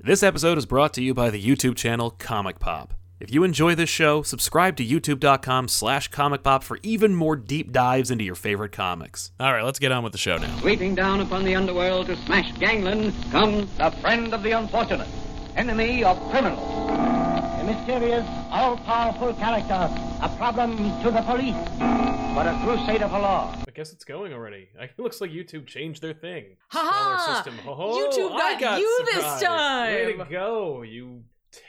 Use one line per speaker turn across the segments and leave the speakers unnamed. This episode is brought to you by the YouTube channel Comic Pop. If you enjoy this show, subscribe to youtube.com slash comic pop for even more deep dives into your favorite comics. All right, let's get on with the show now.
Sweeping down upon the underworld to smash gangland comes the friend of the unfortunate, enemy of criminals.
A mysterious, all-powerful character, a problem to the police, but a crusader for law.
I guess it's going already. It looks like YouTube changed their thing.
Ha
Smaller
ha!
system. Oh,
YouTube
I
got you this
surprised. Way to
time!
go, you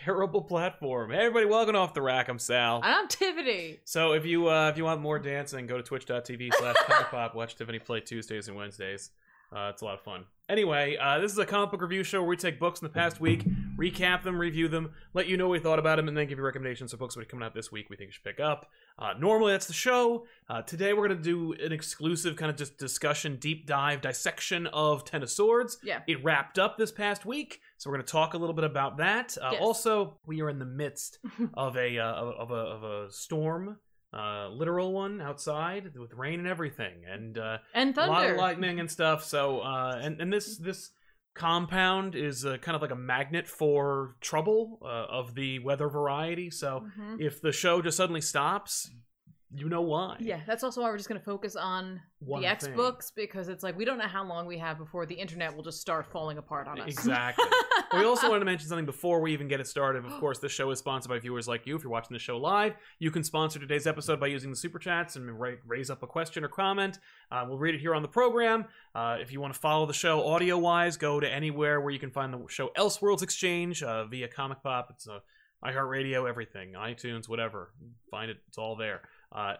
terrible platform. Hey, everybody, welcome to off the rack. I'm Sal.
I'm Tiffany.
so if you uh, if you want more dancing, go to twitch.tv slash comic pop. Watch Tiffany play Tuesdays and Wednesdays. Uh, it's a lot of fun. Anyway, uh, this is a comic book review show where we take books in the past week, recap them, review them, let you know what we thought about them, and then give you recommendations for books that are coming out this week we think you should pick up. Uh, normally, that's the show. Uh, today, we're going to do an exclusive kind of just discussion, deep dive, dissection of Ten of Swords.
Yeah.
It wrapped up this past week, so we're going to talk a little bit about that. Uh,
Yes.
Also, we are in the midst of a uh, of, of a of a storm, uh, literal one outside with rain and everything, and uh,
And
a lot
Thunder.
of lightning and stuff. So, uh, and and this this compound is uh, kind of like a magnet for trouble uh, of the weather variety. So,
Mhm.
if the show just suddenly stops, you know why.
Yeah, that's also why we're just going to focus on
One
the X
thing.
books because it's like we don't know how long we have before the internet will just start falling apart on us.
Exactly. we also wanted to mention something before we even get it started. Of course, this show is sponsored by viewers like you. If you're watching the show live, you can sponsor today's episode by using the super chats and ra- raise up a question or comment. Uh, we'll read it here on the program. Uh, if you want to follow the show audio wise, go to anywhere where you can find the show Elseworlds Exchange uh, via Comic Pop. It's uh, iHeartRadio, everything, iTunes, whatever. Find it. It's all there. Uh,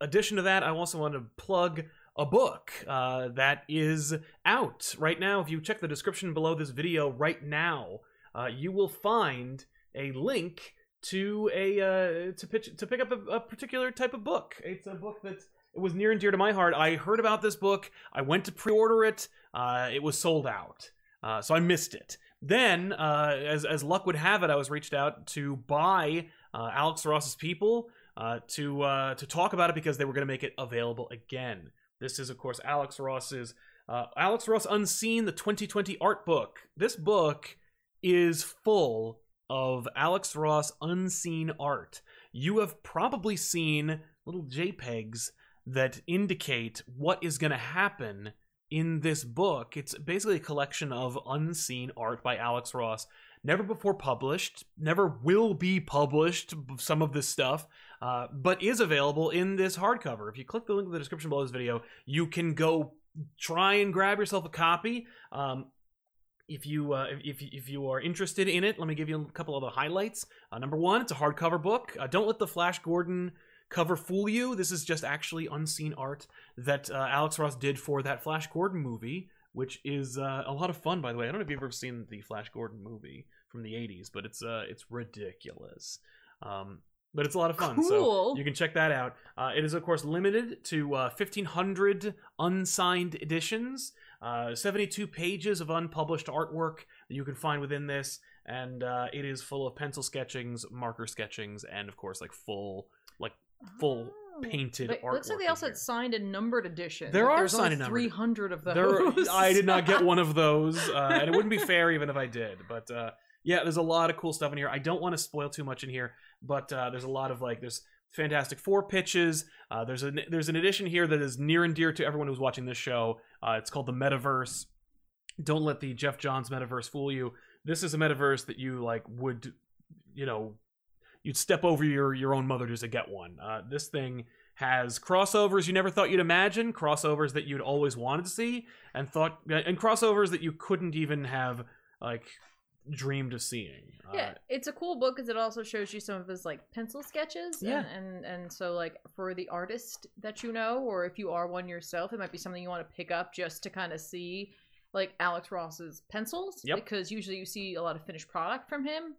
addition to that, I also want to plug a book uh, that is out right now. If you check the description below this video right now, uh, you will find a link to a uh, to pitch to pick up a, a particular type of book. It's a book that was near and dear to my heart. I heard about this book. I went to pre-order it. Uh, it was sold out, uh, so I missed it. Then, uh, as as luck would have it, I was reached out to buy uh, Alex Ross's People uh, to uh, to talk about it because they were going to make it available again. This is, of course, Alex Ross's uh, Alex Ross Unseen, the 2020 art book. This book is full of Alex Ross unseen art. You have probably seen little JPEGs that indicate what is going to happen in this book. It's basically a collection of unseen art by Alex Ross, never before published, never will be published, some of this stuff, uh, but is available in this hardcover. If you click the link in the description below this video, you can go try and grab yourself a copy. Um, if you uh, if you- if you are interested in it, let me give you a couple of the highlights. Uh, number one, it's a hardcover book. Uh, don't let the Flash Gordon cover fool you. This is just actually unseen art that uh, Alex Ross did for that Flash Gordon movie, which is uh, a lot of fun. By the way, I don't know if you've ever seen the Flash Gordon movie from the '80s, but it's uh, it's ridiculous. Um, but it's a lot of fun. So
Cool.
you can check that out. Uh, it is of course limited to uh, 1,500 unsigned editions. Uh, 72 pages of unpublished artwork that you can find within this, and uh, it is full of pencil sketchings, marker sketchings, and of course, like full full
Oh.
painted
But it
artwork.
looks like they
in
also
here.
had signed and numbered editions.
There
Like,
are
there's only
signed and numbered.
300 of those.
There, I did not get one of those, uh, and it wouldn't be fair even if I did. But uh, yeah, there's a lot of cool stuff in here. I don't want to spoil too much in here, but uh, there's a lot of like there's Fantastic Four pitches. Uh, there's an there's an edition here that is near and dear to everyone who's watching this show. Uh, it's called the Metaverse. Don't let the Jeff Johns metaverse fool you. This is a metaverse that you like would, you know, you'd step over your your own mother just to get one. Uh, this thing has crossovers you never thought you'd imagine, crossovers that you'd always wanted to see, and thought and crossovers that you couldn't even have like dreamed of seeing.
Yeah,
Uh,
it's a cool book because it also shows you some of his like pencil sketches.
Yeah.
And, and and so like for the artist that you know, or if you are one yourself, it might be something you want to pick up just to kind of see like Alex Ross's pencils.
Yep.
Because usually you see a lot of finished product from him.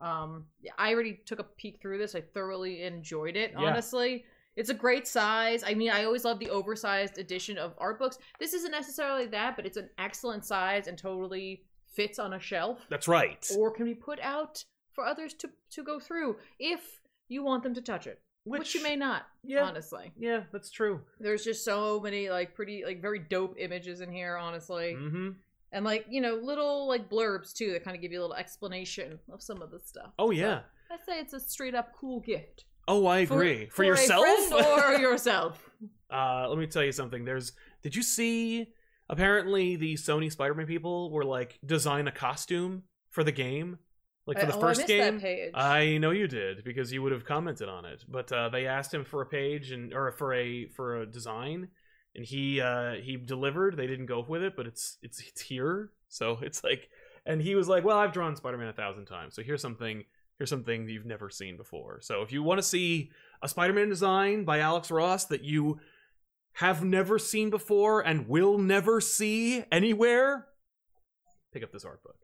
Um, I already took a peek through this. I thoroughly enjoyed it.
Yeah.
Honestly. It's a great size. I mean, I always love the oversized edition of art books. This isn't necessarily that, but it's an excellent size and totally fits on a shelf
that's right.
or can be put out for others to to go through if you want them to touch it, which, you may not.
yeah.
Honestly,
Yeah, that's true.
there's just so many like pretty like very dope images in here. Honestly,
Mm-hmm.
and like you know little like blurbs too that kind of give you a little explanation of some of the stuff.
Oh yeah.
I say it's a straight up cool gift.
Oh, I
For-
agree. For,
a
yourself?
friend or yourself.
Uh, let me tell you something. There's. Did you see? Apparently, the Sony Spider-Man people were like design a costume for the game, like for the
Oh, I
first
missed
game.
That page.
I know you did because you would have commented on it. But uh, they asked him for a page and or for a for a design, and he uh, he delivered. They didn't go with it, but it's it's it's here. So it's like, and he was like, "Well, I've drawn Spider-Man a thousand times, so here's something here's something that you've never seen before." So if you want to see a Spider-Man design by Alex Ross that you have never seen before and will never see anywhere, pick up this art book.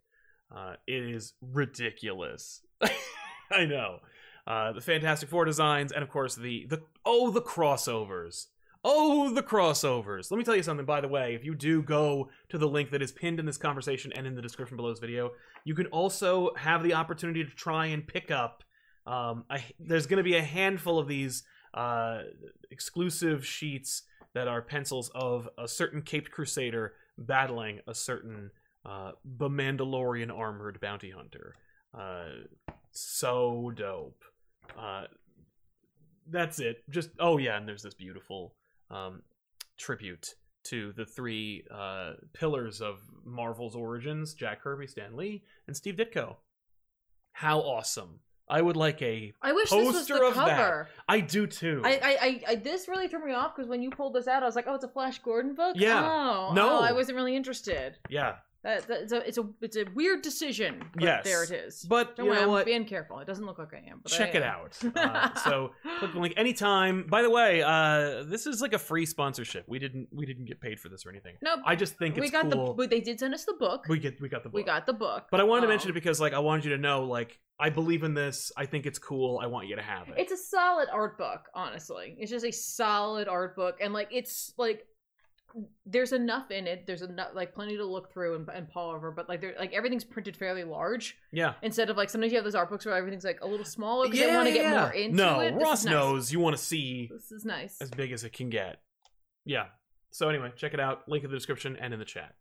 Uh, it is ridiculous. I know. Uh, the Fantastic Four designs, and of course the the oh the crossovers. Oh the crossovers. Let me tell you something. By the way, if you do go to the link that is pinned in this conversation and in the description below this video, you can also have the opportunity to try and pick up. Um, I, there's going to be a handful of these uh, exclusive sheets that are pencils of a certain Caped Crusader battling a certain uh, Mandalorian armored bounty hunter. Uh, so dope. Uh, that's it. Just oh yeah, and there's this beautiful um, tribute to the three uh, pillars of Marvel's origins: Jack Kirby, Stan Lee, and Steve Ditko. How awesome! I would like a.
I wish this was
poster
the
of that.
cover.
I do too.
I, I, I, I this really threw me off because when you pulled this out, I was like, oh, it's a Flash Gordon book.
Yeah.
Oh,
No.
oh, I wasn't really interested.
yeah,
That, that, it's, a, it's a it's a weird decision. But
Yes.
There it is.
but
Don't
you
worry,
know
I'm
what?
being careful. It doesn't look like I am. But
check
I
it
am.
out uh, so click the link anytime by the way uh this is like a free sponsorship we didn't we didn't get paid for this or anything
No,
i just think it's
we got
cool
the. But they did send us the book.
we get we got the book
We got the book.
but i wanted to
Um,
mention it because like i wanted you to know like i believe in this i think it's cool i want you to have it
It's a solid art book, honestly. It's just a solid art book, and like it's like there's enough in it. There's enough like plenty to look through and, and paw over, but like there like everything's printed fairly large
yeah
instead of like sometimes you have those art books where everything's like a little smaller because
yeah,
they want to
yeah,
get
yeah.
more into
no
it. This
ross
is nice.
knows you want to see
This is nice.
as big as it can get. Yeah. So anyway, check it out. Link in the description and in the chat.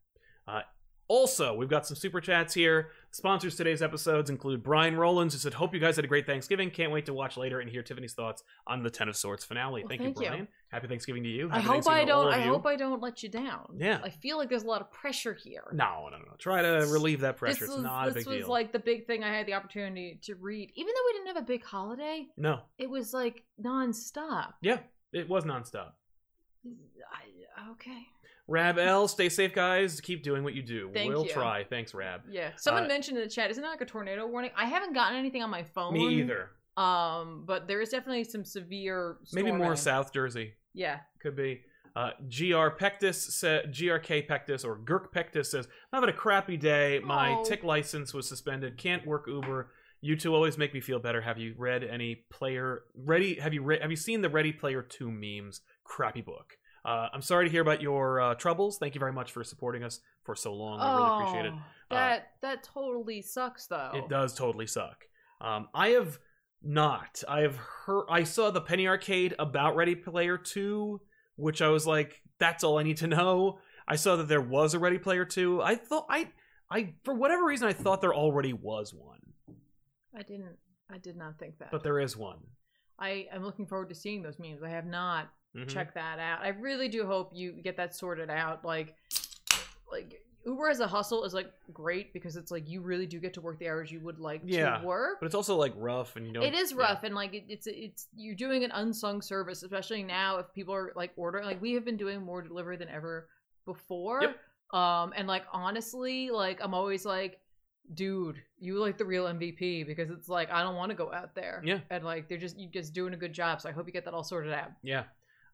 Uh, also, we've got some super chats here. Sponsors today's episodes include Brian Rollins, who said, "Hope you guys had a great Thanksgiving. Can't wait to watch later and hear Tiffany's thoughts on the Ten of Swords finale."
Well,
thank,
thank
you,
you.
Brian. Happy Thanksgiving to you.
I
Happy
hope I
Thanksgiving to all
don't.
of
I
you.
hope I don't let you down.
Yeah.
I feel like there's a lot of pressure here.
No, no, no, no. Try to relieve that pressure.
This
it's
was,
not a
this
big
was
deal.
like the big thing I had the opportunity to read, even though we didn't have a big holiday.
no,
It was like nonstop.
yeah, it was nonstop.
I, okay.
Rab L, stay safe, guys. Keep doing what you do.
Thank
we'll
you.
try. Thanks, Rab.
Yeah. Someone
Uh,
mentioned in the chat, isn't that like a tornado warning? I haven't gotten anything on my phone.
Me either.
Um, but there is definitely some severe.
Maybe more
storming.
South Jersey.
Yeah.
Could be. Uh, GR Pectus sa- GRK Pectus or Girk Pectus says, I'm having a crappy day. My
Oh.
tick license was suspended. Can't work Uber. You two always make me feel better. Have you read any player ready? Have you re- have you seen the Ready Player Two memes? Crappy book. Uh, I'm sorry to hear about your uh, troubles. Thank you very much for supporting us for so long. We really appreciate it. Uh,
Oh, That that totally sucks though.
It does totally suck. Um, I have not. I have heard. I saw the Penny Arcade about Ready Player Two, which I was like, "That's all I need to know." I saw that there was a Ready Player Two. I thought I, I for whatever reason, I thought there already was one,
I didn't. I did not think that.
but there is one.
I am looking forward to seeing those memes. I have not
Mhm.
check that out. I really do hope you get that sorted out. Like, like Uber as a hustle is like great because it's like you really do get to work the hours you would like
Yeah,
to work.
But it's also like rough, and you don't.
it is
yeah.
rough and like it, it's it's you're doing an unsung service, especially now if people are like ordering. Like we have been doing more delivery than ever before.
Yep.
Um, and like honestly, like I'm always like. Dude, you like the real MVP because it's like I don't want to go out there.
Yeah.
and like they're just you just doing a good job. So I hope you get that all sorted out.
Yeah.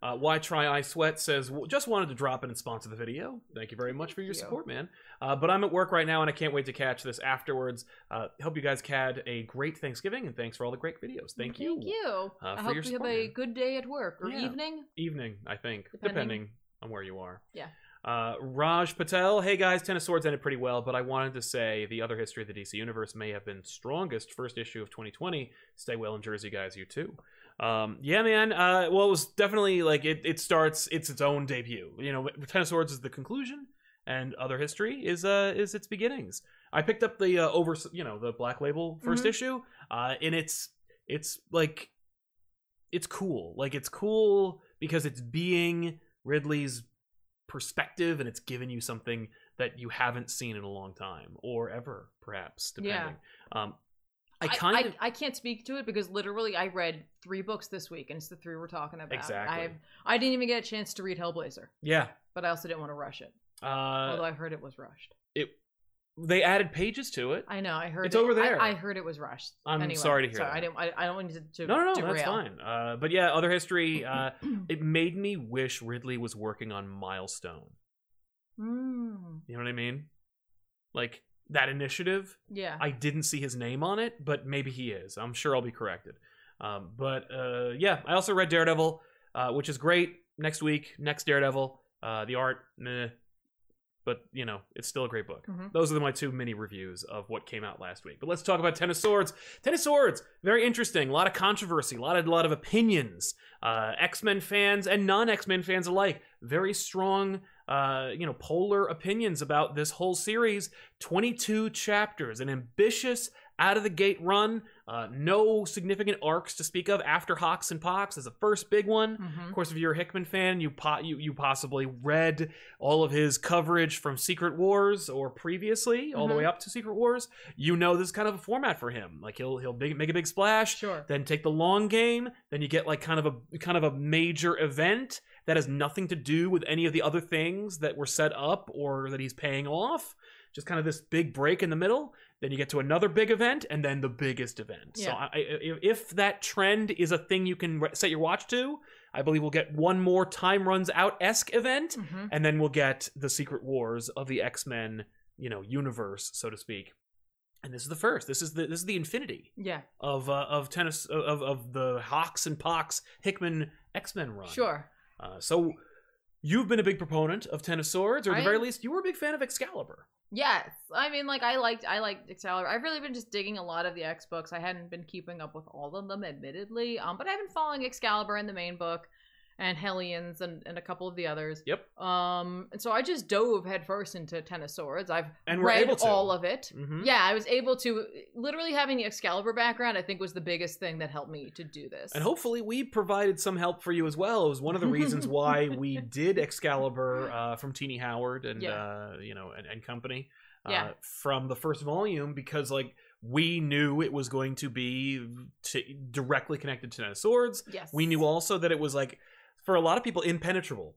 Uh, Why Try I Sweat says, "W- just wanted to drop in and sponsor the video. Thank you very much for your
Thank you.
support, man. Uh, but I'm at work right now and I can't wait to catch this afterwards. Uh, hope you guys had a great Thanksgiving and thanks for all the great videos. Thank, you. uh,
I
for your
hope you have
support,
a
man.
good day at work or
Yeah.
evening.
Evening, I think, depending,
Depending.
on where you are.
Yeah.
Uh, Raj Patel, hey guys, Ten of Swords ended pretty well, but I wanted to say the other history of the DC Universe may have been strongest first issue of 2020. Stay well in Jersey, guys, you too. Um, yeah, man. Uh, well, it was definitely like it, it starts, it's its own debut. You know, Ten of Swords is the conclusion, and other history is uh is its beginnings. I picked up the uh, over you know the Black Label 1st
Mhm.
issue, uh, and it's it's like it's cool. Like it's cool because it's being Ridley's perspective, and it's giving you something that you haven't seen in a long time or ever, perhaps depending. Um, I kind
I,
of
I can't speak to it because literally I read three books this week and it's the three we're talking about.
Exactly.
I I didn't even get a chance to read Hellblazer,
yeah.
but I also didn't want to rush it.
Uh,
although I heard it was rushed.
they added pages to it.
I know I heard
it's
it-
over
I-
there.
I, heard it was rushed.
I'm
Anyway,
sorry to hear
Sorry, I
that.
didn't. I, I don't want you to, to
no, no, no,
derail.
that's fine. Uh, but yeah, other history. Uh, it made me wish Ridley was working on Milestone.
Mm,
You know what I mean? Like that initiative.
yeah.
I didn't see his name on it, but maybe he is. I'm sure I'll be corrected. Um, but uh, yeah, I also read Daredevil, uh, which is great. Next week, next Daredevil. Uh, the art, meh. But, you know, it's still a great book.
Mhm.
Those are my two mini reviews of what came out last week. But let's talk about Ten of Swords. Ten of Swords, very interesting. A lot of controversy, a lot of, lot of opinions. Uh, X Men fans and non X Men fans alike, very strong, uh, you know, polar opinions about this whole series. 22 chapters, an ambitious out of the gate run. Uh, no significant arcs to speak of after Hawks and Pox is the first big one.
Mhm.
Of course, if you're a Hickman fan, you, po- you you possibly read all of his coverage from Secret Wars or previously, all the
Mhm.
way up to Secret Wars. You know this is kind of a format for him. Like he'll he'll big, make a big splash,
Sure.
then take the long game then you get like kind of a kind of a major event that has nothing to do with any of the other things that were set up or that he's paying off just kind of this big break in the middle then you get to another big event and then the biggest event so
Yeah.
I, I, if- if that trend is a thing you can re- set your watch to i believe we'll get one more time runs out esque event
Mhm.
and then we'll get the secret wars of the x-men you know universe so to speak and this is the first this is the this is the infinity
Yeah.
of uh, of tennis of of the Hawks and Pox Hickman X Men run.
Sure.
Uh, so you've been a big proponent of Ten of Swords, or at the
I
very
am.
least, you were a big fan of Excalibur.
Yes. I mean, like I liked I liked Excalibur. I've really been just digging a lot of the X books. I hadn't been keeping up with all of them, admittedly. Um, but I've been following Excalibur in the main book, and Hellions, and and a couple of the others.
Yep.
Um, and so I just dove headfirst into Ten of Swords. I've
And we're
read
able to.
all of it.
Mm-hmm.
Yeah, I was able to literally having the Excalibur background. I think was the biggest thing that helped me to do this.
And hopefully, we provided some help for you as well. It was one of the reasons why we did Excalibur uh, from Teeny Howard and
Yeah.
uh, you know and, and company uh,
Yeah.
from the first volume because like we knew it was going to be t- directly connected to Ten of Swords.
yes,
We knew also that it was like for a lot of people impenetrable.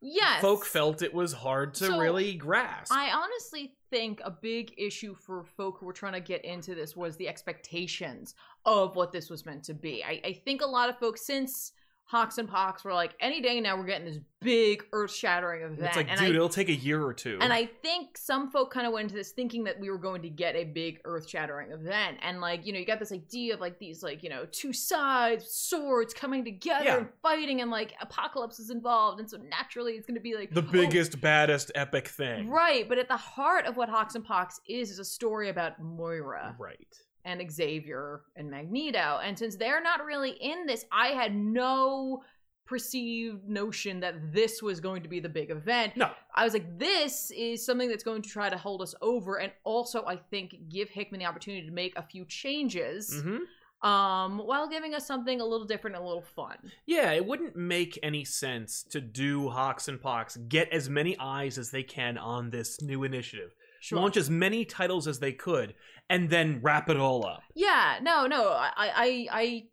Yes,
folk felt it was hard to
So,
really grasp.
I honestly think a big issue for folk who were trying to get into this was the expectations of what this was meant to be. I, I think a lot of folks since Hawks and Pox were like, any day now we're getting this big earth shattering
And
event.
it's like,
and
dude,
I,
it'll take a year or two.
And I think some folk kind of went into this thinking that we were going to get a big earth shattering event. And, like, you know, you got this idea of, like, these, like, you know, two sides, swords coming together
Yeah.
and fighting, and, like, apocalypse is involved. And so naturally it's going to be, like,
the
oh,
biggest, baddest, epic thing.
right. But at the heart of what Hawks and Pox is, is a story about Moira
Right.
and Xavier and Magneto. And since they're not really in this, I had no perceived notion that this was going to be the big event.
No.
I was like, this is something that's going to try to hold us over and also I think give Hickman the opportunity to make a few changes
hmm
um while giving us something a little different and a little fun.
Yeah, it wouldn't make any sense to do Hawks and Pox, get as many eyes as they can on this new initiative,
Sure.
launch as many titles as they could, and then wrap it all up.
Yeah, no, no. I I I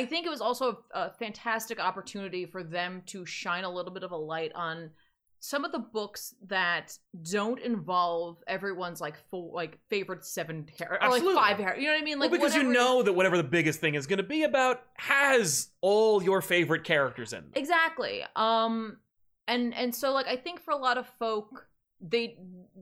I think it was also a, a fantastic opportunity for them to shine a little bit of a light on some of the books that don't involve everyone's like full like favorite seven hair or like
Absolutely.
five hair. You know what I mean? Like
well, because you
whatever-
know that whatever the biggest thing is going to be about has all your favorite characters in them.
Exactly. Um and and so like I think for a lot of folk they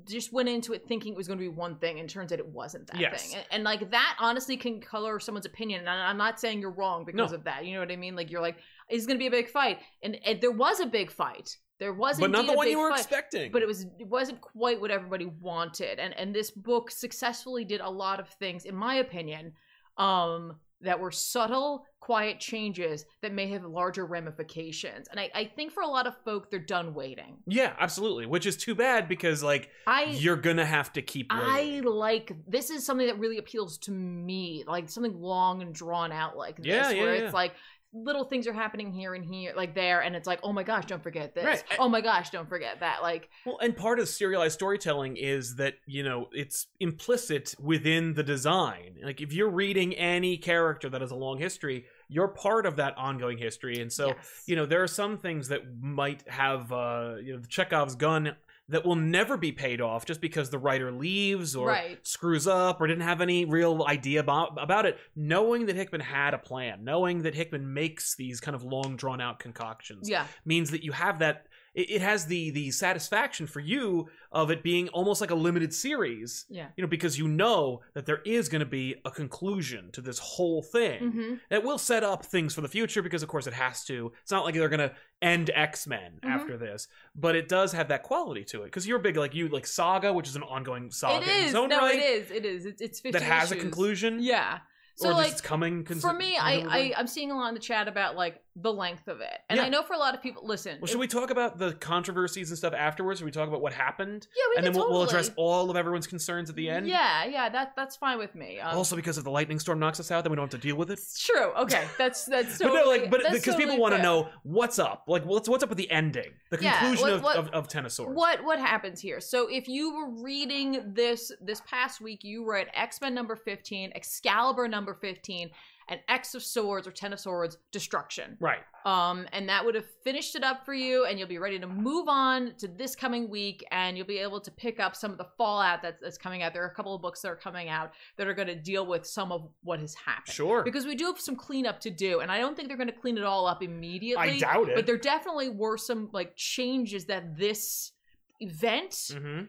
just went into it thinking it was going to be one thing and turns out it wasn't that
Yes.
thing. And, and, like that honestly can color someone's opinion. And I- I'm not saying you're wrong because
No.
of that. You know what I mean? Like you're like it's going to be a big fight. And, and there was a big fight. There was
but not
indeed
the
a
one
big
you were
fight,
expecting.
But it was it wasn't quite what everybody wanted. And and this book successfully did a lot of things in my opinion um that were subtle, quiet changes that may have larger ramifications. And I, I think for a lot of folk, they're done waiting.
Yeah, absolutely. Which is too bad because like
I
you're gonna have to keep
I
waiting.
like this is something that really appeals to me, like something long and drawn out like this,
Yeah, yeah,
where
yeah.
it's like little things are happening here and here, like there, and it's like, oh my gosh, don't forget this.
Right, eh I-
Oh my gosh, don't forget that. Like,
well, and part of serialized storytelling is that you know it's implicit within the design. Like if you're reading any character that has a long history, you're part of that ongoing history, and so
yes.
you know there are some things that might have uh, you know Chekhov's gun that will never be paid off just because the writer leaves or
Right.
screws up or didn't have any real idea about about it knowing that Hickman had a plan knowing that Hickman makes these kind of long drawn out concoctions
yeah,
means that you have that it, it has the the satisfaction for you of it being almost like a limited series
yeah.
you know because you know that there is going to be a conclusion to this whole thing
hmm
it will set up things for the future because, of course, it has to. It's not like they're gonna end X Men
Mhm.
after this, but it does have that quality to it because you're big like you like Saga, which is an ongoing saga
It
in
is.
its own
No,
right
it is. It is. It's, it's 50
that has a
issues.
conclusion.
Yeah. So
or
like,
it's coming. cons-
for me, I, I
presumably.
I'm seeing a lot in the chat about like the length of it, and
Yeah.
I know for a lot of people. Listen,
Well,
it-
should we talk about the controversies and stuff afterwards? Should we talk about what happened,
Yeah, we
and
can
then we'll, we'll address
totally-
all of everyone's concerns at the end?
Yeah, yeah. That that's fine with me. Um,
Also, because if the lightning storm knocks us out, then we don't have to deal with it.
It's true. Okay, that's that's
But
totally.
no, like, but
that's
because people
totally
want to
fair.
know what's up, like, what's what's up with the ending, the
Yeah,
conclusion
what-
of,
what-
of of Tennosaur.
what what happens here. So if you were reading this this past week, you read X Men number fifteen, Excalibur number fifteen, and X of Swords or Ten of Swords, Destruction.
Right.
Um, and that would have finished it up for you, and you'll be ready to move on to this coming week, and you'll be able to pick up some of the fallout that's, that's coming out. There are a couple of books that are coming out that are going to deal with some of what has happened.
Sure.
Because we do have some cleanup to do, and I don't think they're going to clean it all up immediately.
I doubt it.
But there definitely were some like changes that this event.
Mm-hmm.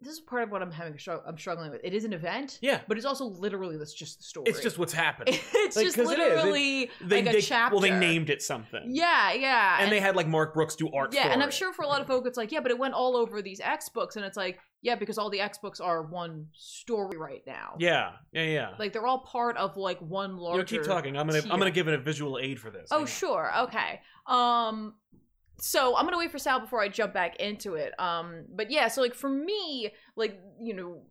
This is part of what I'm having. a strugg- I'm struggling with. It is an event,
Yeah.
but it's also literally that's just the story.
It's just what's happening.
it's
like,
just
'cause it is. It-
literally
They,
like
they-
a chapter.
Well, they named it something.
Yeah, yeah,
And they had like Mark Brooks do art.
yeah,
for
and I'm
it.
sure for a lot of folk, it's like, yeah, but it went all over these X books, and it's like, yeah, because all the X books are one story right now.
Yeah, yeah, yeah.
like they're all part of like one
You
larger.
know, keep talking. I'm gonna
tier.
I'm gonna give it a visual aid for this. Hang
Oh
on.
sure, okay. Um, so I'm gonna wait for Sal before I jump back into it. Um, but yeah, so like for me, like you know,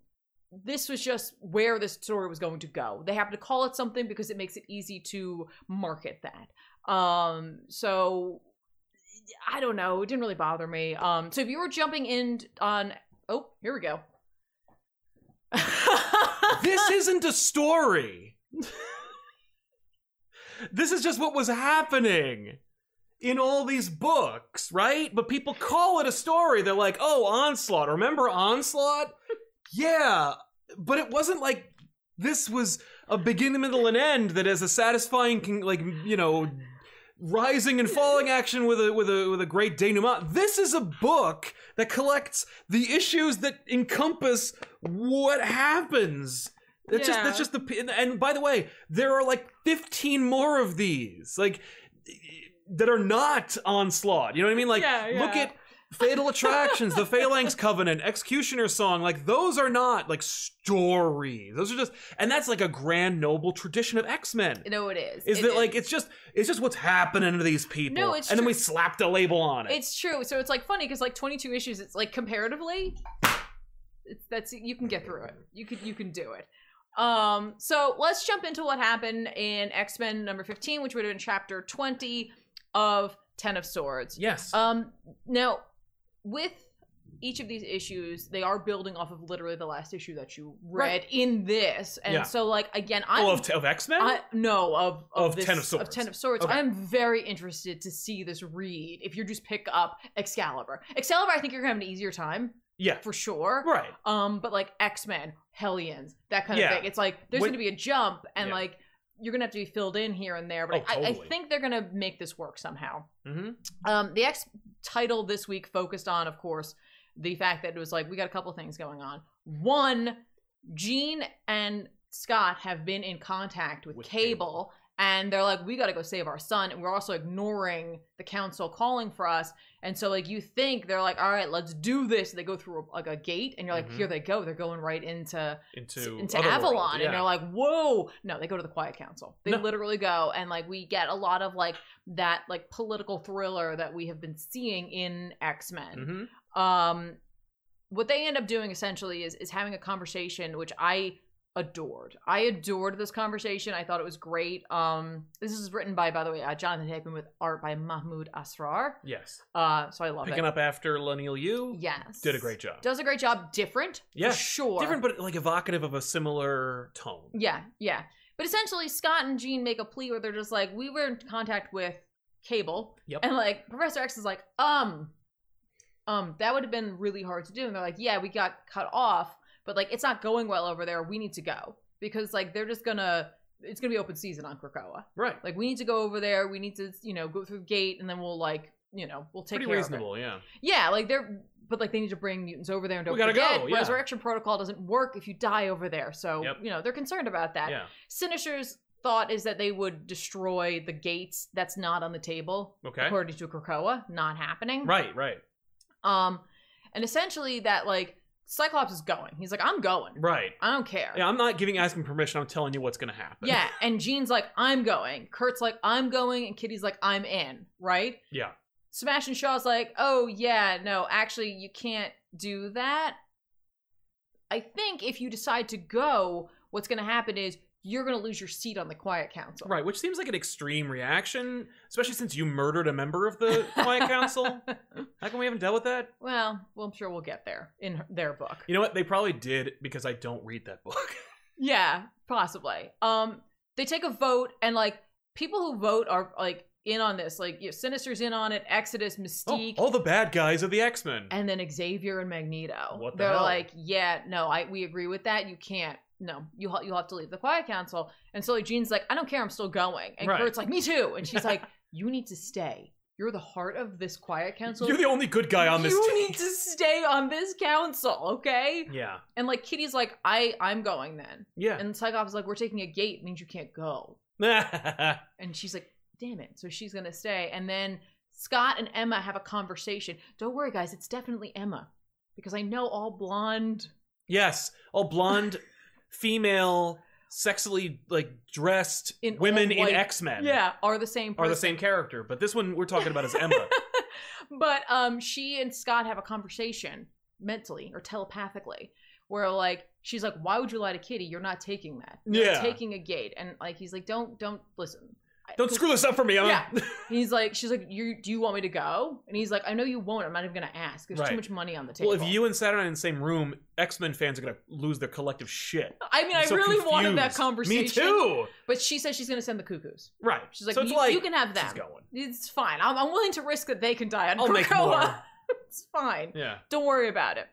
this was just where this story was going to go. They happen to call it something because it makes it easy to market that. Um, so I don't know. It didn't really bother me. Um, so if you were jumping in on, oh, here we go.
This isn't a story. this is just what was happening in all these books, right? But people call it a story. They're like, "Oh, Onslaught. Remember Onslaught? Yeah, but it wasn't like this was a beginning, middle, and end that is a satisfying, con- like you know, rising and falling action with a with a with a great denouement. This is a book that collects the issues that encompass what happens. That's just that's
Yeah.
just the p- and- and by the way, there are like fifteen more of these like that are not onslaught. You know what I mean? Like
Yeah,
look
yeah.
at Fatal Attractions, The Phalanx Covenant, Executioner Song, like those are not like stories. Those are just, and that's like a grand noble tradition of X Men.
no, it is.
Is
It
that like it's just it's just what's happening to these people?
No, it's
and then
true.
we slapped a label on it.
It's true. So it's like funny because like 22 issues, it's like comparatively, it's, that's you can get through it. You could you can do it. Um, so let's jump into what happened in X Men number 15, which would have been chapter 20 of Ten of Swords.
yes,
Um, now with each of these issues, they are building off of literally the last issue that you read in this, and
Yeah.
so like again, I'm
oh, of, t- of X Men.
I, no, of of,
Of
this-
Ten of Swords.
Of Ten of Swords.
Okay.
I'm very interested to see this read. If you just pick up Excalibur, Excalibur, I think you're gonna have an easier time
yeah,
for sure.
right.
Um, but like X Men, Hellions, that kind
Yeah.
of thing. It's like there's
When-
gonna be a jump, and
Yeah.
like you're gonna have to be filled in here and there. But
Oh,
I, I,
totally.
I think they're gonna make this work somehow.
Mm-hmm.
Um, the X title this week focused on, of course, the fact that it was like we got a couple things going on. One, Gene and Scott have been in contact with,
With
Cable, and they're like, we got to go save our son, and we're also ignoring the council calling for us. And so, like, you think they're like, all right, let's do this. They go through like a gate, and you're like,
Mhm.
here they go. They're going right into
into
into
Otherworld,
Avalon,
yeah.
and they're like, whoa. No, they go to the Quiet Council. They
No.
literally go, and like, we get a lot of like that like political thriller that we have been seeing in X Men
Mhm.
um what they end up doing essentially is is having a conversation which i adored i adored this conversation i thought it was great um this is written by by the way uh, jonathan hickman with art by mahmoud asrar
Yes,
uh so i love
picking
it
up after Lenil Yu.
yes
did a great job.
does a great job different
Yeah,
for sure
Different, but like evocative of a similar tone.
Yeah, yeah. But essentially, Scott and Jean make a plea where they're just like, we were in contact with Cable.
Yep.
And like, Professor X is like, um, um, that would have been really hard to do. And they're like, yeah, we got cut off, but like, it's not going well over there. We need to go because like, they're just gonna, it's gonna be open season on Krakoa.
Right.
Like, we need to go over there. We need to, you know, go through the gate and then we'll like, you know, we'll take
Pretty
care of
reasonable. Yeah.
it. Yeah, like they're, but like they need to bring mutants over there and don't
We gotta
forget,
go, yeah.
Resurrection protocol doesn't work if you die over there. So
Yep.
you know they're concerned about that.
Yeah.
Sinister's thought is that they would destroy the gates. That's not on the table,
Okay.
according to Krakoa. Not happening.
Right. Right.
Um, and essentially that like Cyclops is going. He's like, I'm going.
Right.
I don't care.
Yeah, I'm not giving asking permission. I'm telling you what's gonna happen.
Yeah, and Jean's like, I'm going. Kurt's like, I'm going, and Kitty's like, I'm in. Right.
Yeah.
Smash and Shaw's like, oh yeah, no, actually you can't do that. I think if you decide to go, what's going to happen is you're going to lose your seat on the Quiet Council.
Right, which seems like an extreme reaction, especially since you murdered a member of the Quiet Council. How come we haven't dealt with that?
Well, well, I'm sure we'll get there in her- their book.
You know what? They probably did because I don't read that book.
Yeah, possibly. Um, they take a vote, and like people who vote are like in on this. Like you know, Sinister's in on it, Exodus,
Oh,
Mystique,
all the bad guys are the X Men.
and then Xavier and Magneto.
What the
They're
hell?
like, yeah, no, I we agree with that. You can't. No, you ha- you'll have to leave the Quiet Council. And so like Jean's like, I don't care, I'm still going. And
Right.
Kurt's like, me too. And she's like, you need to stay. You're the heart of this Quiet Council.
You're the only good guy on this
You
team.
need to stay on this council, okay?
Yeah,
And like Kitty's like, I I'm going then.
yeah.
And Cyclops is like, we're taking a gate, it means you can't go.
right.
And she's like, damn it. So she's gonna stay. And then Scott and Emma have a conversation. Don't worry, guys, it's definitely Emma. Because I know all blonde.
Yes, all blonde, female, sexily like dressed
In
women
all white-
in X Men.
Yeah, are the same
are
person.
the same character, but this one we're talking about is Emma.
but um she and Scott have a conversation mentally or telepathically where like she's like why would you lie to Kitty you're not taking that you're
Yeah.
not taking a gate and like he's like don't don't listen I-
Don't screw this up for me. I'm
Yeah.
a-
He's like, she's like, you do you want me to go? And he's like, I know you won't. I'm not even gonna ask. There's
Right.
too much money on the table.
well, if you and Saturn are in the same room, X Men fans are gonna lose their collective shit.
I mean,
I'm
I
so
really wanted that
confused.
conversation.
Me too.
But she says she's gonna send the cuckoos.
Right.
She's like,
so it's
you,
like
you can have
she's
them.
going.
It's fine. I'm, I'm willing to risk that they can die on
I'll make
Krakoa.
more.
it's fine.
Yeah.
Don't worry about it.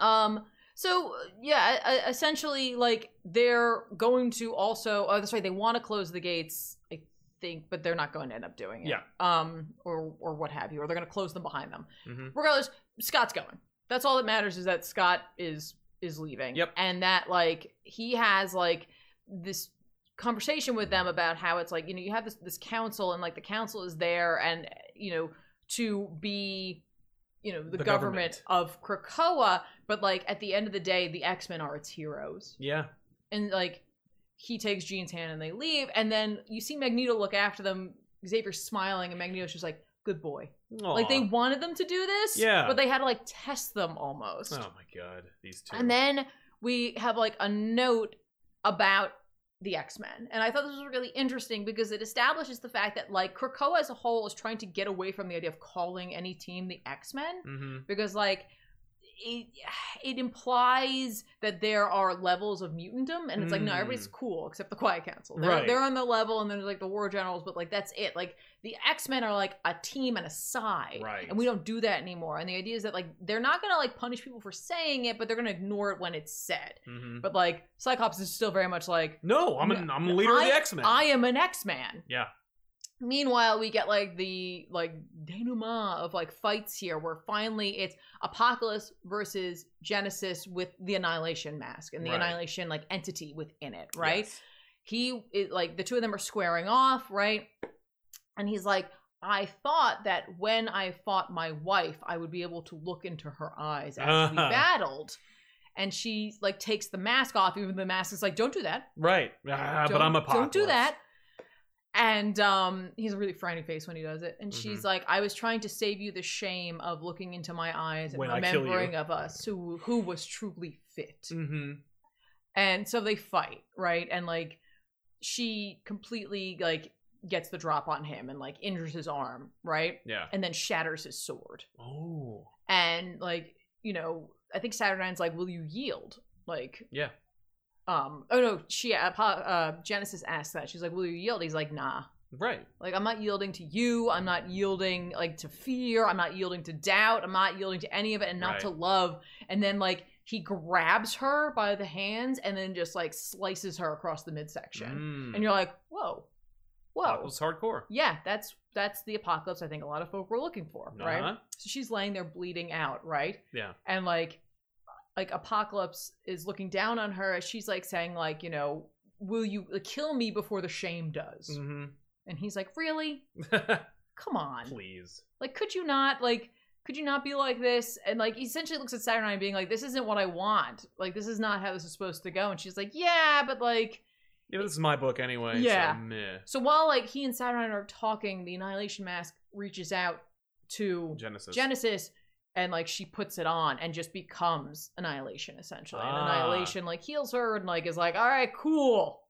Um. So yeah, e- e- essentially, like they're going to also. Oh, that's right. They want to close the gates. I think, but they're not going to end up doing it.
Yeah.
Um. Or or what have you? Or they're going to close them behind them.
Mhm.
Regardless, Scott's going. That's all that matters is that Scott is is leaving.
Yep.
And that like he has like this conversation with them about how it's like you know you have this this council and like the council is there and you know to be you know the,
The
government, of Krakoa, but like at the end of the day, the X Men are its heroes,
Yeah.
and like he takes Jean's hand and they leave, and then you see Magneto look after them. Xavier's smiling, and Magneto's just like, "Good boy." Like they
Aw.
wanted them to do this,
Yeah.
but they had to like test them almost.
Oh my god, these two.
And then we have like a note about the X Men. And I thought this was really interesting because it establishes the fact that like Krakoa as a whole is trying to get away from the idea of calling any team the X Men
hmm
because like it, it implies that there are levels of mutantdom and it's like no
Mm.
everybody's cool except the quiet council they're,
Right.
they're on the level and there's like the war generals but like that's it like the x-men are like a team and a side
Right.
and we don't do that anymore and the idea is that like they're not gonna like punish people for saying it but they're gonna ignore it when it's said
hmm
but like cyclops is still very much like
No, I'm an, I'm a leader of the X Men.
I am an X Man.
Yeah.
Meanwhile, we get like the like denouement of like fights here, where finally it's Apocalypse versus Genesis with the Annihilation mask and the
Right.
Annihilation like entity within it, right? he is like the two of them are squaring off, right? And he's like, I thought that when I fought my wife, I would be able to look into her eyes as we
Uh-huh.
battled. And she like takes the mask off, even though the mask is like, Don't do that.
Right. Ah, but
Don't-
I'm a
Don't do that. And um, he's a really frowny face when he does it. And she's
Mm-hmm.
like, "I was trying to save you the shame of looking into my eyes and
When I kill you."
remembering of us who who was truly fit."
Mm-hmm.
And so they fight, right? And like, she completely like gets the drop on him and like injures his arm, right?
Yeah.
And then shatters his sword.
Oh.
And like, you know, I think Saturnine's like, "Will you yield?" Like,
Yeah.
um, oh no, she uh, Pa- uh, Genesis asks that. She's like, "Will you yield?" He's like, "Nah."
Right.
Like, I'm not yielding to you. I'm not yielding like to fear. I'm not yielding to doubt. I'm not yielding to any of it, and not to
Right.
love. And then like he grabs her by the hands and then just like slices her across the midsection.
Mm.
And you're like, whoa,
That
whoa,
was hardcore.
yeah, that's that's the apocalypse. I think a lot of folk were looking for, right?
Uh-huh.
So she's laying there bleeding out, right?
Yeah.
And like like Apocalypse is looking down on her. She's like saying like, you know, will you kill me before the shame does?
Mm-hmm.
And he's like, "Really? Come on.
Please.
Like could you not like could you not be like this?" And like he essentially looks at Saturnine being like, "This isn't what I want. Like this is not how this is supposed to go." And she's like, "Yeah, but like
Yeah, but this is my book anyway.
Yeah.
So meh.
so while like he and Saturnine are talking, the Annihilation Mask reaches out to
Genesis.
Genesis and like she puts it on and just becomes Annihilation essentially. And
Ah.
Annihilation like heals her and like is like, all right, cool.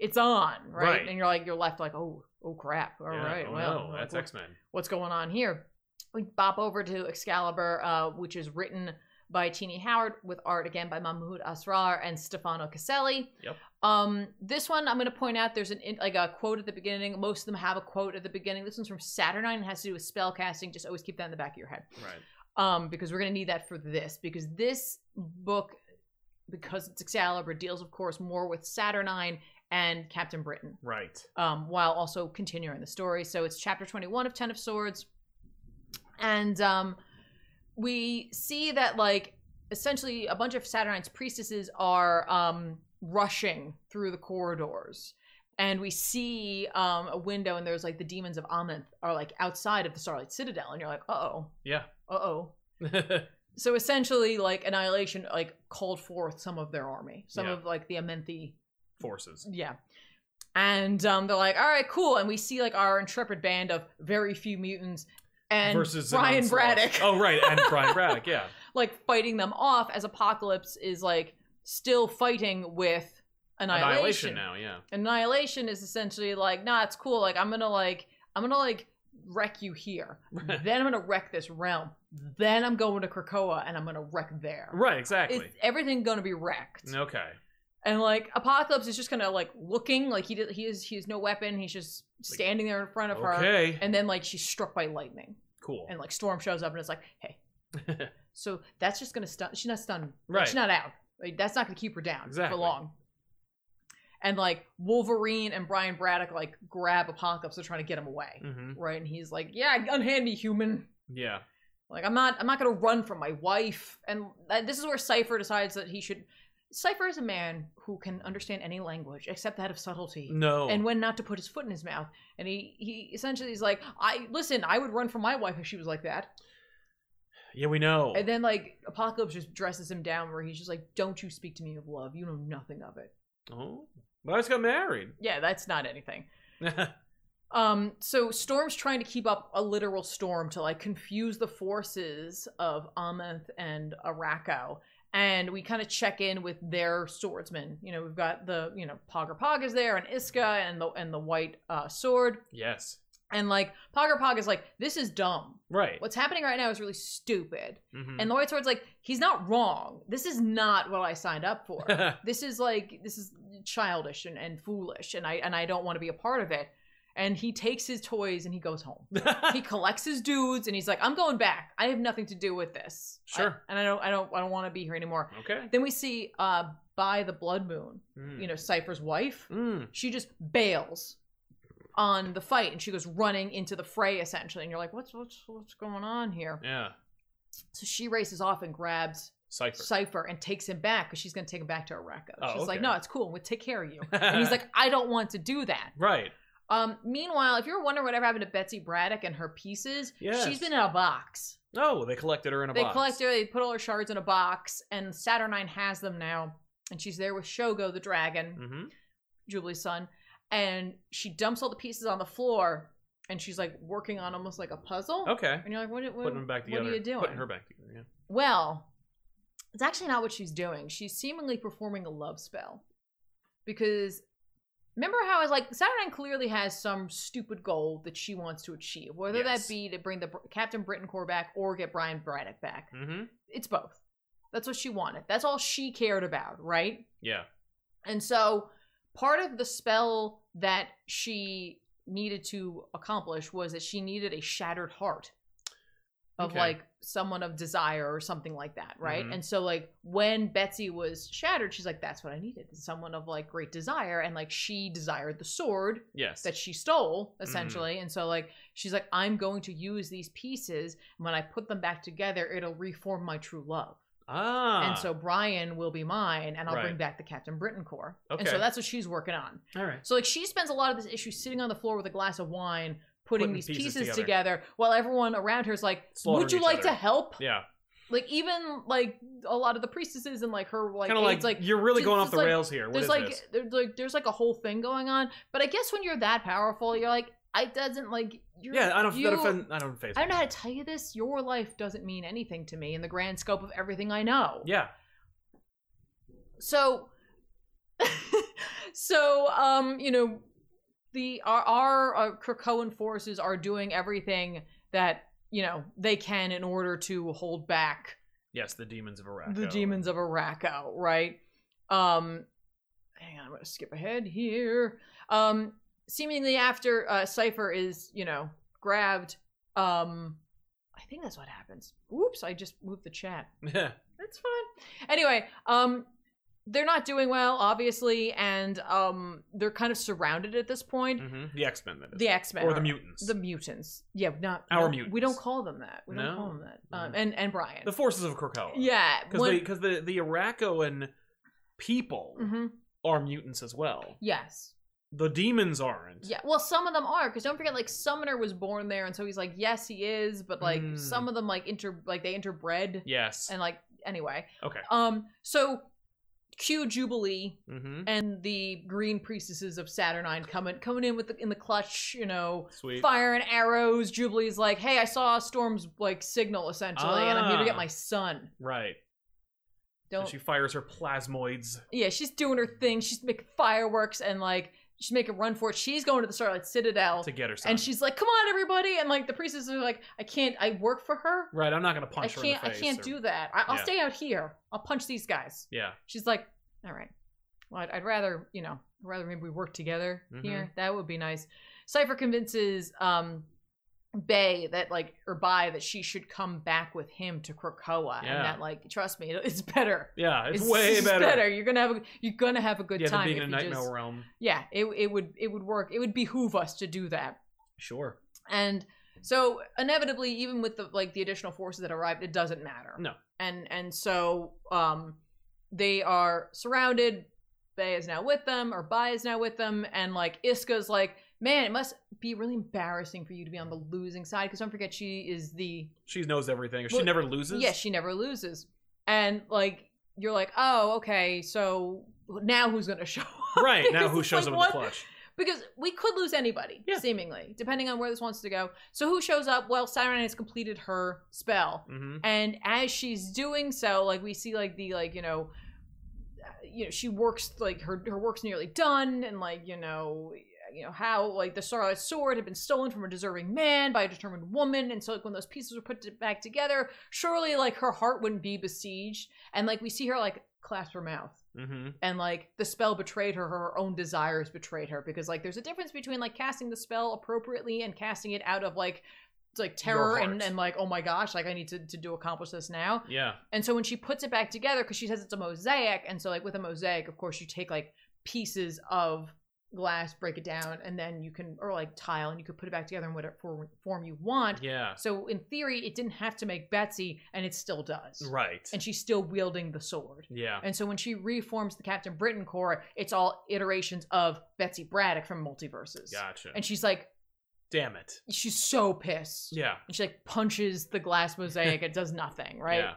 It's on, right?
Right.
And you're like, you're left like, oh, oh crap. All right,
yeah. Oh,
well,
no,
like,
that's
what-
X Men.
what's going on here? We bop over to Excalibur, uh, which is written by Teeny Howard with art again by Mahmoud Asrar and Stefano Caselli.
Yep.
Um, this one I'm going to point out there's an in, like a quote at the beginning. Most of them have a quote at the beginning. This one's from Saturnine. It has to do with spell casting. Just always keep that in the back of your head
Right.
um, because we're going to need that for this because this book, because it's Excalibur, deals of course more with Saturnine and Captain Britain
Right.
um, while also continuing the story. So it's chapter 21 of Ten of Swords. And um, we see that, like, essentially a bunch of Saturnine's priestesses are um, rushing through the corridors. And we see um, a window, and there's like the demons of Amenth are like outside of the Starlight Citadel. And you're like, uh oh,
Yeah.
uh oh. So essentially, like, Annihilation like called forth some of their army, some
Yeah.
of like the Amenthi
Forces.
yeah. And um, they're like, all right, cool. And we see like our intrepid band of very few mutants and
Versus an
Brian
onslaught.
Braddock
Oh right, and Brian Braddock. Yeah.
like fighting them off as Apocalypse is like still fighting with Annihilation.
Annihilation now. Yeah.
Annihilation is essentially like, nah, it's cool. Like I'm gonna like I'm gonna like wreck you here. then I'm gonna wreck this realm. Then I'm going to Krakoa and I'm gonna wreck there.
Right. Exactly.
Is everything gonna be wrecked?
Okay.
and like apocalypse is just kind of like looking like he did, he is he has no weapon he's just standing there in front of her
Okay.
and then like she's struck by lightning
Cool.
and like storm shows up and it's like hey so that's just gonna stun she's not stunned
Right.
she's not out Like, that's not gonna keep her down
Exactly.
for long and like wolverine and brian braddock like grab apocalypse they're trying to get him away
mm-hmm.
right and he's like yeah unhand me human
Yeah.
like I'm not I'm not gonna run from my wife. And uh, this is where Cipher decides that he should. Cipher is a man who can understand any language except that of subtlety.
No.
And when not to put his foot in his mouth, and he he essentially is like, I listen, I would run from my wife if she was like that.
yeah, we know.
And then like Apocalypse just dresses him down, where he's just like, Don't you speak to me of love? You know nothing of it.
oh, but I just got married.
Yeah, that's not anything. Um, so Storm's trying to keep up a literal storm to like confuse the forces of Amonth and Araco. And we kind of check in with their swordsmen. You know, we've got the, you know, Pogger Pog is there and Iska and the and the white uh, sword.
yes.
And like Pogger Pog is like, this is dumb.
Right.
What's happening right now is really stupid.
Mhm.
And the white sword's like, he's not wrong. This is not what I signed up for this is like this is childish and, and foolish and i and i don't want to be a part of it and he takes his toys and he goes home he collects his dudes and he's like i'm going back i have nothing to do with this I-
Sure.
and i don't i don't i don't want to be here anymore
okay.
then we see uh by the blood moon
Mm.
you know cypher's wife
Mm.
she just bails on the fight and she goes running into the fray essentially and you're like what's what's what's going on here
Yeah.
so she races off and grabs
Cipher.
Cipher and takes him back because she's going to take him back to Araco.
Oh,
she's like,
okay.
no, it's cool. We'll take care of you. and he's like, I don't want to do that.
right.
Um, meanwhile, if you're wondering whatever happened to Betsy Braddock and her pieces,
Yes.
she's been in a box.
Oh, they collected her in a
they
box.
collect her, they put all her shards in a box, and Saturnine has them now. And she's there with Shogo the dragon,
hmm
Julie's son, and she dumps all the pieces on the floor, and she's like working on almost like a puzzle.
Okay.
And you're like, what, what,
Putting them back
what
together.
are you doing?
Putting her back together. Yeah.
Well, it's actually not what she's doing. She's seemingly performing a love spell. Because remember how I was like, Saturnine clearly has some stupid goal that she wants to achieve, whether
Yes.
that be to bring the Br- Captain Britain Corps back or get Brian Braddock back.
Mm-hmm.
It's both. That's what she wanted. That's all she cared about, right?
Yeah.
And so part of the spell that she needed to accomplish was that she needed a shattered heart of
Okay.
like someone of desire or something like that, right?
Mhm.
And so like when Betsy was shattered, she's like that's what I needed, someone of like great desire and like she desired the sword
Yes.
that she stole essentially and so like she's like i'm going to use these pieces and when i put them back together it'll reform my true love
ah.
and so Brian will be mine, and I'll
Right.
bring back the Captain Britain Corps. And
Okay.
so that's what she's working on.
all right.
So like she spends a lot of this issue sitting on the floor with a glass of wine, putting,
Putting
these
pieces
pieces,
together.
together. while everyone around her is like,
Slaughtering
"Would you
each
like
other."
to help?"
Yeah.
Like even like a lot of the priestesses and like her like
kind of like,
aides, like
you're really
just-
going off
just
the
like-
rails here. What
there's
is
like
this?
there's like there's like a whole thing going on. But I guess when you're that powerful, you're like, I doesn't like you're,
Yeah, I don't.
you,
that offend, I don't face.
I don't know how to tell you this. Your life doesn't mean anything to me in the grand scope of everything I know.
Yeah.
so so um you know the our, our uh, Krakoan forces are doing everything that you know they can in order to hold back
Yes, the demons of Iraq.
the demons of Araco, right? Um, hang on, I'm gonna skip ahead here. Um, seemingly after uh, Cipher is, you know, grabbed. Um, I think that's what happens. Oops, I just moved the chat.
Yeah.
That's fine. Anyway, um they're not doing well, obviously, and um they're kind of surrounded at this point.
hmm The X Men. That is.
The X Men
or the mutants.
The mutants. Yeah, not
Our
no, We
mutants.
don't call them that. We
No.
don't call them that. Um,
Mhm.
and and Brian.
The forces of Krakoa.
yeah.
Because because the the Arakoan people
hmm
are mutants as well.
Yes.
The demons aren't.
Yeah. Well, some of them are because don't forget, like Summoner was born there, and so he's like, yes, he is, but like
Mm.
some of them like inter like they interbred
Yes.
and like anyway.
Okay.
Um. So. Q Jubilee,
mm-hmm.
and the green priestesses of Saturnine coming coming in with the, in the clutch, you know,
Sweet.
fire and arrows. Jubilee's like, "Hey, I saw Storm's like signal essentially, and I'm here to
Ah.
get my son."
Right.
Don't.
And she fires her plasmoids.
yeah, she's doing her thing. She's making fireworks and like she's making a run for it. She's going to the Starlight Citadel,
to get her son.
and she's like, "Come on, everybody!" And like the priestesses are like, "I can't. I work for her.
right, I'm not gonna
I
punch her
can't.
in
I
the face.
can't
or-
do that. I, I'll
Yeah.
stay out here. I'll punch these guys."
Yeah.
She's like, all right. Well, I'd, I'd rather, you know, rather maybe we work together
Mm-hmm.
here. That would be nice. Cypher convinces um Bay that like or Bai that she should come back with him to Krakoa
Yeah.
and that like trust me, it- it's better.
Yeah. It's, way better.
You're gonna have a you're gonna have a good
Yeah, than
time.
being in
if
a
you
nightmare
just-
realm.
yeah, it it would it would work. It would behoove us to do that.
Sure.
And so inevitably, even with the like the additional forces that arrived, it doesn't matter.
No.
And and so um they are surrounded. Bay is now with them, or Bai is now with them, and like Iska's like, man, it must be really embarrassing for you to be on the losing side because don't forget she is the
She knows everything. Or she
Well,
never loses.
yeah she never loses, and like you're like, oh okay, so now who's gonna show up?
Right. Now
It's
who
just
shows
like,
up in
what?
the clutch?
because we could lose anybody
Yeah.
seemingly depending on where this wants to go so who shows up well siren has completed her spell
Mm-hmm.
and as she's doing so like we see like the like you know uh, you know she works like her her work's nearly done and like you know you know how like the starlight sword had been stolen from a deserving man by a determined woman and so like when those pieces were put to- back together surely like her heart wouldn't be besieged and like we see her like clasp her mouth
Mm-hmm.
and like the spell betrayed her her own desires betrayed her because like there's a difference between like casting the spell appropriately and casting it out of like it's like terror and,
heart.
and like oh my gosh like i need to, to do accomplish this now
Yeah.
and so when she puts it back together because she says it's a mosaic and so like with a mosaic of course you take like pieces of glass, break it down, and then you can, or like tile, and you could put it back together in whatever for- form you want.
Yeah.
So in theory, it didn't have to make Betsy, and it still does.
Right.
And she's still wielding the sword.
Yeah.
And so when she reforms the Captain Britain Corps, it's all iterations of Betsy Braddock from Multiverses.
Gotcha.
And she's like,
Damn it.
she's so pissed.
Yeah.
And she like punches the glass mosaic. it does nothing, right?
Yeah.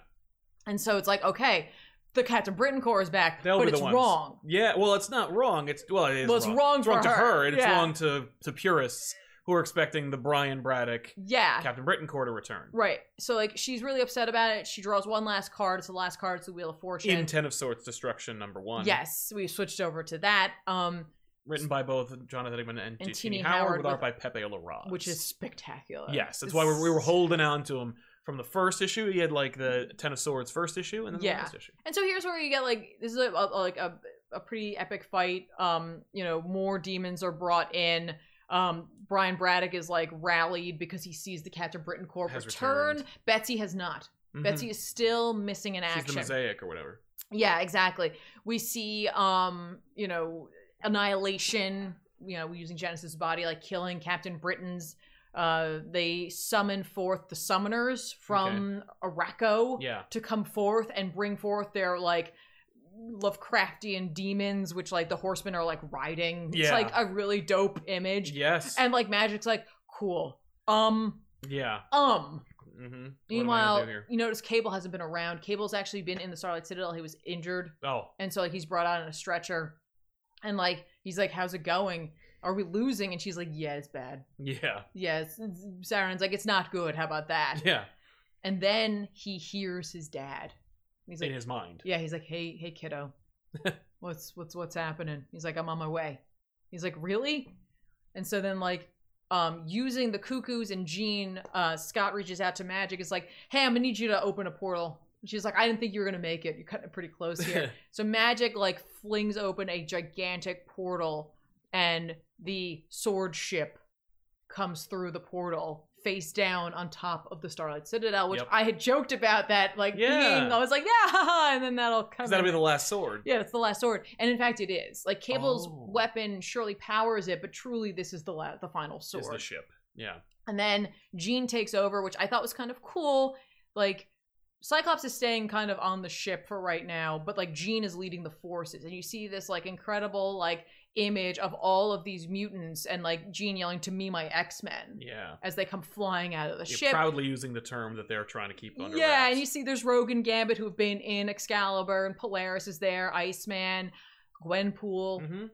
And so it's like, okay, the Captain Britain Corps is back,
They'll
but
be
it's
the ones.
wrong.
Yeah. Well, it's not wrong. It's well, it is
Well, it's
wrong.
wrong
It's wrong
for
to her,
her.
and it's
Yeah.
wrong to to purists who are expecting the Brian Braddock
Yeah.
Captain Britain Corps to return
Right. So like she's really upset about it. She draws one last card. It's the last card. It's the Wheel of Fortune.
in Ten of Swords Destruction number one.
Yes, we switched over to that, um,
Written by both Jonathan Hickman and,
And
Tini
Tini
Howard,
Howard
with art
with-
by Pepe Larraz.
which is spectacular.
yes, that's why we we were holding on to him from the first issue. He had like the Ten of Swords first issue, and then
Yeah.
the last issue.
And so here's where you get like this is a, a, like a a pretty epic fight. Um, you know, more demons are brought in. Um, Brian Braddock is like rallied because he sees the Captain Britain Corps
Has
return.
returned.
Betsy has not.
Mhm.
Betsy is still missing in
she's the
action.
mosaic or whatever.
Yeah, exactly. We see, um, you know, annihilation. You know, using Genesis' body, like killing Captain Britain's. Uh, they summon forth the summoners from Araco
Yeah,
to come forth and bring forth their like Lovecraftian demons, which like the horsemen are like riding. It's
Yeah.
like a really dope image.
yes,
And like Magic's like, cool. Um,
yeah.
um.
Mm-hmm.
Meanwhile, you notice Cable hasn't been around. Cable's actually been in the Starlight Citadel. He was injured.
oh,
And so like he's brought on in a stretcher. And like he's like, How's it going? Are we losing? And she's like, Yeah, it's bad.
yeah,
Yes. Yeah, Sauron's like, It's not good. How about that?
yeah,
And then he hears his dad. He's like,
in his mind.
yeah, he's like, "Hey, hey, kiddo, what's what's what's happening?" He's like, "I'm on my way." He's like, "Really?" And so then, like, um, using the cuckoos and Jean, uh, Scott reaches out to Magic. It's like, "Hey, I'm gonna need you to open a portal." And She's like, "I didn't think you were gonna make it. You're cutting it pretty close here." so Magic like flings open a gigantic portal, and the sword ship comes through the portal face down on top of the Starlight Citadel, which
Yep.
I had joked about that like
Yeah.
being. I was like, yeah, haha, and then that'll come.
'Cause that'll be
in.
the last sword.
yeah, it's the last sword, and in fact, it is. Like Cable's
Oh.
weapon surely powers it, but truly, this is the la- the final
Is the
sword.
ship. Yeah.
and then Jean takes over, which I thought was kind of cool. Like Cyclops is staying kind of on the ship for right now, but like Jean is leading the forces, and you see this like incredible like image of all of these mutants, and like Jean yelling to me, my X Men.
Yeah.
As they come flying out of the
You're
ship,
proudly using the term that they're trying to keep under
yeah,
wraps.
and you see there's Rogue and Gambit who have been in Excalibur, and Polaris is there, Iceman, Gwenpool.
Mhm.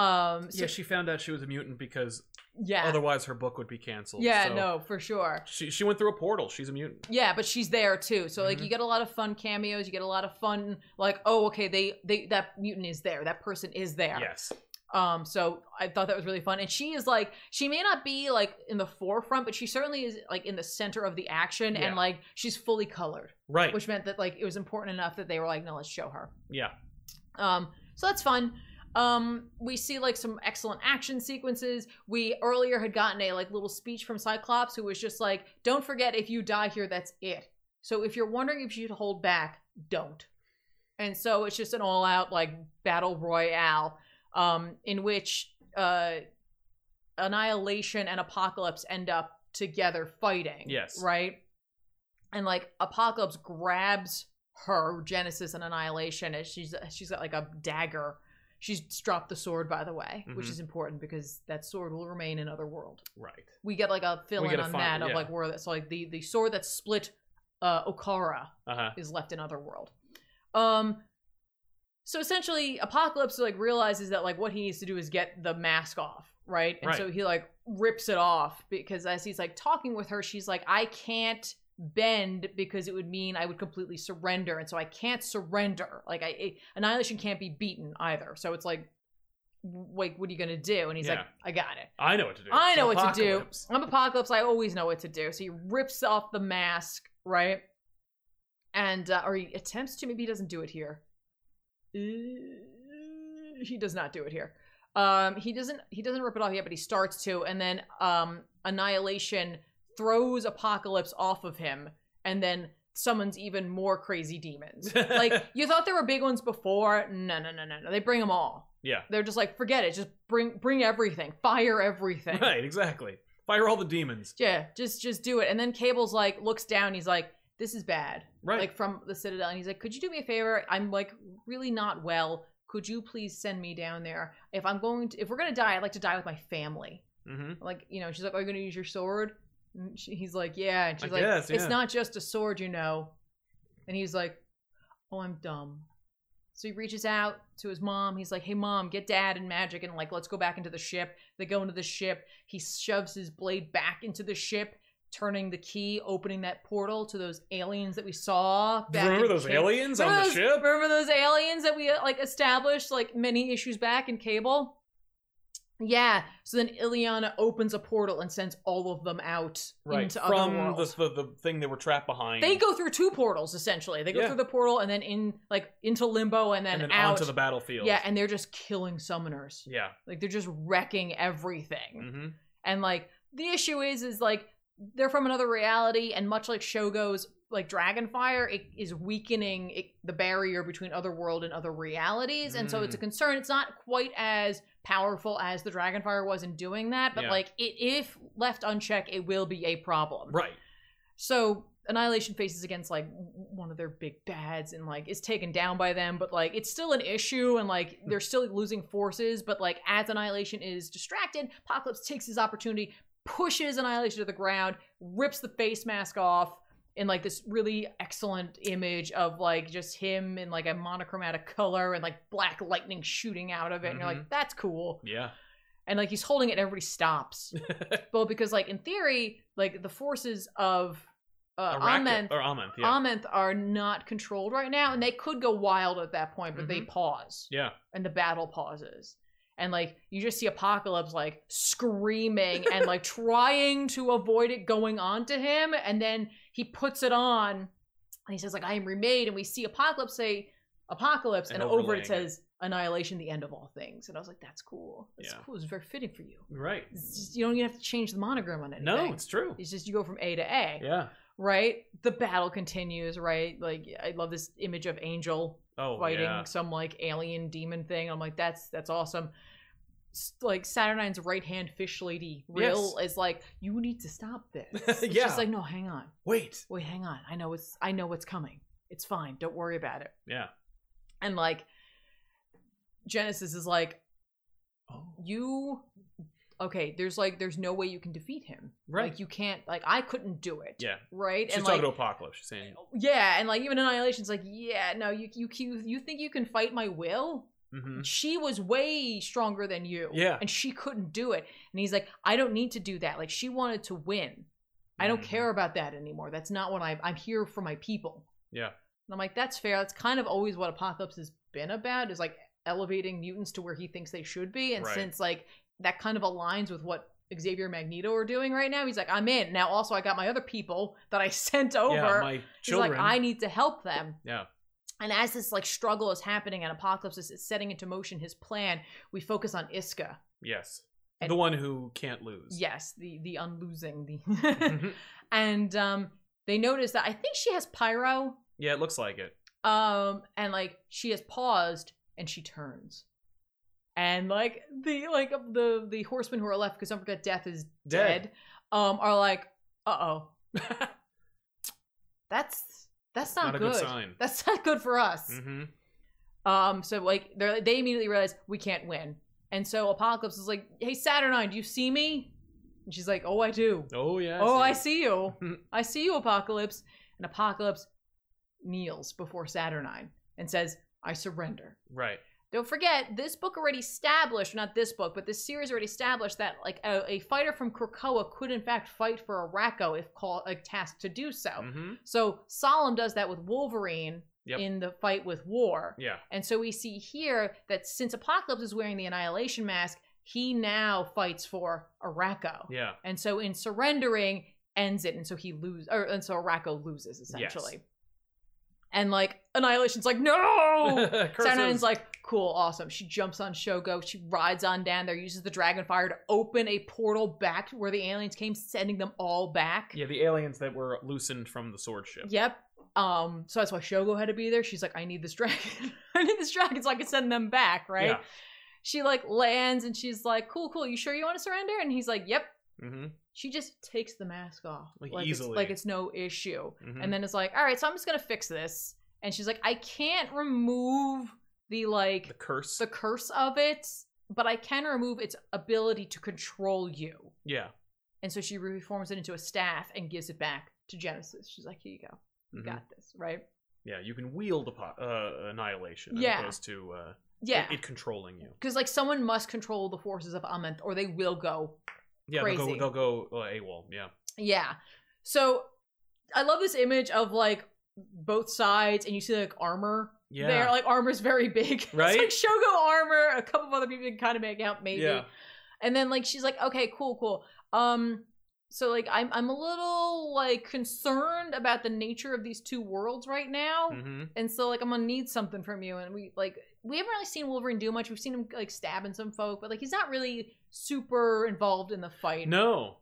Um, so
yeah, she found out she was a mutant because
yeah,
otherwise her book would be canceled.
yeah,
so
no, for sure.
She she went through a portal. She's a mutant.
Yeah, but she's there too. So like
Mhm.
you get a lot of fun cameos. You get a lot of fun like oh okay they they that mutant is there. That person is there.
Yes.
Um, so I thought that was really fun. And she is like, she may not be like in the forefront, but she certainly is like in the center of the action,
Yeah.
and like she's fully colored,
Right.
which meant that like it was important enough that they were like, no, let's show her.
yeah.
Um, so that's fun. Um, we see like some excellent action sequences. We earlier had gotten a like little speech from Cyclops who was just like, "Don't forget if you die here, that's it. So if you're wondering if you should hold back, don't." And so it's just an all-out like battle royale, um, in which uh, Annihilation and Apocalypse end up together fighting.
Yes.
right. And like Apocalypse grabs her Genesis and Annihilation, and she's she's got like a dagger. She's dropped the sword, by the way, which
Mhm.
is important because that sword will remain in Otherworld.
Right.
We get like a fill
We get
in
a
on
fin-
that
yeah.
of like where that's like the the sword that split uh, Okara
Uh huh.
is left in Otherworld. Um, so essentially, Apocalypse like realizes that like what he needs to do is get the mask off, right? And so
Right.
he like rips it off because as he's like talking with her, she's like, "I can't bend because it would mean I would completely surrender, and so I can't surrender. Like I it, annihilation can't be beaten either. So it's like, w- like what are you gonna do?" And he's like,
Yeah.
"I got it."
I know what to do.
I know what to do.
Apocalypse.
I'm Apocalypse. I always know what to do. So he rips off the mask, right? And uh, or he attempts to. Maybe he doesn't do it here. Uh, He does not do it here. Um, he doesn't. He doesn't rip it off yet, but he starts to. And then um, Annihilation throws Apocalypse off of him, and then summons even more crazy demons. like you thought there were big ones before. No, no, no, no, no. They bring them all.
Yeah.
They're just like, forget it. Just bring bring everything. Fire everything.
Right, exactly. Fire all the demons.
Yeah, just just do it. And then Cable's like looks down. He's like, this is bad.
Right.
Like from the Citadel, and he's like, could you do me a favor? I'm like really not well. Could you please send me down there? If I'm going to, if we're gonna die, I'd like to die with my family.
mm-hmm.
Like you know, she's like, are you gonna use your sword? And she, he's like, yeah. And
I
she's like,
guess,
it's
yeah.
not just a sword, you know. And he's like, oh, I'm dumb. So he reaches out to his mom. He's like, "Hey, mom, get dad and magic, and like, let's go back into the ship." They go into the ship. He shoves his blade back into the ship, turning the key, opening that portal to those aliens that we saw. Back
Remember
in
those
Cable.
aliens
Remember
on the
those-
ship?
Remember those aliens that we uh, like established like many issues back in Cable? Yeah. So then Ileana opens a portal and sends all of them out
Right.
into
From
other
the,
worlds.
the the thing they were trapped behind.
they go through two portals essentially. They go
Yeah.
through the portal and then in like into limbo and then,
and then
out.
onto the battlefield.
yeah, and they're just killing summoners.
yeah.
Like they're just wrecking everything.
Mm-hmm.
And like the issue is is like they're from another reality and much like Shogo's like Dragonfire, it is weakening it, the barrier between other world and other realities. And so it's a
Mm.
concern. It's not quite as powerful as the Dragonfire was in doing that, but
Yeah.
like it, if left unchecked, it will be a problem.
Right.
So Annihilation faces against like w- one of their big bads and like is taken down by them, but like it's still an issue and like they're still losing forces. But like as Annihilation is distracted, Apocalypse takes his opportunity, pushes Annihilation to the ground, rips the face mask off in like this really excellent image of like just him in like a monochromatic color and like black lightning shooting out of it. And you're like, that's cool
Yeah.
and like he's holding it and everybody stops well because like in theory like the forces of uh,
Arrak-
amenth
or Amenth. Yeah.
amenth are not controlled right now and they could go wild at that point but
Mm-hmm.
they pause
yeah.
and the battle pauses and like you just see apocalypse like screaming and like trying to avoid it going on to him and then he puts it on and he says like i am remade and we see apocalypse say apocalypse
And
and, over
overlaying
it
it.
says annihilation the end of all things and i was like that's cool that's
Yeah.
cool it's very fitting for you
Right.
It's just- you don't even have to change the monogram on anything
No, it's true.
it's just you go from a to a
Yeah.
right the battle continues right like i love this image of angel
Oh,
fighting
yeah.
some like alien demon thing. I'm like, that's that's awesome. S- Like Saturnine's right hand fish lady, real is like, you need to stop this. It's
Yeah.
just like, no, hang on,
Wait.
wait, hang on. I know it's I know what's coming. It's fine. Don't worry about it.
Yeah.
And like, Genesis is like,
Oh,
you, okay. There's like, there's no way you can defeat him.
Right.
Like you can't. Like I couldn't do it.
yeah.
Right.
She's
and
talking
like,
to Apocalypse. She's saying,
yeah, and like even Annihilation's like, yeah, no, you you you you think you can fight my will?
mm-hmm.
She was way stronger than you.
Yeah.
And she couldn't do it. And he's like, I don't need to do that. Like she wanted to win. I don't
Mhm.
care about that anymore. That's not what I I'm here for my people.
Yeah.
And I'm like, that's fair. That's kind of always what Apocalypse has been about is like elevating mutants to where he thinks they should be. And
Right.
since like that kind of aligns with what Xavier Magneto are doing right now, he's like, I'm in. Now also I got my other people that I sent over.
Mm-hmm. yeah, my children.
He's like, I need to help them.
Yeah.
And as this like struggle is happening and Apocalypse is is setting into motion his plan, we focus on Iska.
yes.
And-
the one who can't lose.
Yes, the the unlosing the
Mhm.
and um they notice that I think she has pyro.
yeah, it looks like it.
Um and like she has paused and she turns. And like the like um, the the horsemen who are left because don't forget death is dead, um are like, uh oh. that's that's not,
Not a good sign.
That's not good for us.
Mm-hmm.
Um, so like they they immediately realize we can't win, and so Apocalypse is like, "Hey Saturnine, do you see me?" And she's like, "Oh, I do.
Oh, yeah.
oh, I
it.
see you. I see you, Apocalypse." And Apocalypse kneels before Saturnine and says, "I surrender."
Right.
Don't forget, this book already established, not this book, but this series already established that like a, a fighter from Krakoa could in fact fight for Araco if called like, tasked to do so.
Mm-hmm.
So Solemn does that with Wolverine
Yep.
in the fight with War.
Yeah.
And so we see here that since Apocalypse is wearing the Annihilation mask, he now fights for Araco.
Yeah.
And so in surrendering, ends it. And so he loses, or and so Araco loses essentially. And like Annihilation's like, no! Saturnine's
Curses.
Oh. like, cool, awesome. She jumps on Shogo. She rides on down there, uses the Dragonfire to open a portal back to where the aliens came, sending them all back.
Yeah, the aliens that were loosened from the sword ship.
Yep. Um, so that's why Shogo had to be there. She's like, I need this dragon. I need this dragon so I can send them back, right?
Yeah.
She like lands and she's like, Cool, cool, you sure you want to surrender? And he's like, Yep.
Mm-hmm.
She just takes the mask off.
Like,
it's-
easily.
like it's no issue.
Mhm.
And then it's like, all right, so I'm just gonna fix this. And she's like, I can't remove the
The
like
curse.
the curse of it, but I can remove its ability to control you.
yeah.
And so she reforms it into a staff and gives it back to Genesis. She's like, here you go, you
Mhm.
got this, right?
Yeah. You can wield apo- uh, annihilation as
Yeah.
opposed to uh,
Yeah,
it, it controlling you.
because like someone must control the forces of Ament, or they will go
Yeah.
Crazy.
They'll go. They'll go uh, AWOL. Yeah.
Yeah. So I love this image of like both sides and you see like armor
Yeah.
there. Like armor's very big.
Right?
it's like Shogo armor, a couple of other people you can kind of make out maybe.
Yeah.
And then like she's like, okay, cool, cool. Um so like I'm I'm a little like concerned about the nature of these two worlds right now.
Mm-hmm.
And so like I'm gonna need something from you. And we like we haven't really seen Wolverine do much. We've seen him like stabbing some folk, but like he's not really super involved in the fight.
No.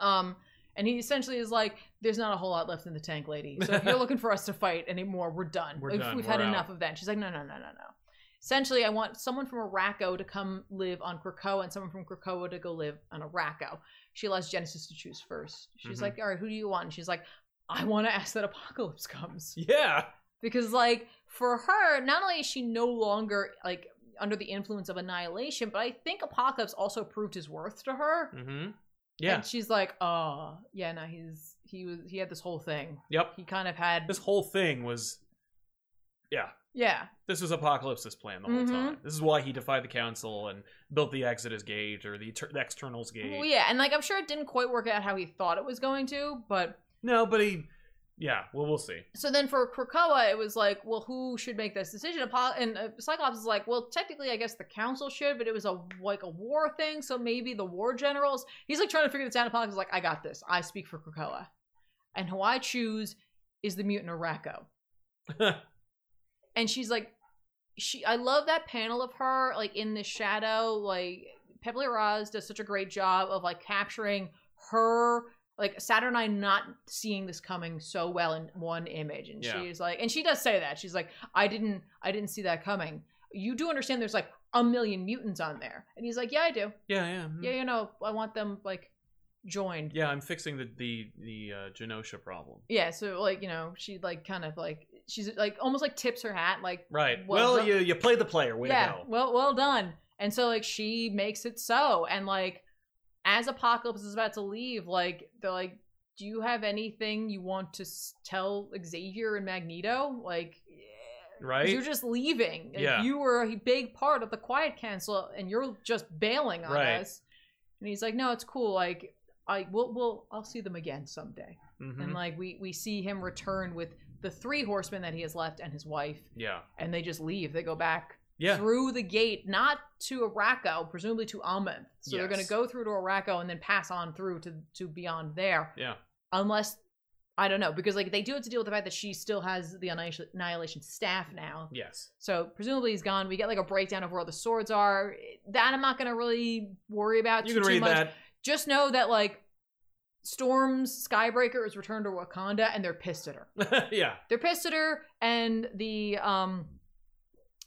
Um, and he essentially is like, "There's not a whole lot left in the tank, lady. So if you're looking for us to fight anymore, we're done.
We're
we've
done.
we've
We're
had
out."
enough of that." And she's like, "No, no, no, no, no." Essentially, I want someone from Araco to come live on Krakoa and someone from Krakoa to go live on Araco. She allows Genesis to choose first. She's
Mhm.
like, "All right, who do you want?" And she's like, "I want to ask that apocalypse comes."
Yeah.
because like for her not only is she no longer like under the influence of annihilation but i think apocalypse also proved his worth to her
Mm-hmm. Yeah.
and she's like oh yeah no he's he was he had this whole thing
yep.
he kind of had
This whole thing was.
yeah
This was Apocalypse's plan the whole
Mhm.
time. This is why he defied the council and built the Exodus gate or the, ter- the Externals gate.
well, yeah and like i'm sure it didn't quite work out how he thought it was going to but
No, but he. Yeah. Well, we'll see.
so then for Krakoa, it was like, well, who should make this decision? Apo- and uh, Cyclops is like, well, technically, I guess the council should, but it was a like a war thing, so maybe the war generals. He's like trying to figure this out. Apocalypse is like, I got this. I speak for Krakoa, and who I choose is the mutant Araco. and she's like, she. I love that panel of her like in the shadow. Like Pebbly Roz does such a great job of like capturing her like Saturn I not seeing this coming so well in one image. And
Yeah.
she's like and she does say that. She's like, I didn't I didn't see that coming. You do understand there's like a million mutants on there. And he's like, Yeah, I do.
Yeah. Yeah. mhm.
Yeah, you know, I want them like joined.
Yeah, I'm fixing the the the uh, Genosha problem.
Yeah, so like, you know, she like kind of like she's like almost like tips her hat, like
Right.
Well,
Well,
the-
you you play the player. Way to
yeah,
go.
well, well done. And so like she makes it so, and like as Apocalypse is about to leave, like they're like, "Do you have anything you want to s- tell Xavier and Magneto?" Like, yeah,
Right?
You're just leaving. Like,
Yeah.
you were a big part of the Quiet Council, and you're just bailing on
Right.
us. And he's like, "No, it's cool. Like, I will, we'll, I'll see them again someday."
Mhm.
And like we we see him return with the three horsemen that he has left and his wife,
yeah.
and they just leave. They go back
Yeah.
through the gate, not to Araco, presumably to Amen. So they're going to
Yes.
go through to Araco and then pass on through to to beyond there.
Yeah.
Unless I don't know because like they do have to deal with the fact that she still has the annihilation- annihilation staff now.
Yes.
So presumably he's gone. We get like a breakdown of where all the swords are. That I'm not going to really worry about.
you
too-
can
too
read
much.
that.
Just know that like. Storm's Skybreaker is returned to Wakanda and they're pissed at her
yeah.
they're pissed at her and the um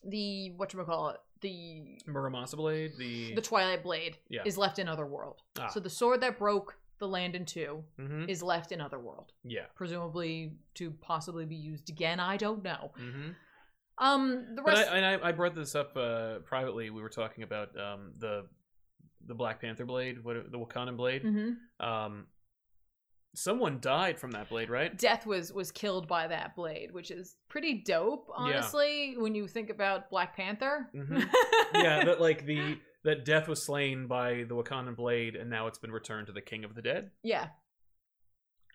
the whatchamacallit the
Muramasa Blade. The.
the twilight blade
Yeah.
is left in otherworld
Ah.
so the sword that broke the land in two
Mhm.
is left in otherworld
Yeah.
presumably to possibly be used again i don't know
hmm
um the
But
rest
I, and I, I brought this up uh, privately. We were talking about um, the the Black Panther blade, what the Wakandan blade.
Mhm.
Um, someone died from that blade, right?
death was was killed by that blade which is pretty dope honestly when you think about black panther
Mhm. yeah, that like the that death was slain by the Wakandan blade, and now it's been returned to the King of the Dead.
Yeah.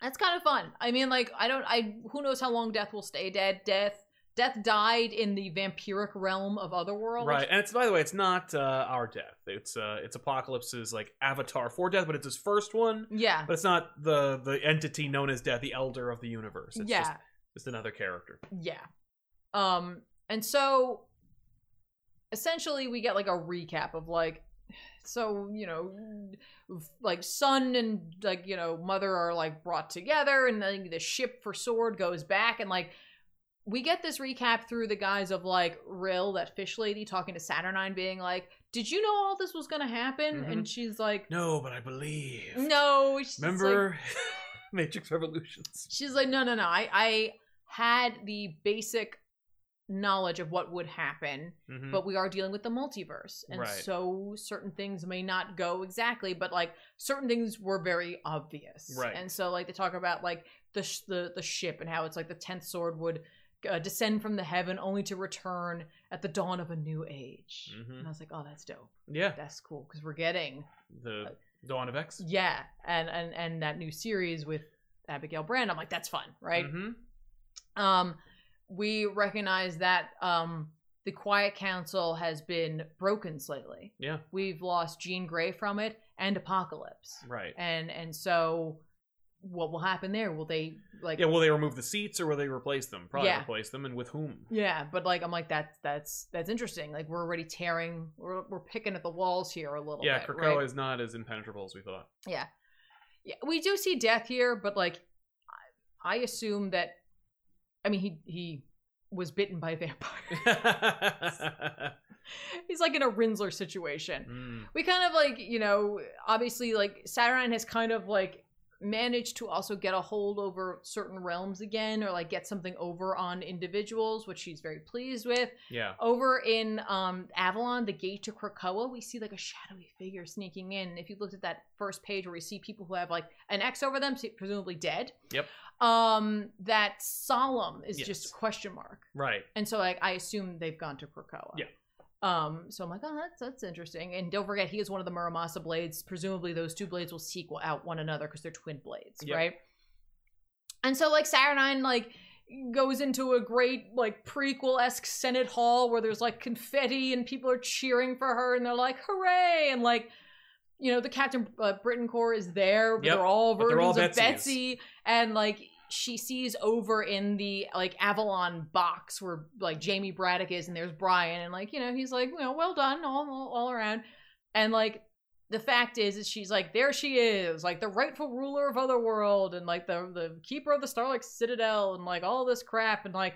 That's kind of fun. I mean, like, I don't, I, who knows how long Death will stay dead. Death, Death died in the vampiric realm of Otherworld.
Right, and it's by the way, it's not uh, our death. It's uh, it's Apocalypse's like avatar for death, but it's his first one.
Yeah.
But it's not the the entity known as death, the elder of the universe. It's
yeah.
just, just another character.
Yeah. Um, and so essentially we get like a recap of like so you know like son and like you know mother are like brought together and then the ship for sword goes back and like we get this recap through the guise of like Rill, that fish lady talking to Saturnine, being like, "Did you know all this was gonna happen?"
Mhm.
And she's like,
No, but I believe.
"No." She's like-
Remember Matrix Revolutions?
she's like, "No, no, no. I, I had the basic knowledge of what would happen,
Mhm.
but we are dealing with the multiverse, and
Right.
so certain things may not go exactly, but like certain things were very obvious,
Right.
And so like they talk about like the sh- the the ship and how it's like the tenth sword would uh, descend from the heaven only to return at the dawn of a new age.
Mhm.
And I was like, oh, that's dope.
yeah,
That's cool because we're getting
the Dawn of X.
uh, yeah, and and and that new series with Abigail Brand. I'm like, that's fun, right?
Mhm.
um, we recognize that um, the Quiet Council has been broken slightly.
Yeah.
we've lost Jean Grey from it and Apocalypse,
Right.
and and so what will happen there? Will they like?
Yeah, will they remove the seats or will they replace them? Probably
Yeah.
replace them, and with whom?
Yeah, but like I'm like that's that's that's interesting. Like we're already tearing, we're we're picking at the walls here a little
Yeah,
bit.
Krakoa
right?
is not as impenetrable as we thought.
yeah, we do see death here, but like I, I assume that, I mean he he was bitten by a vampire. He's like in a Rinsler situation.
Mm,
we kind of like you know obviously like Saturnine has kind of like managed to also get a hold over certain realms again or like get something over on individuals which she's very pleased with
yeah.
over in um Avalon the gate to Krakoa we see like a shadowy figure sneaking in if you looked at that first page where we see people who have like an X over them so presumably dead
Yep.
um that solemn is just
Yes.
a question mark
Right.
and so like I assume they've gone to Krakoa.
Yeah.
Um, so I'm like, oh, that's that's interesting. And don't forget, he is one of the Muramasa blades. Presumably, those two blades will sequel out one another because they're twin blades,
Yep.
right? And so, like, Saturnine, like, goes into a great, like, prequel esque Senate hall where there's, like, confetti and people are cheering for her and they're like, hooray! And, like, you know, the Captain uh, Britain Corps is there. But
Yep.
They're all
But they're
versions
all
of
Betsy's.
Betsy. And, like, she sees over in the like Avalon box where like Jamie Braddock is, and there's Brian, and like you know he's like you know well done all all, all around, and like the fact is is she's like there she is like the rightful ruler of Otherworld and like the the keeper of the Starlight Citadel and like all this crap and like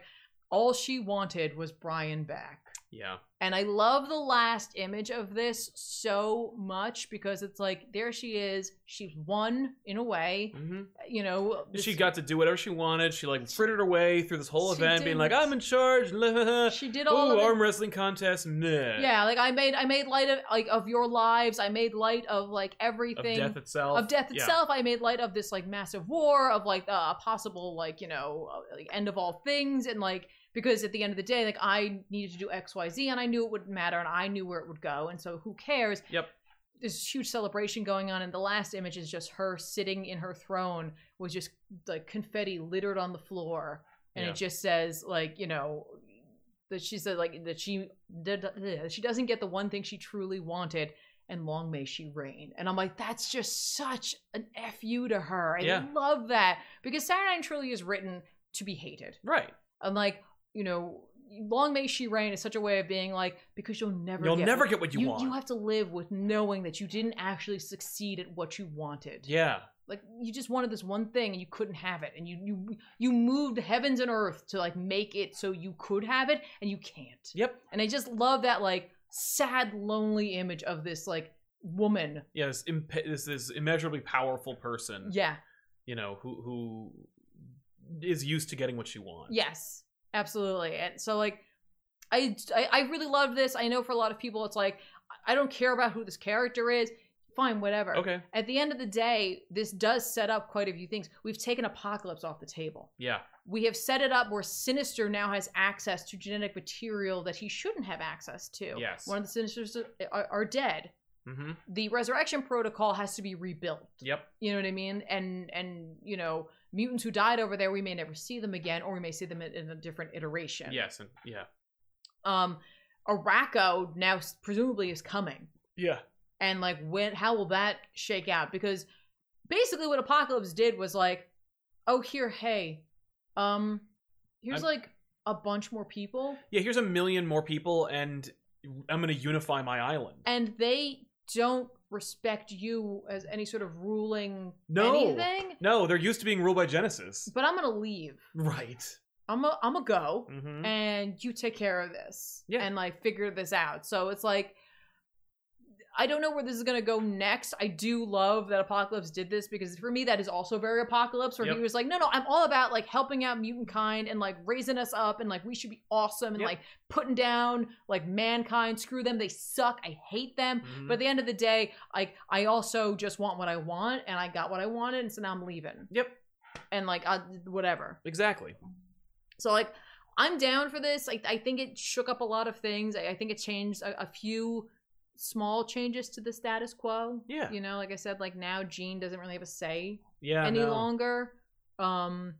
all she wanted was Brian back.
Yeah.
And I love the last image of this so much because it's like there she is, she's won in a way,
hmm
you know. this-
She got to do whatever she wanted. She like frittered her way through this whole
She
event,
did.
being like, "I'm in charge." Oh,
she did all of it.
arm wrestling contest. Meh.
Yeah, like I made I made light of like of your lives. I made light of like
Of
everything
death itself.
of death
Yeah.
itself. I made light of this like massive war of like uh, a possible like you know uh, like, end of all things and like because at the end of the day like I needed to do X Y Z and I knew it wouldn't matter and I knew where it would go and so who cares?
Yep.
This huge celebration going on, and the last image is just her sitting in her throne with just like confetti littered on the floor, and
Yeah.
it just says like you know that she said like that she did she doesn't get the one thing she truly wanted and long may she reign. And I'm like, that's just such an fu to her. I
Yeah.
love that because Saturnine truly is written to be hated.
Right.
I'm like, you know, long may she reign is such a way of being like, because you'll never
You'll
get
never get what you, want.
You have to live with knowing that you didn't actually succeed at what you wanted.
yeah.
Like you just wanted this one thing and you couldn't have it. And you you you moved heavens and earth to like make it so you could have it and you can't.
Yep.
And I just love that like sad, lonely image of this like woman.
Yeah. This, imp- this this immeasurably powerful person.
Yeah.
You know who who is used to getting what she wants.
Yes. Absolutely. And so like I, I I really love this. I know for a lot of people it's like I don't care about who this character is. Fine, whatever.
Okay.
At the end of the day, this does set up quite a few things. We've taken apocalypse off the table.
Yeah.
We have set it up where Sinister now has access to genetic material that he shouldn't have access to.
Yes.
One of the Sinisters are, are dead.
Mm-hmm.
The resurrection protocol has to be rebuilt.
Yep.
You know what I mean? And and you know, mutants who died over there, we may never see them again, or we may see them in, in a different iteration.
Yes. And yeah.
Um, Araco now s- presumably is coming,
Yeah.
and like when how will that shake out? Because basically, what Apocalypse did was like, oh here, hey, um, here's
I'm-
like a bunch more people,
Yeah. Here's a million more people, and I'm gonna unify my island.
and they don't respect you as any sort of ruling
No.
anything.
No, they're used to being ruled by Genesis.
But I'm gonna leave.
Right.
I'm a I'm a go,
Mm-hmm.
and you take care of this,
Yeah.
and like figure this out. So it's like. I don't know where this is gonna go next. I do love that Apocalypse did this because for me that is also very Apocalypse, where
Yep.
he was like, "No, no, I'm all about like helping out mutant kind and like raising us up and like we should be awesome and
Yep.
like putting down like mankind. Screw them, they suck. I hate them.
Mm-hmm.
But at the end of the day, like I also just want what I want, and I got what I wanted, and so now I'm leaving.
Yep.
And like I, whatever.
exactly.
So like I'm down for this. I, I think it shook up a lot of things. I, I think it changed a, a few small changes to the status quo.
Yeah.
You know, like I said, like now Gene doesn't really have a say
Yeah.
any
no.
longer. Um,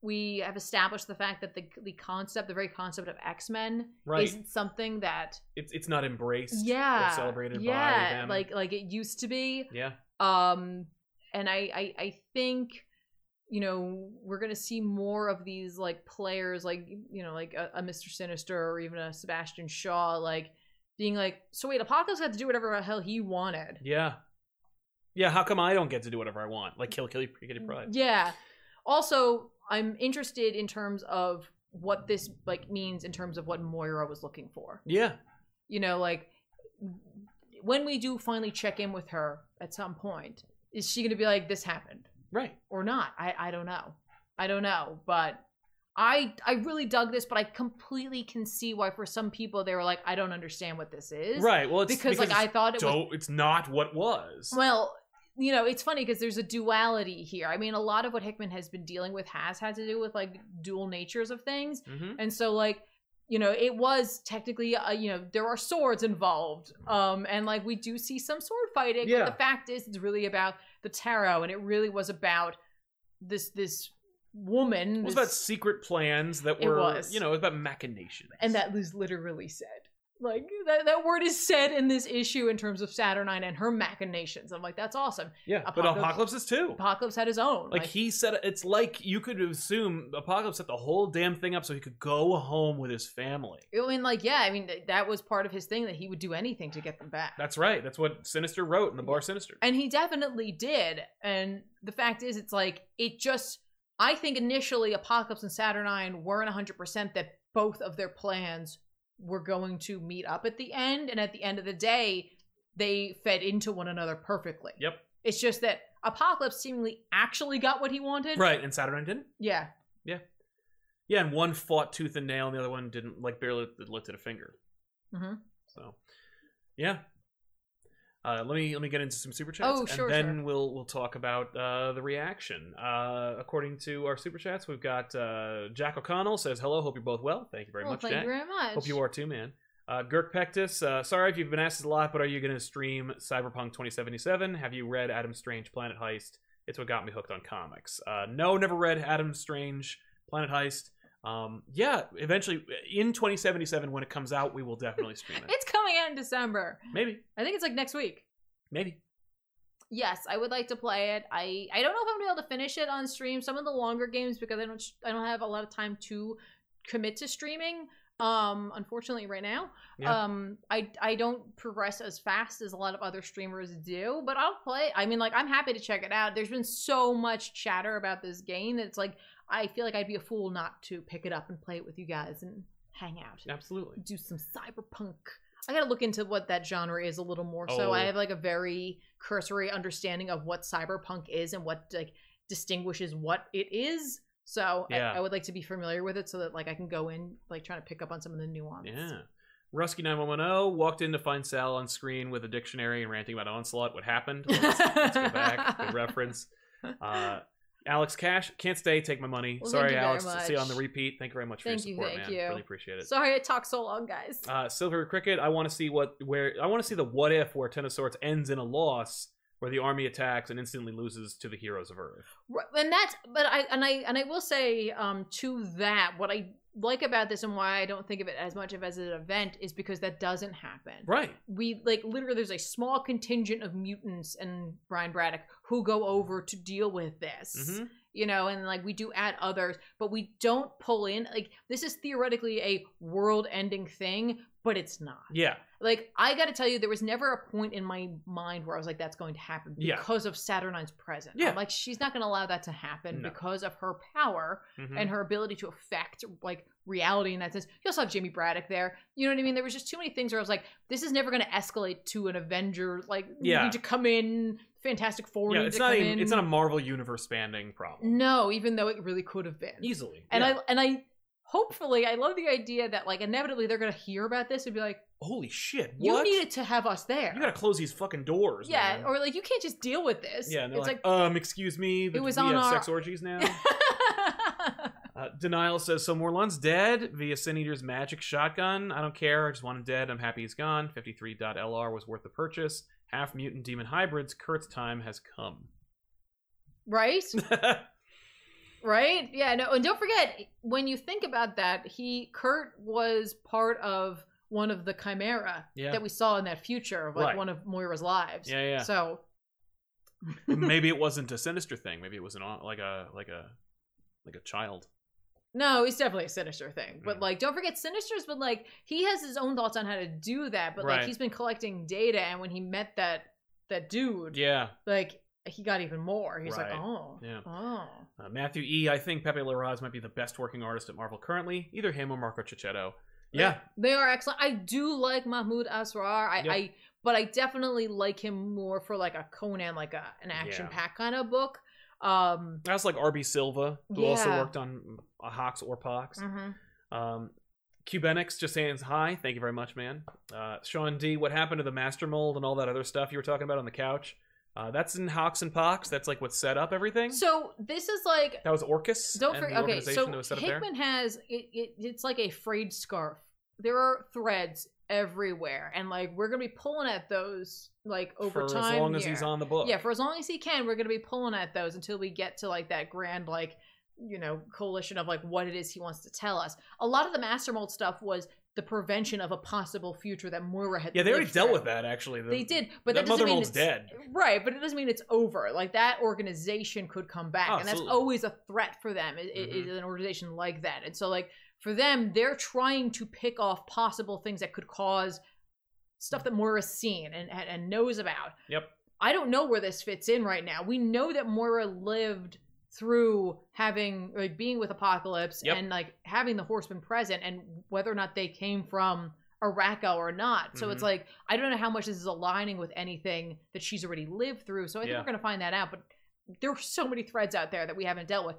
we have established the fact that the the concept, the very concept of X Men,
Right.
isn't something that
It's it's not embraced.
yeah
Or celebrated
yeah
by them.
like like it used to be
Yeah.
um and I, I i think you know we're gonna see more of these like players like you know like a, a mr sinister or even a sebastian shaw like being like so wait apocalypse had to do whatever the hell he wanted
Yeah. Yeah. How come I don't get to do whatever I want? Like kill, kill, kitty pride.
yeah also i'm interested in terms of what this like means in terms of what moira was looking for
Yeah.
you know like when we do finally check in with her at some point is she gonna be like this happened
Right.
or not. I, I don't know. I don't know, but I I really dug this, but I completely can see why for some people they were like, I don't understand what this is.
Right. Well, it's
Because, like I thought it
do
was
it's not what was.
well, you know, it's funny because there's a duality here. I mean, a lot of what Hickman has been dealing with has had to do with like dual natures of things.
Mhm.
And so like you know, it was technically, uh, you know, there are swords involved, um, and like we do see some sword fighting.
Yeah.
But the fact is, it's really about the tarot, and it really was about this this woman.
It was
this-
about secret plans that
It
were,
was.
you know, it was about machinations.
and that was literally said. Like that, that word is said in this issue in terms of Saturnine and her machinations. I'm like, that's awesome.
yeah, but
Apocalypse-
Apocalypse is too.
Apocalypse had his own.
like he said, it's like you could assume Apocalypse set the whole damn thing up so he could go home with his family.
I mean, like, yeah, I mean, th- that was part of his thing that he would do anything to get them back.
That's right. That's what Sinister wrote in the Bar Sinister.
and he definitely did. And the fact is, it's like, it just, I think initially Apocalypse and Saturnine weren't 100% that both of their plans were going to meet up at the end. And at the end of the day, they fed into one another perfectly.
Yep.
It's just that Apocalypse seemingly actually got what he wanted.
Right, and Saturnine didn't.
Yeah.
Yeah, and one fought tooth and nail, and the other one didn't, like barely lifted a finger.
hmm
So, yeah. Uh, let me let me get into some super chats,
Oh, sure,
and then
sure.
we'll we'll talk about uh, the reaction. Uh, according to our super chats, we've got uh, Jack O'Connell says hello. Hope you're both well. Thank you very
Well,
much,
thank
Jack.
you very much.
Hope you are too, man. Uh, Girk Pectus, uh, sorry if you've been asked this a lot, but are you going to stream Cyberpunk 2077? Have you read Adam Strange Planet Heist? It's what got me hooked on comics. Uh, no, never read Adam Strange Planet Heist. Um, yeah, eventually in 2077 when it comes out, we will definitely stream it.
It's coming out in December.
maybe,
I think it's like next week.
maybe.
Yes, I would like to play it. I I don't know if I'm gonna be able to finish it on stream. Some of the longer games because I don't I don't have a lot of time to commit to streaming. Um, unfortunately, right now,
Yeah.
um, I I don't progress as fast as a lot of other streamers do. But I'll play. I mean, like I'm happy to check it out. There's been so much chatter about this game that it's like I feel like I'd be a fool not to pick it up and play it with you guys and hang out
Absolutely.
do some cyberpunk. I gotta look into what that genre is a little more.
Oh.
So I have like a very cursory understanding of what cyberpunk is and what like distinguishes what it is. So
Yeah.
I, I would like to be familiar with it so that like I can go in like trying to pick up on some of the nuance.
Yeah. Rusky9110 oh, walked in to find Sal on screen with a dictionary and ranting about Onslaught. What happened? Let's, let's go back. Good reference. Uh, Alex Cash, can't stay. Take my money.
Well,
Sorry,
thank you very
Alex. to See you on the
much.
repeat. Thank you very much for
Thank
your
you,
support,
thank
man.
you.
Really appreciate it.
Sorry I talked so long, guys.
uh, Silver Cricket, I want to see what where I want to see the what if where Ten of Swords ends in a loss, where the army attacks and instantly loses to the heroes of Earth.
Right, and that's but i and i and i will say um to that what i like about this and why i don't think of it as much of as an event is because that doesn't happen
Right.
we like literally there's a small contingent of mutants and brian braddock who go over to deal with this
hmm
you know and like we do add others but we don't pull in like this is theoretically a world ending thing but it's not.
Yeah.
Like I got to tell you, there was never a point in my mind where I was like, "That's going to happen,"
Yeah.
because of Saturnine's presence.
Yeah.
I'm like she's not going to allow that to happen
No.
because of her power
Mhm.
and her ability to affect like reality in that sense. You also have Jimmy Braddock there. You know what I mean? There was just too many things where I was like, "This is never going to escalate to an Avenger." Like, you
Yeah.
need to come in. Fantastic Four.
yeah,
need
it's
to
not
come
a,
in.
it's not a Marvel universe spanning problem.
no, even though it really could have been.
Easily.
and
Yeah.
I and I hopefully I love the idea that like inevitably they're gonna hear about this and be like,
holy shit,
you
what?
needed to have us there.
You gotta close these fucking doors.
yeah,
man.
or like you can't just deal with this.
yeah, and they're
it's
like,
like,
um, excuse me, but
was
we
on
have
our-
sex orgies now. uh, Denial says, so Morlun's dead via Sin Eater's magic shotgun. I don't care. I just want him dead. I'm happy he's gone. 53.lr was worth the purchase. Half mutant demon hybrids. Kurt's time has come.
right, right, yeah. No, and don't forget when you think about that, he Kurt was part of one of the chimera
Yeah.
that we saw in that future of like
Right.
one of Moira's lives.
Yeah, yeah.
So
Maybe it wasn't a sinister thing. Maybe it was an au- like a like a like a child.
No, it's definitely a sinister thing. But
Mm.
like, don't forget, sinister's been like he has his own thoughts on how to do that. But like,
Right.
he's been collecting data, and when he met that that dude,
Yeah.
like he got even more. He's
Right.
like, oh,
Yeah.
oh,
Uh, Matthew E. I think Pepe Larraz might be the best working artist at Marvel currently. Either him or Marco Cicchetto. Yeah.
they are excellent. I do like Mahmoud Asrar. I,
Yeah.
I, but I definitely like him more for like a Conan, like a an action pack kind of book. Um,
That's like RB Silva, who also
Yeah.
worked on uh, Hawks or Pox.
mhm.
Um, Cubenix just saying hi. Thank you very much, man. Uh, Sean D, what happened to the master mold and all that other stuff you were talking about on the couch? Uh, that's in Hawks and Pox. That's like what set up everything.
so this is like
that was Orcus.
Don't
and
forget.
the
Okay,
organization that
so
was set up there.
Hickman has it, it. It's like a frayed scarf. There are threads everywhere, and like we're gonna be pulling at those like over
for
time.
as long as
here.
he's on the book.
Yeah, for as long as he can, we're gonna be pulling at those until we get to like that grand like you know coalition of like what it is he wants to tell us. A lot of the master mold stuff was the prevention of a possible future that Moira had.
yeah, they already
lived
dealt
through.
with that actually. The-
They did, but
that
that, doesn't
mother
mean
mold's
it's
dead.
Right, but it doesn't mean it's over. Like that organization could come back, and
Oh, Absolutely.
that's always a threat for them. i- i-
Mhm.
Is an organization like that, and so like for them, they're trying to pick off possible things that could cause stuff that Moira's seen and and, and knows about.
Yep.
I don't know where this fits in right now. We know that Moira lived through having like being with Apocalypse
Yep.
and like having the Horsemen present, and whether or not they came from Araco or not. So it's
Mhm.
like I don't know how much this is aligning with anything that she's already lived through. So I think
Yeah.
we're gonna find that out. But there are so many threads out there that we haven't dealt with.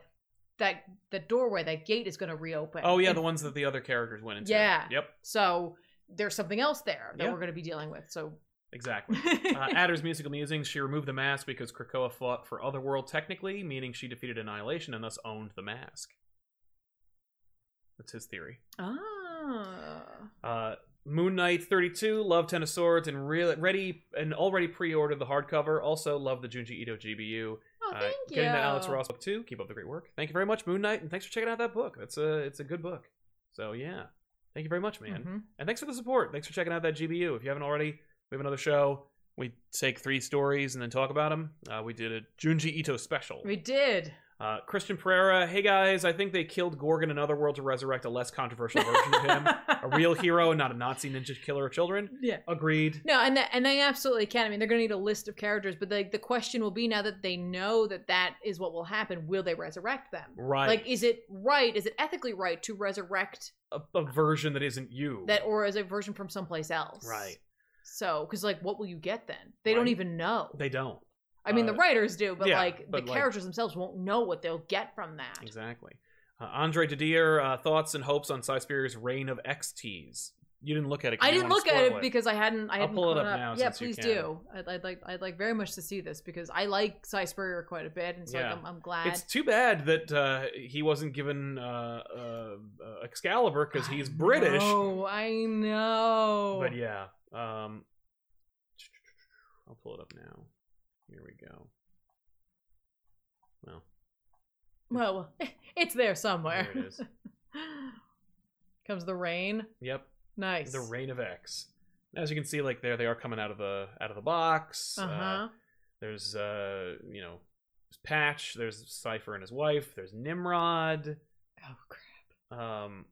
That the doorway, that gate is gonna reopen.
Oh yeah,
And
the ones that the other characters went into.
Yeah.
Yep.
so there's something else there that
Yeah.
we're gonna be dealing with. So
Exactly. uh, Adder's musical musings. She removed the mask because Krakoa fought for Otherworld technically, meaning she defeated Annihilation and thus owned the mask. That's his theory.
ah.
Uh, Moon Knight 32, love Ten of Swords, and real ready and already pre-ordered the hardcover. Also love the Junji Ito GBU.
Oh,
Uh,
thank you.
Getting that Alex Ross book too. Keep up the great work. Thank you very much, Moon Knight, and thanks for checking out that book. That's a it's a good book. So yeah, thank you very much, man.
Mhm.
And thanks for the support. Thanks for checking out that GBU. If you haven't already, we have another show. We take three stories and then talk about them. Uh, we did a Junji Ito special.
We did.
Uh, Christian Pereira, hey guys, I think they killed Gorgon in Otherworld to resurrect a less controversial version of him. A real hero and not a Nazi ninja killer of children.
Yeah.
Agreed.
No, and that, and they absolutely can. I mean, they're going to need a list of characters, but like the question will be now that they know that that is what will happen, will they resurrect them?
Right.
Like, is it right? Is it ethically right to resurrect
a, a version that isn't you.
that, or is it a version from someplace else?
Right.
So, because like, what will you get then? They don't
Right.
even know.
They don't.
I mean, the
uh,
writers do, but
yeah,
like
but,
the
like-
characters themselves won't know what they'll get from that.
Exactly. Uh, Andre Didier, uh, thoughts and hopes on Cysphere's reign of XTs. You didn't look at it. 'cause
I
you
didn't
wanna
look at
spoil
it because I hadn't. I
I'll
hadn't
pull it
caught
up now
Yeah,
since you
please
can.
do. I'd, I'd like. I'd like very much to see this because I like Cy Spurrier quite a bit, and so
Yeah.
like, I'm, I'm glad.
It's too bad that uh, he wasn't given uh, uh, uh, Excalibur because he's British.
Oh, I know.
But yeah, um, I'll pull it up now. Here we go. Well,
Well, it's there somewhere.
there it is.
Comes the rain.
Yep,
Nice.
the reign of X. As you can see, like there they are coming out of the out of the box.
Uh huh.
There's uh you know there's Patch, there's Cypher and his wife, there's Nimrod.
oh, crap.
Um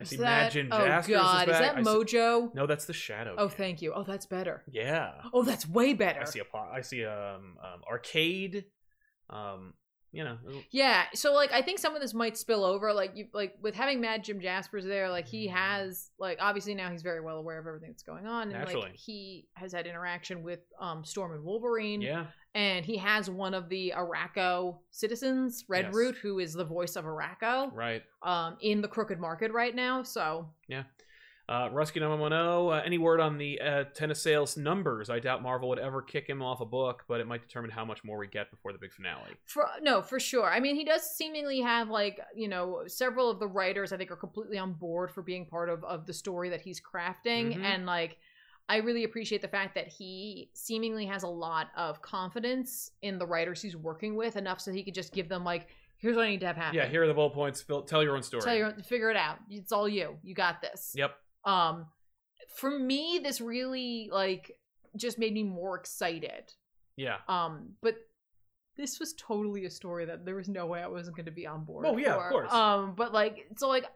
I
Is
see
that-
Madjin
oh
Jaspers
god,
is
is
back.
that
I see-
Mojo?
no, that's the Shadow.
Oh,
Gang.
thank you. Oh, that's better.
Yeah.
Oh, that's way better.
I see a po- I see um, um arcade. Um, you know,
Yeah, so like I think some of this might spill over, like you like with having Mad Jim Jaspers there, like he
Mm.
has like obviously now he's very well aware of everything that's going on, and
Naturally.
like he has had interaction with um Storm and Wolverine,
yeah.
and he has one of the Araco citizens, Red
Yes.
Root, who is the voice of Araco,
Right.
um, in the Crooked Market right now. So
Uh, Rusky 910, uh, any word on the uh, tennis sales numbers? I doubt Marvel would ever kick him off a book, but it might determine how much more we get before the big finale.
For no, for sure. I mean, he does seemingly have like you know several of the writers I think are completely on board for being part of of the story that he's crafting,
Mhm.
and like I really appreciate the fact that he seemingly has a lot of confidence in the writers he's working with enough so he could just give them like, here's what I need to have happen.
Yeah, here are the bullet points. Fill, tell your own story.
Tell your figure it out. It's all you. You got this.
Yep.
Um, for me, this really like just made me more excited
Yeah.
um, but this was totally a story that there was no way I wasn't going to be on board.
Oh, yeah, of
for.
course.
Um, but like, so like,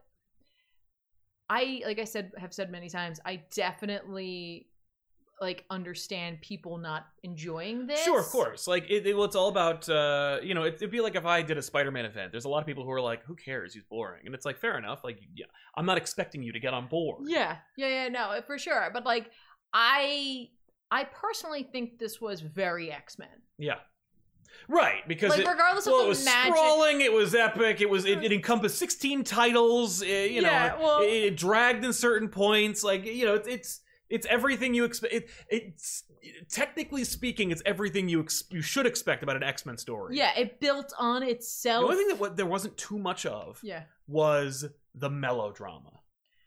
I like I said have said many times. I definitely like understand people not enjoying this.
Sure, of course. Like, it, it, well, it's all about, uh, you know, it, it'd be like if I did a Spider Man event. There's a lot of people who are like, who cares? He's boring. And it's like, fair enough. Like, yeah, I'm not expecting you to get on board.
Yeah, yeah, yeah. No, for sure. But like, I I personally think this was very X Men.
Yeah. Right. Because
Like,
it,
regardless
well,
of
it
the
was
magic.
sprawling. It was epic. It was. It, it encompassed sixteen titles. uh, you
Yeah,
know,
well-
it, it dragged in certain points. Like you know, it's it's, it's everything you expect. It, it's technically speaking, it's everything you ex- you should expect about an X Men story.
Yeah, it built on
The
itself.
only thing that what there wasn't too much of
yeah.
was the melodrama,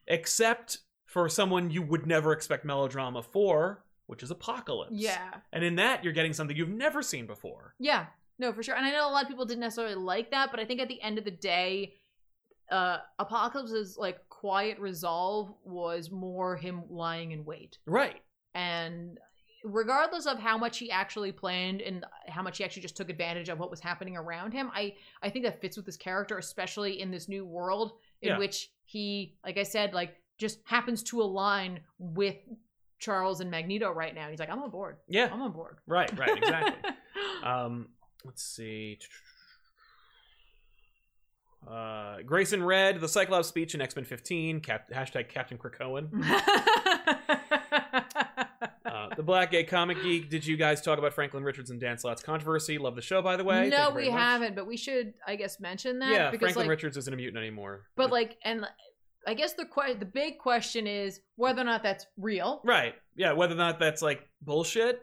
except for someone you would never expect melodrama for, which is Apocalypse.
Yeah.
And in that, you're getting something you've never seen before.
Yeah, no, for sure. And I know a lot of people didn't necessarily like that, but I think at the end of the day, uh, Apocalypse's like quiet resolve was more him lying in wait,
Right.
and regardless of how much he actually planned and how much he actually just took advantage of what was happening around him, I I think that fits with his character, especially in this new world in
Yeah.
which he, like I said, like just happens to align with Charles and Magneto right now. He's like, I'm on board.
Yeah.
I'm on board.
Right. Right. Exactly. Um, let's see. Uh, Grayson Red, the Cyclops speech in X Men 15, cap- hashtag Captain Krakoan. Uh, the Black Gay Comic Geek, did you guys talk about Franklin Richards and Dan Slott's controversy? Love the show, by the way. Thank
no,
you very
we
much.
haven't, but we should, I guess, mention that.
yeah,
because,
Franklin
like,
Richards isn't a mutant anymore.
But like, and I guess the que- the big question is whether or not that's real.
right. Yeah, whether or not that's like bullshit.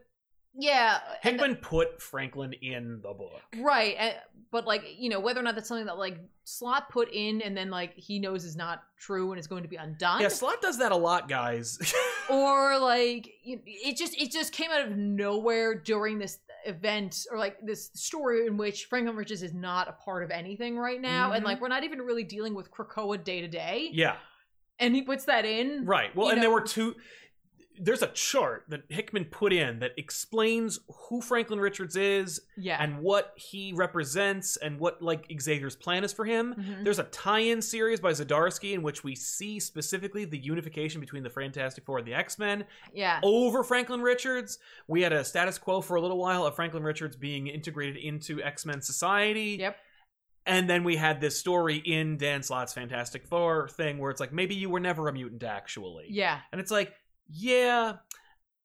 Yeah, and-
Hickman put Franklin in the book.
right. and- but like, you know, whether or not that's something that like Slot put in, and then like he knows is not true and is going to be undone.
Yeah, Slot does that a lot, guys.
or like you- it just it just came out of nowhere during this event or like this story in which Franklin Richards is not a part of anything right now and
Mhm.
like we're not even really dealing with Krakoa day to day
yeah.
and he puts that in
Right. Well,
you
and there
know-
were two. There's a chart that Hickman put in that explains who Franklin Richards is
yeah
and what he represents and what like Xavier's plan is for him.
Mhm.
There's a tie-in series by Zadarsky in which we see specifically the unification between the Fantastic Four and the X-Men
yeah
over Franklin Richards. We had a status quo for a little while of Franklin Richards being integrated into X-Men society.
Yep.
And then we had this story in Dan Slott's Fantastic Four thing where it's like maybe you were never a mutant actually.
yeah
And it's like, yeah,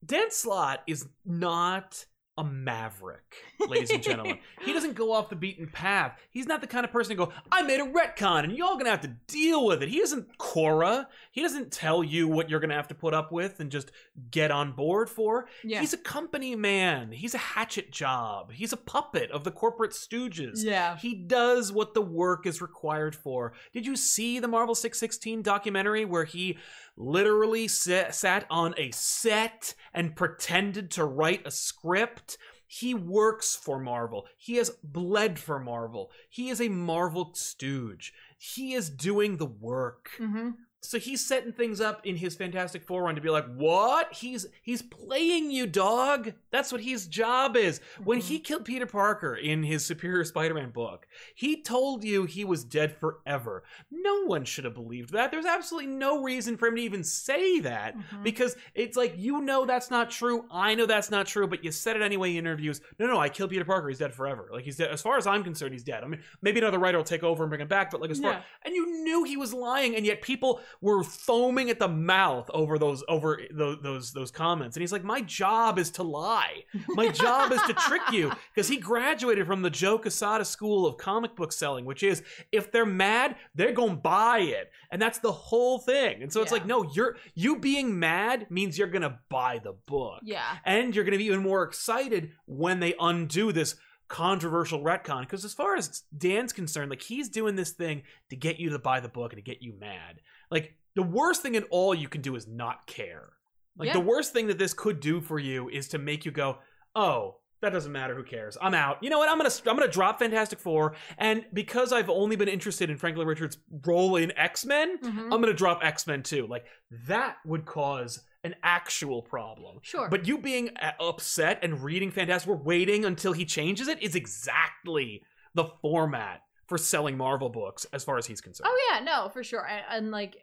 Dan Slott is not a maverick, ladies and gentlemen. he doesn't go off the beaten path. He's not the kind of person to go, I made a retcon and y'all gonna have to deal with it. He isn't Cora. He doesn't tell you what you're gonna have to put up with and just get on board for.
yeah
He's a company man. He's a hatchet job. He's a puppet of the corporate stooges.
yeah
He does what the work is required for. Did you see the Marvel 616 documentary where he literally sa- sat on a set and pretended to write a script? He works for Marvel. He has bled for Marvel. He is a Marvel stooge. He is doing the work.
hmm
so he's setting things up in his Fantastic Four run to be like, what? He's he's playing you, dog. That's what his job is. When
Mhm.
he killed Peter Parker in his Superior Spider-Man book, he told you he was dead forever. No one should have believed that. There's absolutely no reason for him to even say that
Mm-hmm.
because it's like you know that's not true i know that's not true but you said it anyway in interviews no no i killed peter parker he's dead forever like he's dead as far as i'm concerned he's dead i mean maybe another writer will take over and bring him back but like as far
Yeah.
and you knew he was lying and yet people were foaming at the mouth over those over those those, those comments and he's like my job is to lie my job is to trick you because he graduated from the joe casada school of comic book selling which is if they're mad they're gonna buy it and that's the whole thing and so it's
Yeah.
like no you're you being mad means you're gonna buy the book
yeah.
and you're gonna be even more excited when they undo this controversial retcon because as far as dan's concerned like he's doing this thing to get you to buy the book and to get you mad like the worst thing at all you can do is not care like
Yeah.
the worst thing that this could do for you is to make you go oh that doesn't matter who cares i'm out you know what i'm gonna i'm gonna drop fantastic four and because i've only been interested in franklin richards role in x-men
Mhm.
i'm gonna drop x-men too like that would cause an actual problem
sure.
but you being uh, upset and reading Fantastic Four, waiting until he changes it, is exactly the format for selling Marvel books, as far as he's concerned.
oh yeah, no, for sure. And, and like,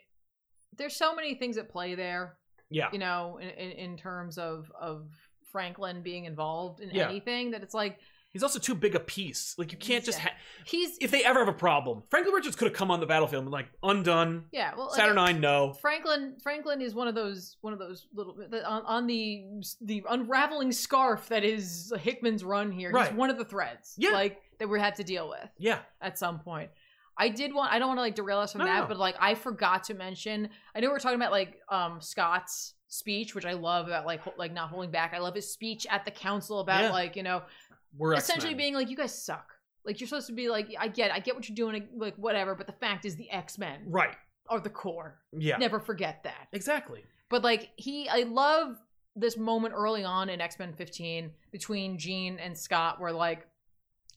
there's so many things at play there.
yeah.
You know, in, in, in terms of of Franklin being involved in
Yeah.
anything, that it's like
He's also too big a piece. Like, you can't just. Ha-
he's
if they ever have a problem, Franklin Richards could have come on the battlefield and been like, undone.
yeah. Well, like,
Saturnine, no.
Franklin Franklin is one of those one of those little the, on, on the the unraveling scarf that is Hickman's run here.
Right.
He's one of the threads,
Yeah.
like that we had to deal with
Yeah.
at some point. I did want I don't want to like derail us from
No,
that,
no.
but like I forgot to mention. I know we're talking about like um Scott's speech, which I love about like ho- like not holding back. I love his speech at the council about
Yeah.
like you know
We're
essentially
X-Men.
being like you guys suck. Like you're supposed to be like I get I get what you're doing like whatever, but the fact is the X Men
Right.
are the core.
Yeah.
Never forget that.
Exactly.
But like he, I love this moment early on in X Men 15 between Jean and Scott, where like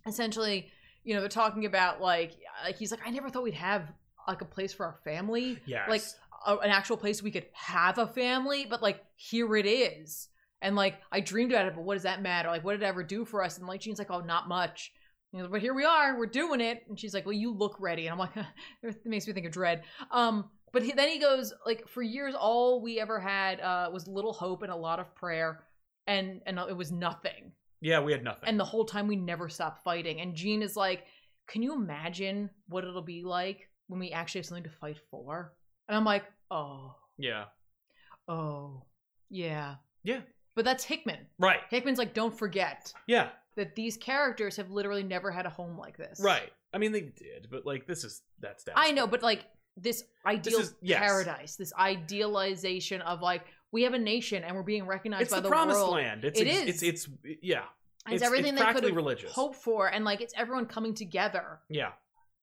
essentially, you know, they're talking about like like he's like, I never thought we'd have like a place for our family,
Yes.
Like, a, an actual place we could have a family, but like here it is. And like I dreamed about it, but what does that matter? Like what did it ever do for us? And like Jean's like, oh, not much. You know, but here we are, we're doing it. And she's like, well, you look ready. And I'm like, it makes me think of Dread. Um, but he, then he goes like, for years, all we ever had uh, was little hope and a lot of prayer, and and it was nothing.
yeah, we had nothing.
And the whole time we never stopped fighting. And Jean is like, Can you imagine what it'll be like when we actually have something to fight for? And I'm like, Oh,
yeah.
oh, yeah.
Yeah.
But that's Hickman.
Right.
Hickman's like, Don't forget
Yeah.
that these characters have literally never had a home like this.
Right. I mean, they did, but like, this is. That's that.
I know, but like this ideal
is- yes.
paradise, this idealization of like, we have a nation and we're being recognized
It's
by
the,
the,
promised
world.
land. It's,
It
ex- It's,
is.
it's, yeah.
And It's,
It's-
everything
it's
they could
practically
have
religious.
hoped for, and like it's everyone coming together.
Yeah.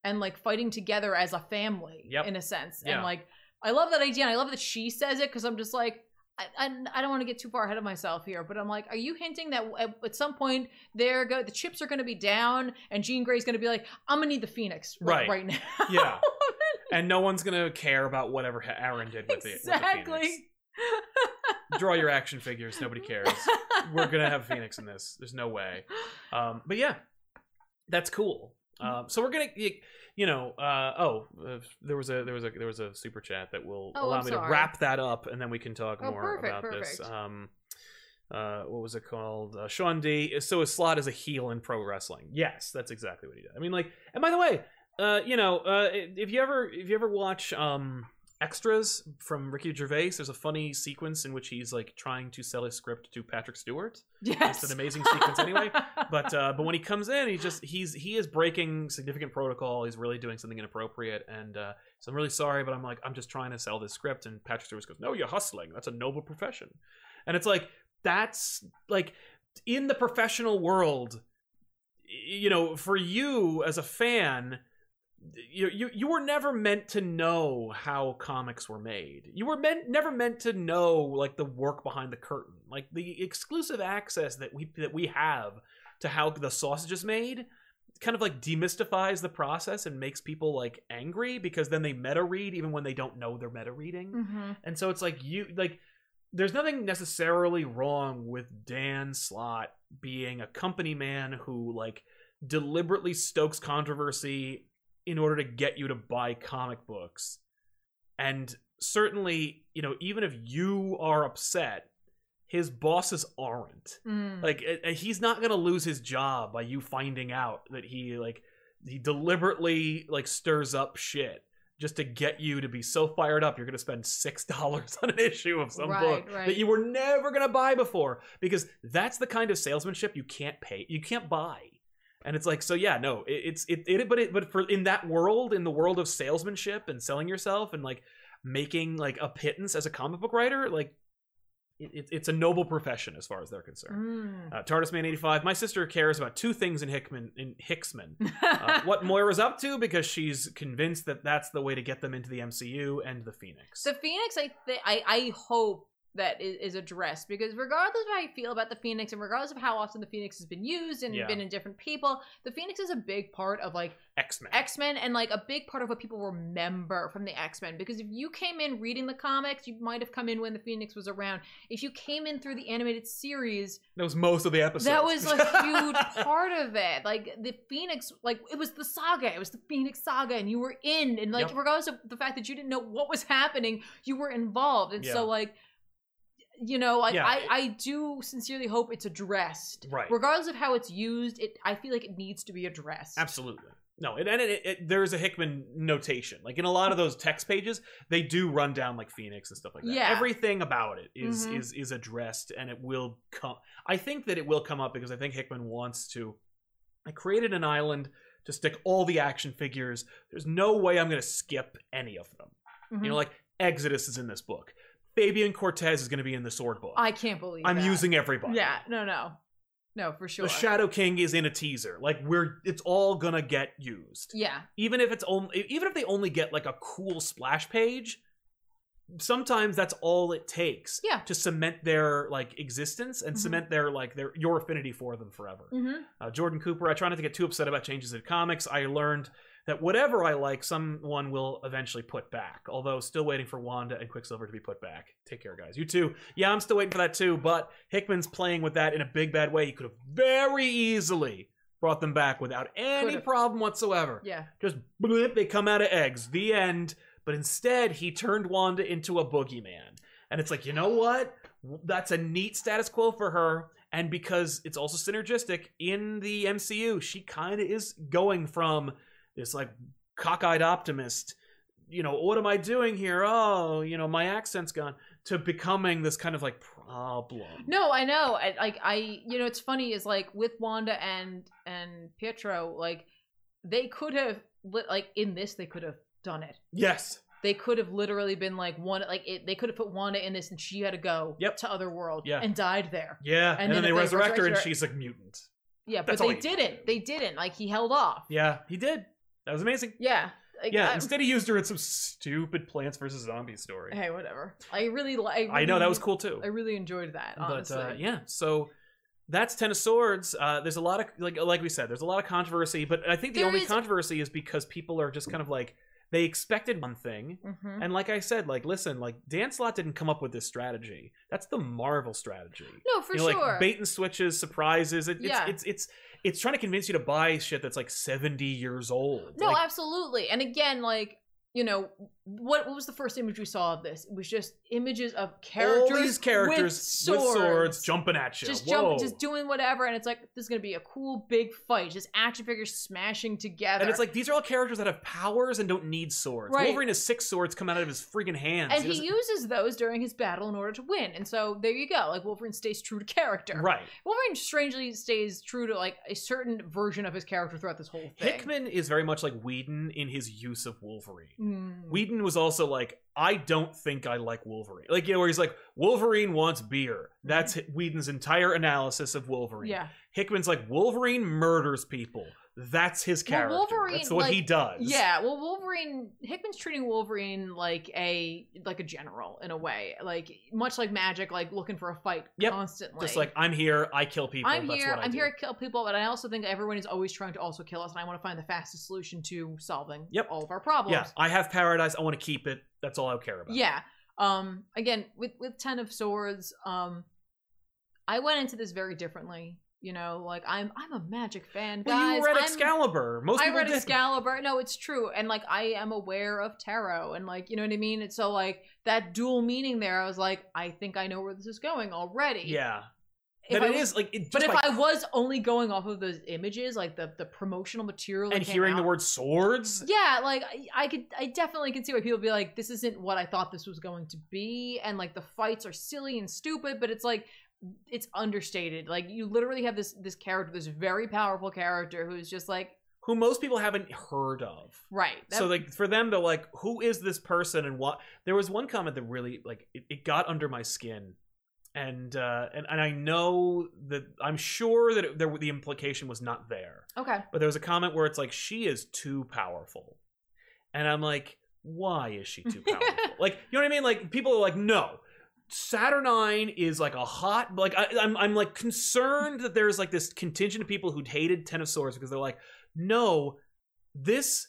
and like fighting together as a family
Yep.
in a sense.
Yeah.
And like, I love that idea. And I love that she says it because I'm just like, I, I, I don't want to get too far ahead of myself here, but I'm like, are you hinting that at, at some point there go the chips are going to be down and Jean Grey's going to be like, I'm gonna need the Phoenix
Right.
right, right now.
Yeah. and no one's gonna care about whatever Ha- Aaron did with it. With the Phoenix.
exactly.
Draw your action figures. Nobody cares. We're gonna have Phoenix in this. There's no way. Um, but yeah, that's cool.
Mm-hmm.
Um, so we're gonna, y- you know, uh, oh, uh, there was a there was a there was a super chat that will
Oh,
allow
I'm
me to
sorry.
wrap that up, and then we can talk
Oh,
more
perfect,
about this.
perfect.
Um, uh, what was it called? Uh, Sean D. is- So is Slot is a heel in pro wrestling. Yes, that's exactly what he did. I mean, like, and by the way, uh, you know, uh, if you ever if you ever watch um extras from Ricky Gervais, there's a funny sequence in which he's like trying to sell his script to Patrick Stewart.
yes.
It's an amazing sequence anyway. But uh, but when he comes in, he just he's he is breaking significant protocol. He's really doing something inappropriate, and uh, so I'm really sorry, but I'm like I'm just trying to sell this script. And Patrick Stewart goes, "No, you're hustling. That's a noble profession," and it's like that's like in the professional world, y- you know, for you as a fan. You, you you were never meant to know how comics were made. You were meant never meant to know like the work behind the curtain, like the exclusive access that we that we have to how the sausage is made kind of like demystifies the process and makes people like angry because then they meta read even when they don't know they're meta reading.
Mm-hmm.
And so it's like you like there's nothing necessarily wrong with Dan Slot being a company man who like deliberately stokes controversy in order to get you to buy comic books. And certainly, you know, even if you are upset, his bosses aren't.
Mm.
Like uh, uh, he's not going to lose his job by you finding out that he like he deliberately like stirs up shit just to get you to be so fired up you're going to spend $6 on an issue of some
Right,
book
right.
that you were never going to buy before because that's the kind of salesmanship you can't pay you can't buy. And it's like so yeah no it, it's it, it but it but for in that world in the world of salesmanship and selling yourself and like making like a pittance as a comic book writer like it, it, it's a noble profession as far as they're concerned.
Mm.
Uh, TARDIS Man 85. My sister cares about two things in Hickman in Hicksman. Uh, what Moira's up to because she's convinced that that's the way to get them into the MCU and the Phoenix.
So Phoenix, I th- I I hope that is, is addressed because regardless of how I feel about the Phoenix and regardless of how often the Phoenix has been used and
Yeah.
been in different people, the Phoenix is a big part of like
X-Men.
X Men and like a big part of what people remember from the X Men. Because if you came in reading the comics, you might have come in when the Phoenix was around. If you came in through the animated series,
that was most of the episodes.
that was a huge part of it. Like the Phoenix, like it was the saga. It was the Phoenix saga, and you were in. And like
Yep.
regardless of the fact that you didn't know what was happening, you were involved. And
Yeah.
so like. You know, like
Yeah,
I,
it-
I do sincerely hope it's addressed.
Right.
Regardless of how it's used, it I feel like it needs to be addressed.
Absolutely. No, and, and it, it, there is a Hickman notation. Like in a lot of those text pages, they do run down like Phoenix and stuff like that.
Yeah.
Everything about it is-
Mhm.
is is addressed, and it will come. I think that it will come up because I think Hickman wants to. I created an island to stick all the action figures. There's no way I'm going to skip any of them.
Mhm.
You know, like Exodus is in this book. Fabian Cortez is going to be in the Sword book.
I can't believe
am
that.
using everybody.
Yeah, no, no, no, for sure.
The Shadow King is in a teaser. Like we're, it's all gonna get used
yeah,
even if it's only even if they only get like a cool splash page sometimes that's all it takes
Yeah.
to cement their like existence and
Mhm.
cement their like their your affinity for them forever
mm-hmm.
uh, jordan cooper i try not to get too upset about changes in comics i learned that whatever i like someone will eventually put back although still waiting for wanda and quicksilver to be put back take care guys you too yeah i'm still waiting for that too but hickman's playing with that in a big bad way he could have very easily brought them back without any
Could've.
problem whatsoever
yeah,
just blip, they come out of eggs. The end. But instead, he turned Wanda into a boogeyman. And it's like, you know what? That's a neat status quo for her. And because it's also synergistic in the MCU, she kind of is going from this like cockeyed optimist, you know, what am I doing here? Oh, you know, my accent's gone, to becoming this kind of like problem.
no, I know. I, like I, you know, it's funny is like with Wanda and and Pietro, like they could have li- like in this they could have done it.
Yes.
They could have literally been like one, like it, they could have put Wanda in this, and she had to go
Yep.
to other world
Yeah.
and died there.
Yeah. And,
And
then,
then
they
if they
resurrect her and
resurrect her-
she's a mutant.
Yeah,
That's
but
all
they
you can
didn't.
do.
They didn't. Like he held off.
Yeah, he did. That was amazing.
yeah. Like,
yeah,
I-
instead he used her in some stupid Plants vs Zombies story.
hey, whatever. I really, li- I, really
I know that was cool too.
I really enjoyed that.
But
Honestly,
uh, yeah, so that's Ten of Swords. Uh, there's a lot of like like we said, there's a lot of controversy. But I think the
There
only
is-
controversy is because people are just kind of like they expected one thing,
Mhm.
and like I said, like listen, like Dan Slott didn't come up with this strategy. That's the Marvel strategy.
No, for
you know,
sure.
like bait and switches, surprises. It, it's,
Yeah.
it's it's it's trying to convince you to buy shit that's like 70 years old.
no,
Like,
absolutely. And again, like you know, what what was the first image we saw of this? It was just images of characters,
all these characters
with swords,
jumping at you.
just
Whoa.
jump, just doing whatever. And it's like this is gonna be a cool big fight. Just action figures smashing together.
and it's like these are all characters that have powers and don't need swords.
Right.
Wolverine has six swords coming out of his freaking hands.
and
He
he
doesn't-
uses those during his battle in order to win. And so there you go. Like Wolverine stays true to character.
right.
Wolverine strangely stays true to like a certain version of his character throughout this whole thing.
Hickman is very much like Whedon in his use of Wolverine.
Mm.
Whedon was also like, I don't think I like Wolverine. Like, you know, where he's like, Wolverine wants beer. That's Whedon's entire analysis of Wolverine.
Mm-hmm. yeah.
Hickman's like, Wolverine murders people. That's his
Well,
character.
Wolverine,
That's what he
like-
does.
Yeah, well, Wolverine Hickman's treating Wolverine like a like a general in a way, like much like Magic, like looking for a fight
Yep,
constantly.
Just like I'm here, I kill people.
I'm
That's
here,
what I
I'm
do.
here to kill people, but I also think everyone is always trying to also kill us, and I want to find the fastest solution to solving
Yep.
all of our problems.
Yeah, I have paradise. I want to keep it. That's all I care about.
yeah um again with with ten of swords um i went into this very differently you know like i'm i'm a magic fan
Well,
guys
you read
I'm,
Excalibur. Most
i
people
read
did.
excalibur no it's true and like i am aware of tarot and like you know what i mean and so like that dual meaning there i was like i think i know where this is going already
Yeah, that
if I
it
was-
is like. It,
but
just by
if I was only going off of those images, like the, the promotional material, that
and
came
hearing the
out-
word swords,
yeah like I- i could i definitely can see why people be like this isn't what i thought this was going to be and like the fights are silly and stupid but it's like it's understated like you literally have this this character this very powerful character who's just like
who most people haven't heard of.
right that-
so like for them to like who is this person and what there was one comment that really like it, it got under my skin and uh and, and i know that i'm sure that it, there, the implication was not there
okay
but there was a comment where it's like she is too powerful and i'm like why is she too powerful like you know what i mean like people are like no saturnine is like a hot like I, I'm, I'm like concerned that there's like this contingent of people who'd hated ten of swords because they're like no this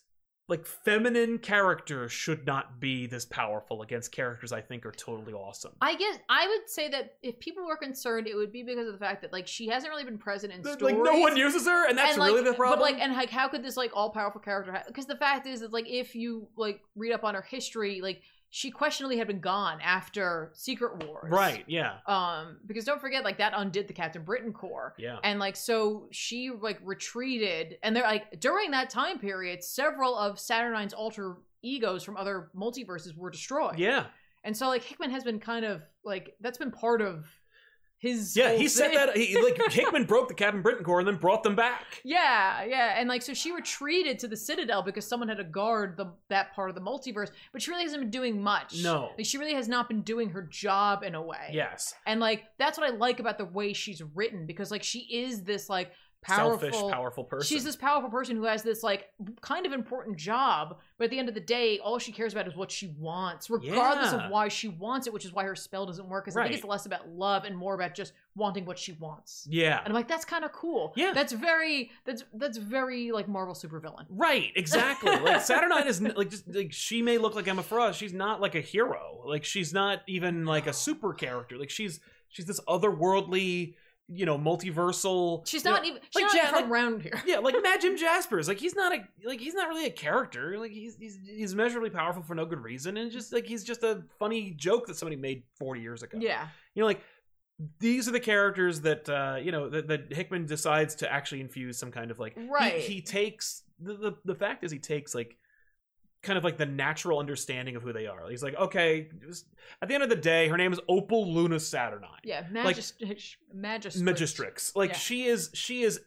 like feminine character should not be this powerful against characters i think are totally awesome
i guess i would say that if people were concerned it would be because of the fact that like she hasn't really been present in
Th-
stories
like no one uses her and that's
and, like,
really the problem
But like, and like, how could this like all powerful character? Because the fact is, is like if you like read up on her history, like she questionably had been gone after Secret Wars,
right yeah
Um, because don't forget, like that undid the Captain Britain Corps,
yeah
and like so she like retreated, and they're like during that time period, several of Saturnine's alter egos from other multiverses were destroyed.
yeah
and so like Hickman has been kind of like that's been part of his
Yeah,
whole
he said
thing.
that. He, like Hickman broke the Captain Britain Corps and then brought them back.
Yeah, yeah, and like so she retreated to the Citadel because someone had to guard the that part of the multiverse, but she really hasn't been doing much.
No.
like she really has not been doing her job in a way.
Yes,
and like that's what I like about the way she's written because like she is this like powerful,
selfish, powerful person.
She's this powerful person who has this like kind of important job, but at the end of the day, all she cares about is what she wants, regardless
Yeah.
of why she wants it, which is why her spell doesn't work. Because I
Right.
think it's less about love and more about just wanting what she wants.
yeah.
And I'm like, that's kind of cool.
Yeah.
That's very that's that's very like Marvel supervillain.
Right, exactly. Like Saturnine is n- like just like she may look like Emma Frost. She's not like a hero. Like she's not even like a super character. Like she's she's this otherworldly, you know, multiversal.
She's
you
not e
know-
even
like
she's not
Ja-
even from
like-
around here.
yeah, like Mad Jim Jaspers. Like he's not a like he's not really a character. Like he's he's he's measurably powerful for no good reason, and just like he's just a funny joke that somebody made forty years ago.
Yeah.
you know like these are the characters that uh you know that, that hickman decides to actually infuse some kind of like he-
Right.
he, takes the, the the fact is he takes like kind of like the natural understanding of who they are he's like okay just- at the end of the day her name is opal luna saturnine
Yeah.
Like-
Magist- magistrate.
magistrix like
Yeah.
she is she is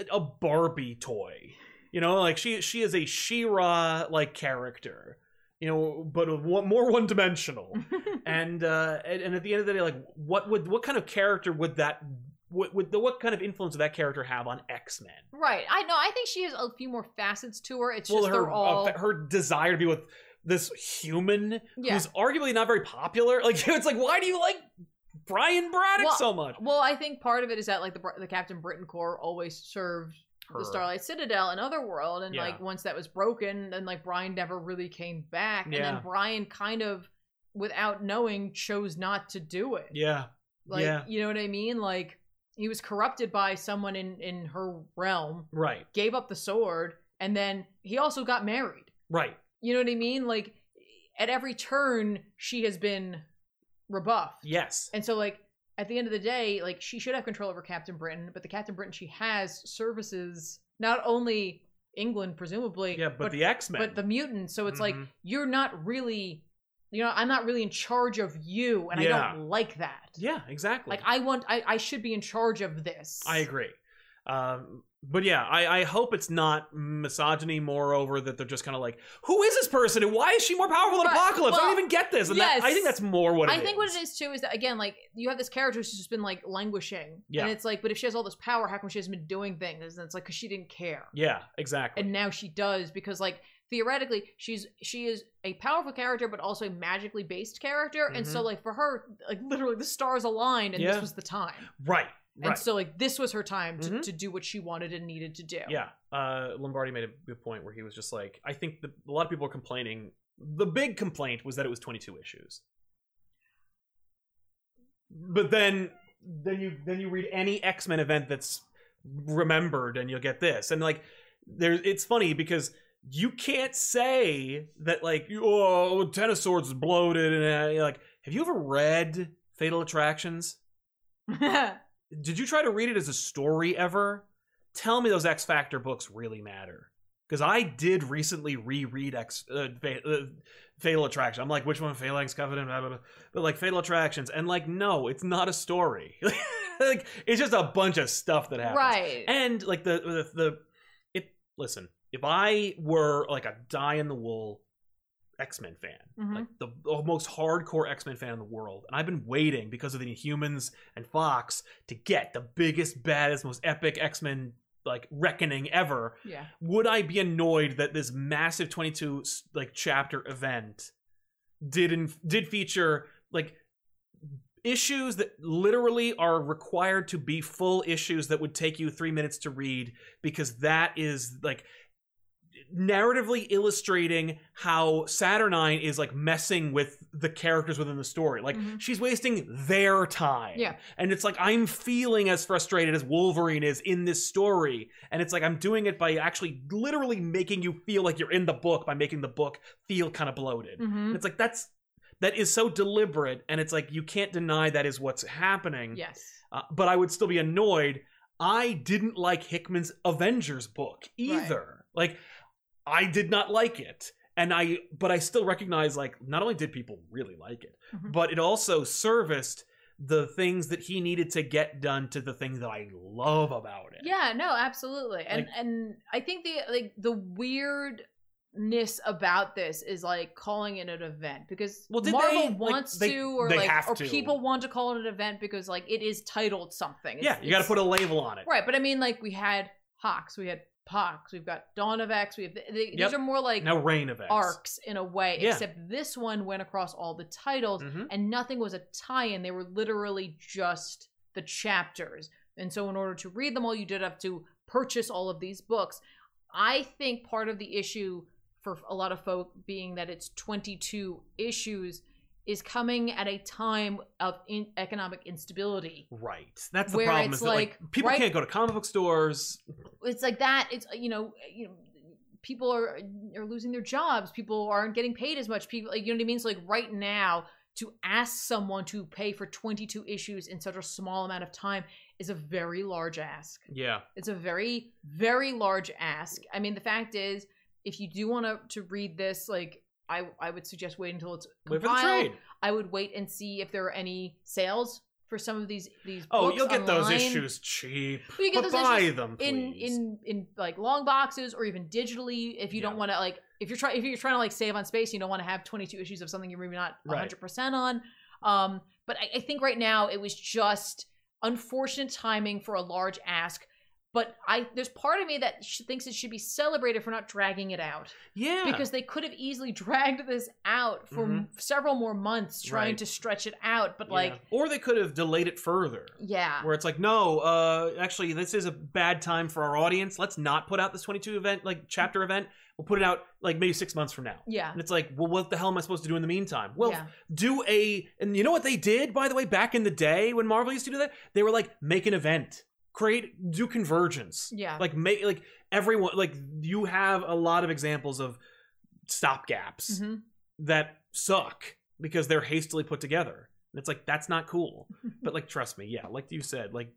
a- a barbie toy you know like she she is a shira like character you know but a one, more one dimensional and uh and, and at the end of the day like what would what kind of character would that what would the what kind of influence would that character have on x-men
right. I know. I think she has a few more facets to her. It's just
her
they're all
uh, her desire to be with this human
Yeah.
who's arguably not very popular like it's like why do you like brian braddock
Well,
so much
well, I think part of it is that like the Br- the Captain Britain Corps always served
Her.
the Starlight Citadel and Otherworld, and
Yeah.
like once that was broken, then like Brian never really came back, and
Yeah.
then Brian kind of, without knowing, chose not to do it.
yeah
Like,
Yeah.
you know what I mean? Like, he was corrupted by someone in in her realm,
right
gave up the sword, and then he also got married.
right
You know what I mean? Like, at every turn, she has been rebuffed.
yes
And so, like, at the end of the day, like, she should have control over Captain Britain, but the Captain Britain she has services not only England, presumably,
yeah but, the x-men
but the mutants. So it's like
Mhm.
you're not really, you know, I'm not really in charge of you, and I
Yeah.
don't like that.
yeah exactly
Like I want, I, I should be in charge of this.
I agree. Um, but yeah, I, I hope it's not misogyny. Moreover, that they're just kind of like, who is this person and why is she more powerful than
Right,
Apocalypse? I
well,
don't even get this. And that, I think
yes.
that's more what it
I think what it is too is that again, like you have this character who's just been like languishing,
Yeah.
and it's like, but if she has all this power, how come she hasn't been doing things? And it's like because she didn't care,
Yeah, exactly.
and now she does because like theoretically she's she is a powerful character, but also a magically based character, and so like for her, like literally the stars aligned, and
Mm-hmm. Yeah.
this was the time,
right.
and
Right.
so like this was her time to,
Mhm.
to do what she wanted and needed to do.
Yeah, uh, Lombardi made a good point where he was just like, I think the, a lot of people are complaining. The big complaint was that it was 22 issues. But then, then you then you read any X Men event that's remembered, and you'll get this. And like, there, it's funny because you can't say that like, oh, Ten of Swords is bloated, and uh, like, have you ever read Fatal Attractions? did you try to read it as a story ever? Tell me those X Factor books really matter. Because I did recently reread X uh, Fa- uh, Fatal Attraction. I'm like, which one? Phalanx Covenant, blah, blah, blah. but like Fatal Attractions, and like, no, it's not a story. like, it's just a bunch of stuff that happens.
right.
And like the the, the it. Listen, if I were like a die in the wool X Men fan,
Mhm.
like the, the most hardcore X Men fan in the world, and I've been waiting because of the Humans and Fox to get the biggest, baddest, most epic X Men like reckoning ever,
yeah.
would I be annoyed that this massive twenty two like chapter event did in, did feature like issues that literally are required to be full issues that would take you three minutes to read because that is like narratively illustrating how saturnine is like messing with the characters within the story like
Mhm.
she's wasting their time
Yeah.
and it's like i'm feeling as frustrated as wolverine is in this story and it's like i'm doing it by actually literally making you feel like you're in the book by making the book feel kind of bloated
Mhm.
it's like that's that is so deliberate, and it's like you can't deny that is what's happening.
Yes.
Uh, but I would still be annoyed. I didn't like Hickman's Avengers book either. Like, I did not like it, and I but I still recognize like not only did people really like it,
Mhm.
but it also serviced the things that he needed to get done to the thing that I love about it.
Yeah, no, absolutely. And
Like-
and I think the like the weirdness about this is like calling it an event because
Well, did
Marvel
they- like,
wants
they-
to or
they
like
have
or
to.
people want to call it an event because like it is titled something.
Yeah, you got to put a label on it.
Right, but I mean like we had Hawks, we had Pox, we've got Dawn of X, we have they,
Yep.
these are more like
Now, Reign of X.
arcs in a way
Yeah.
except this one went across all the titles
Mhm.
and nothing was a tie-in. They were literally just the chapters. And so, in order to read them all, you did have to purchase all of these books. I think part of the issue for a lot of folk being that it's 22 issues is coming at a time of in- economic instability.
Right. That's the
Where
problem. Is
it's
that, like,
like,
people
right-
can't go to comic book stores.
It's like that. It's uh, you know, you know, people are are losing their jobs. People aren't getting paid as much. People, like, you know what I mean? So like right now, to ask someone to pay for 22 issues in such a small amount of time is a very large ask.
Yeah.
It's a very, very large ask. I mean, the fact is, if you do want to to read this, like I, I would suggest wait until it's
Wait for
compiled.
the trade.
I would wait and see if there are any sales for some of these these.
Oh,
books
you'll get those
online.
issues cheap.
Well, you get
but
those
buy
issues
them,
in
please.
in in like long boxes or even digitally. If you
Yeah.
don't want to like, if you're trying if you're trying to like save on space, you don't want to have 22 issues of something you're maybe not
Right.
100 percent on. Um, but I, I think right now it was just unfortunate timing for a large ask. But I there's part of me that sh- thinks it should be celebrated for not dragging it out
yeah. Mm-hmm.
because they could have easily dragged this out for m several more months trying
Right.
to stretch it out. But
Yeah.
like,
or they could have delayed it further.
yeah,
Where it's like, no, uh, actually, this is a bad time for our audience. Let's not put out this 22 event, like chapter event. We'll put it out like maybe six months from now.
yeah,
And it's like, well, what the hell am I supposed to do in the meantime? Well,
Yeah.
do a. And you know what they did, by the way, back in the day when Marvel used to do that? They were like, make an event, create, do convergence.
yeah,
like make like everyone like you have a lot of examples of stop gaps
hmm
that suck because they're hastily put together and it's like that's not cool but like trust me yeah like you said like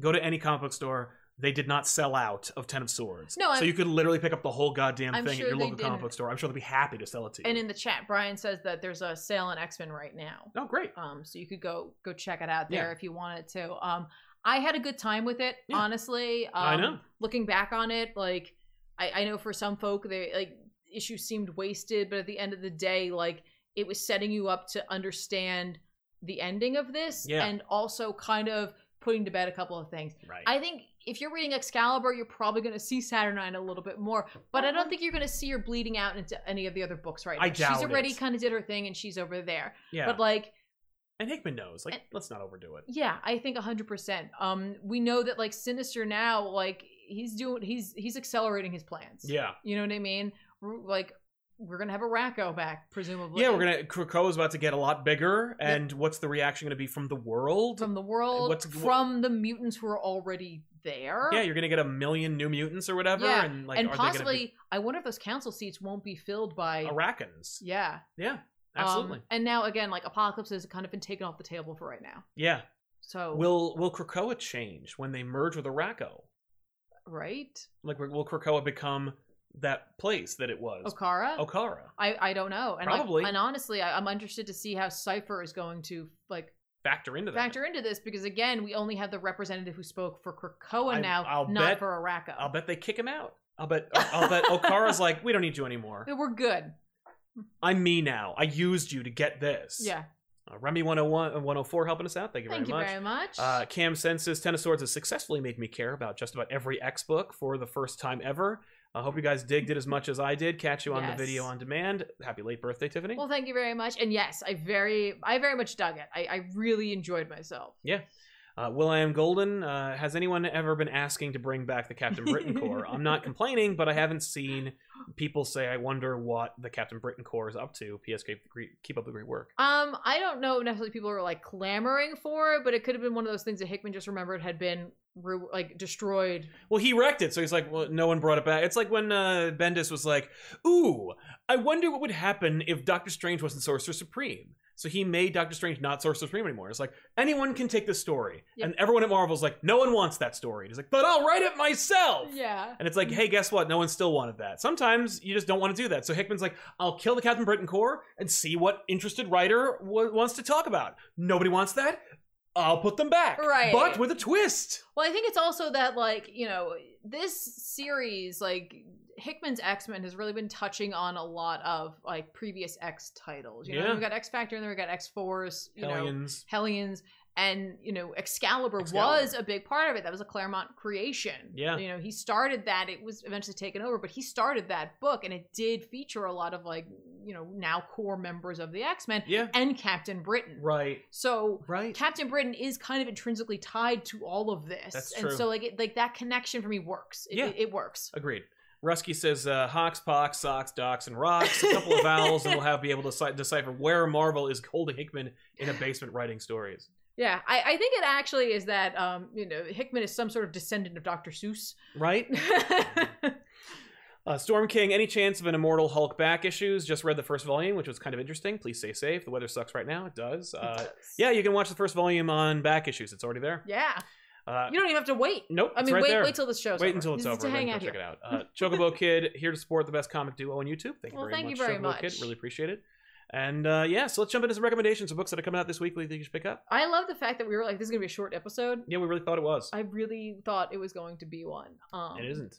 go to any comic book store they did not sell out of ten of swords
No,
so
I'm-
you could literally pick up the whole goddamn
I'm
thing
sure
at your
they
local comic
didn't.
book store i'm sure they'd be happy to sell it to you
And in the chat, Brian says that there's a sale on X Men right now.
oh great
Um, so you could go go check it out there if you wanted to. Um, I had a good time with it,
Yeah.
honestly. Um,
I know.
Looking back on it, like I, I know for some folk, they like issues seemed wasted, but at the end of the day, like it was setting you up to understand the ending of this,
Yeah.
and also kind of putting to bed a couple of things.
Right.
I think if you're reading Excalibur, you're probably going to see Saturnine a little bit more, but I don't think you're going to see her bleeding out into any of the other books right now.
I
she's
doubt
already
it.
kind of did her thing, and she's over there.
yeah.
But like,
and Hickman knows. Like,
and-
let's not overdo it.
yeah, I think 100%. Um we know that like Sinister now like he's doing he's he's accelerating his plans.
Yeah.
You know what I mean? We're- like we're going to have a Racco back presumably.
Yeah, we're gonna. Krakoa is about to get a lot bigger, and what's the reaction gonna be from the world?
from the world
What's-
from the mutants who are already there.
yeah, you're gonna get a million new mutants or whatever,
Yeah,
and like
and
are
possibly I wonder if those council seats won't be filled by
they gonna be Arrakans?
yeah.
Yeah,
Um,
absolutely.
and now again like Apocalypse has kind of been taken off the table for right now.
yeah,
So
will will Krakoa change when they merge with Arako?
right?
Like, will Krakoa become that place that it was?
Okara?
Okara.
I, I don't know. And like,
Probably.
and honestly, I, I'm interested to see how Cypher is going to like
Factor into that.
factor into this because again, we only have the representative who spoke for Krakoa
I-
now,
I'll
not
bet-
for Arako.
I'll bet they kick him out. I'll bet. I'll bet Okara's like, we don't need you anymore.
We're good.
I'm me now. I used you to get this.
Yeah.
Uh, Remy 101 and 104 helping us out. Thank you
Thank you
very much.
very much.
Uh, Cam Senses Ten of Swords has successfully made me care about just about every X book for the first time ever. I hope you guys digged it as much as I did. Catch you on
Yes.
the video on demand. Happy late birthday, Tiffany.
well, thank you very much. And yes, I very I very much dug it. I, I really enjoyed myself.
Uh, Will I am Golden. Uh, has anyone ever been asking to bring back the Captain Britain Corps? I'm not complaining, but I haven't seen people say. I wonder what the Captain Britain Corps is up to. P.S. Keep, the great- keep up the great work.
Um, I don't know if necessarily people are like clamoring for it, but it could have been one of those things that Hickman just remembered had been re- like destroyed.
Well, he wrecked it, so he's like, well, no one brought it back. It's like when uh, Bendis was like, ooh, I wonder what would happen if Doctor Strange wasn't Sorcerer Supreme. So he made Doctor Strange not Sorcerer Supreme anymore. It's like, anyone can take this story.
Yep.
And everyone at Marvel's like, no one wants that story. And he's like, but I'll write it myself.
Yeah.
And it's like, hey, guess what? No one still wanted that. Sometimes you just don't want to do that. So Hickman's like, I'll kill the Captain Britain Corps and see what interested writer w- wants to talk about. Nobody wants that. I'll put them back.
Right.
But with a twist.
Well, I think it's also that like you know this series like Hickman's X Men has really been touching on a lot of like previous X titles. You know,
Yeah.
we got X Factor and then we got X Force. You know,
Hellions.
Hellions. And you know, Excalibur,
Excalibur.
was a big part of it. That was a Claremont creation.
Yeah.
you know, he started that. It was eventually taken over, but he started that book, and it did feature a lot of like you know now core members of the X Men
Yeah.
and Captain Britain.
Right.
So
Right.
Captain Britain is kind of intrinsically tied to all of this.
That's
And
true.
so like it, like that connection for me works. It,
Yeah.
it, it works.
Agreed. Rusky says uh, Hawks, Pox, Socks, Docs, and Rocks. A couple of vowels, and we'll have be able to si- decipher where Marvel is holding Hickman in a basement writing stories.
Yeah. I, I think it actually is that um, you know, Hickman is some sort of descendant of Dr. Seuss.
Right? Uh, Storm King, any chance of an Immortal Hulk back issues? Just read the first volume, which was kind of interesting. Please stay safe. The weather sucks right now. It does. Uh, yeah, you can watch the first volume on back issues. It's already there.
Yeah.
Uh,
You don't even have to wait.
nope.
I
it's
mean,
right
wait,
there.
wait till this show's
Wait
over.
until it's
Just
over.
To
then
hang
go
out
check
here.
it out. Uh, Chocobo Kid here to support the best comic duo on YouTube. Thank you
Well,
very
thank
much,
you very
Chocobo
much.
Kid. Really appreciate it. And uh, yeah, so let's jump into some recommendations of books that are coming out this week. What do you think you should pick up?
I love the fact that we were like, this is gonna be a short episode.
Yeah, we really thought it was.
I really thought it was going to be one. Um,
It isn't.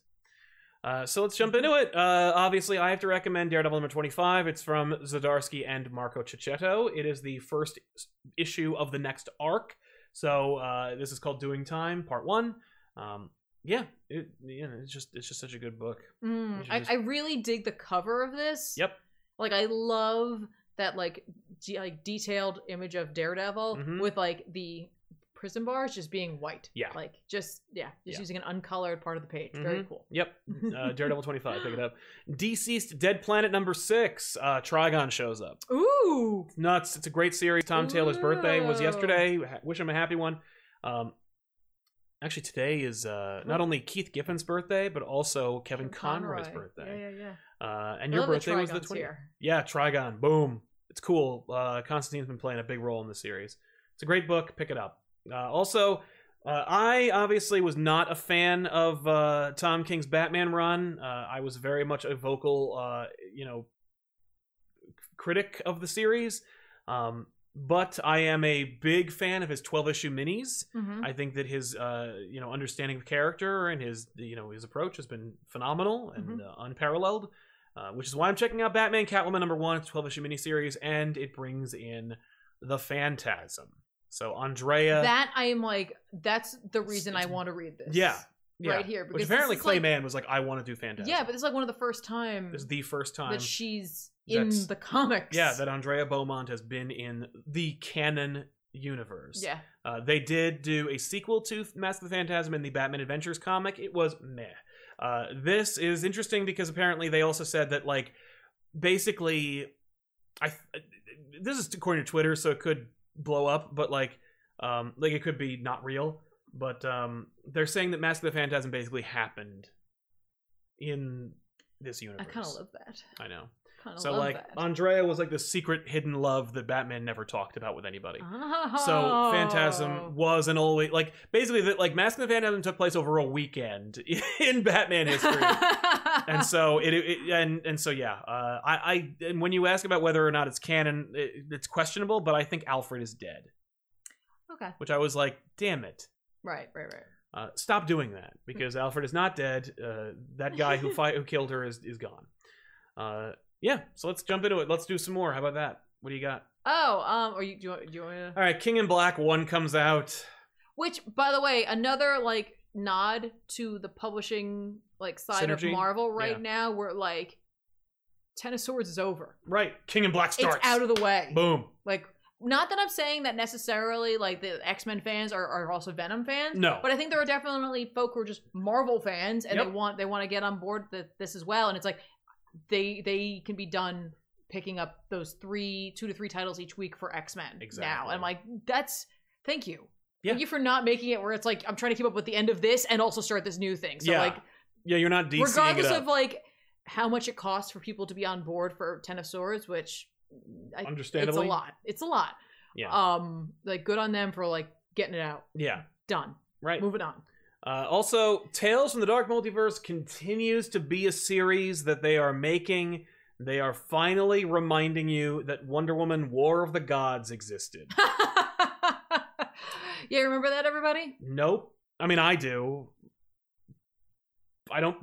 Uh, so let's jump into it. Uh, obviously, I have to recommend Daredevil number 25. It's from Zadarsky and Marco Cicchetto. It is the first s- issue of the next arc. So uh, this is called Doing Time, Part One. Um, yeah, it, you know, it's just it's just such a good book.
Mm,
You should
I,
just-
I really dig the cover of this.
Yep.
Like I love that like de- like detailed image of Daredevil
Mhm.
with like the prison bars just being white.
Yeah.
Like just yeah, just
Yeah.
using an uncolored part of the page. Very cool.
Yep. Uh, Daredevil 25. Pick it up. Deceased Dead Planet number six. Uh, Trigon shows up.
Ooh.
Nuts. It's a great series. Tom Taylor's birthday was
Ooh.
yesterday. Ha- Wish him a happy one. Um, actually, today is uh, not
Cool.
only Keith Giffen's birthday, but also Kevin Conroy's birthday.
Yeah, yeah, yeah.
Uh, and
I
your
love that
birthday was the
Trigon's
20th.
here.
Yeah, Trigon. Boom. It's cool. Uh, Constantine's been playing a big role in the series. It's a great book. Pick it up. Uh, also, uh, I obviously was not a fan of uh, Tom King's Batman run. Uh, I was very much a vocal, uh, you know, critic of the series. Um, But I am a big fan of his 12 issue minis.
Mhm.
I think that his uh, you know understanding of character and his you know his approach has been phenomenal
Mm-hmm.
and uh, unparalleled, uh, which is why I'm checking out Batman Catwoman number one. It's a 12 issue miniseries, and it brings in the Phantasm. So Andrea,
That I am like, that's the reason I
it's-
want to read this.
yeah, yeah,
Right here.
which
because this
apparently
is,
Clay
like-
Mann was like, I want to do Phantasm.
Yeah, but it's like one of the first time
this is the first time.
that she's in
that's-
the comics.
yeah, that Andrea Beaumont has been in the canon universe.
Yeah.
Uh, they did do a sequel to Mask of the Phantasm in the Batman Adventures comic. It was meh. Uh, this is interesting because apparently they also said that like basically, I this is according to Twitter, so it could blow up, but like um, like it could be not real. But um, they're saying that Mask of the Phantasm basically happened in this
I
universe.
kind of love that.
I know.
Kind of
So
love
like
that.
Andrea was like the secret hidden love that Batman never talked about with anybody.
Oh.
So Phantasm was an always like basically that like Mask of the Phantasm took place over a weekend in Batman history. And so it, it and and so yeah, uh, I I and when you ask about whether or not it's canon, it, it's questionable. But I think Alfred is dead,
okay.
which I was like, damn it,
Right, right, right.
uh, stop doing that because Alfred is not dead. Uh, that guy who fight who killed her is is gone. Uh, yeah, so let's jump into it. Let's do some more. How about that? What do you got?
Oh, um, or you do you, want- do you want me to?
All right, King in Black one comes out.
Which, by the way, another like nod to the publishing like side
Synergy?
of Marvel right
Yeah.
now, where like Ten of Swords is over.
Right, King in Black starts.
It's out of the way.
Boom.
Like, not that I'm saying that necessarily like the X Men fans are, are also Venom fans.
No.
But I think there are definitely folk who are just Marvel fans and they
Yep.
want they want to get on board the, this as well. And it's like they they can be done picking up those three two to three titles each week for X Men now.
Exactly.
And I'm like, that's thank you.
Yeah.
Thank you for not making it where it's like I'm trying to keep up with the end of this and also start this new thing. So
Yeah.
like
Yeah, you're not DC.
regardless of like how much it costs for people to be on board for Ten of Swords, which I
understandably,
it's a lot. It's a lot.
Yeah.
Um, like good on them for like getting it out.
Yeah,
Done.
right.
Moving on.
Uh, also, Tales from the Dark Multiverse continues to be a series that they are making. They are finally reminding you that Wonder Woman: War of the Gods existed.
yeah, remember that, everybody?
nope. I mean, I do. I don't.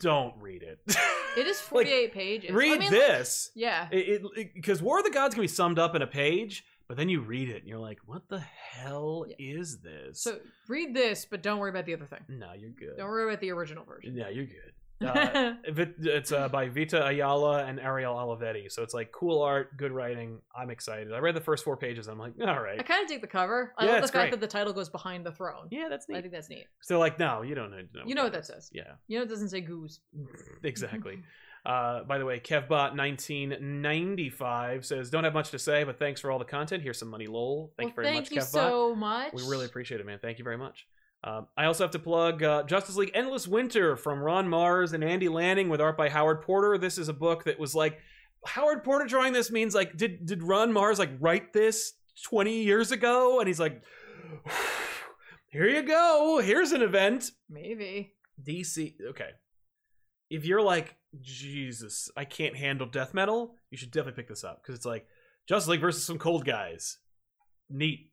Don't read it.
It is
Like,
forty-eight pages. I
read
mean, like,
this.
yeah.
It because War of the Gods can be summed up in a page, but then you read it and you're like, "What the hell
Yeah.
is this?"
So read this, but don't worry about the other thing.
no, you're good.
Don't worry about the original version.
Yeah, you're good. Uh, If it- it's uh, by Vita Ayala and Ariel Olivetti. So it's like cool art, good writing. I'm excited. I read the first four pages. I'm like, all
I
right.
kind of dig the cover. I
Yeah,
love the
it's great.
fact that the title goes behind the throne.
Yeah, that's
I
neat.
think that's neat.
So they're like, no, you don't know. know
You know what that says.
Yeah,
You know it doesn't say goose.
exactly. Uh, by the way, Kevbot1995 says, don't have much to say, but thanks for all the content. Here's some money, lol. Thank you
Well,
very
thank
much,
you
Kevbot.
so much.
We really appreciate it, man. Thank you very much. Um, I also have to plug uh, Justice League Endless Winter from Ron Mars and Andy Lanning with art by Howard Porter. This is a book that was like Howard Porter drawing this means like did did Ron Mars like write this 20 years ago and he's like here you go. Here's an event.
maybe.
DC okay. If you're like Jesus, I can't handle death metal, you should definitely pick this up cuz it's like Justice League versus some cold guys. Neat.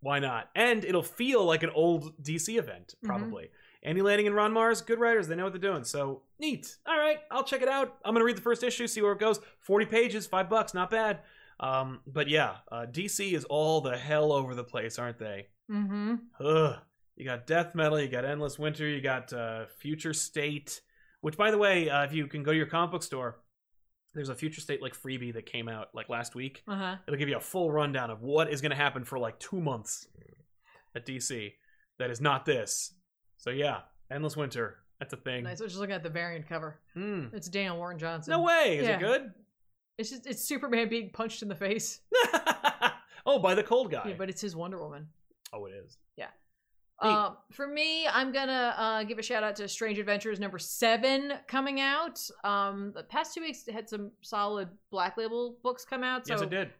Why not? And it'll feel like an old DC event,
Mhm.
probably. Andy Lanning and Ron Mars, good writers. They know what they're doing. So neat. All right, I'll check it out. I'm gonna read the first issue, see where it goes. Forty pages, five bucks, not bad. Um, but yeah, uh, DC is all the hell over the place, aren't they?
Mm-hmm.
Ugh. You got death metal. You got endless winter. You got uh, future state. Which, by the way, uh, if you can go to your comic book store, there's a future state like freebie that came out like last week.
Uh-huh.
It'll give you a full rundown of what is going to happen for like two months at DC. That is not this. So yeah, endless winter. That's a thing.
Nice. I was just looking at the variant cover.
Hmm.
It's Dan Warren Johnson.
No way. Is
Yeah.
it good?
It's just it's Superman being punched in the face.
oh, by the cold guy.
Yeah, but it's his Wonder Woman.
oh, it is. Neat.
Um, for me, I'm gonna uh, give a shout out to Strange Adventures number seven coming out. Um, the past two weeks had some solid Black Label books come out. So
yes, it did.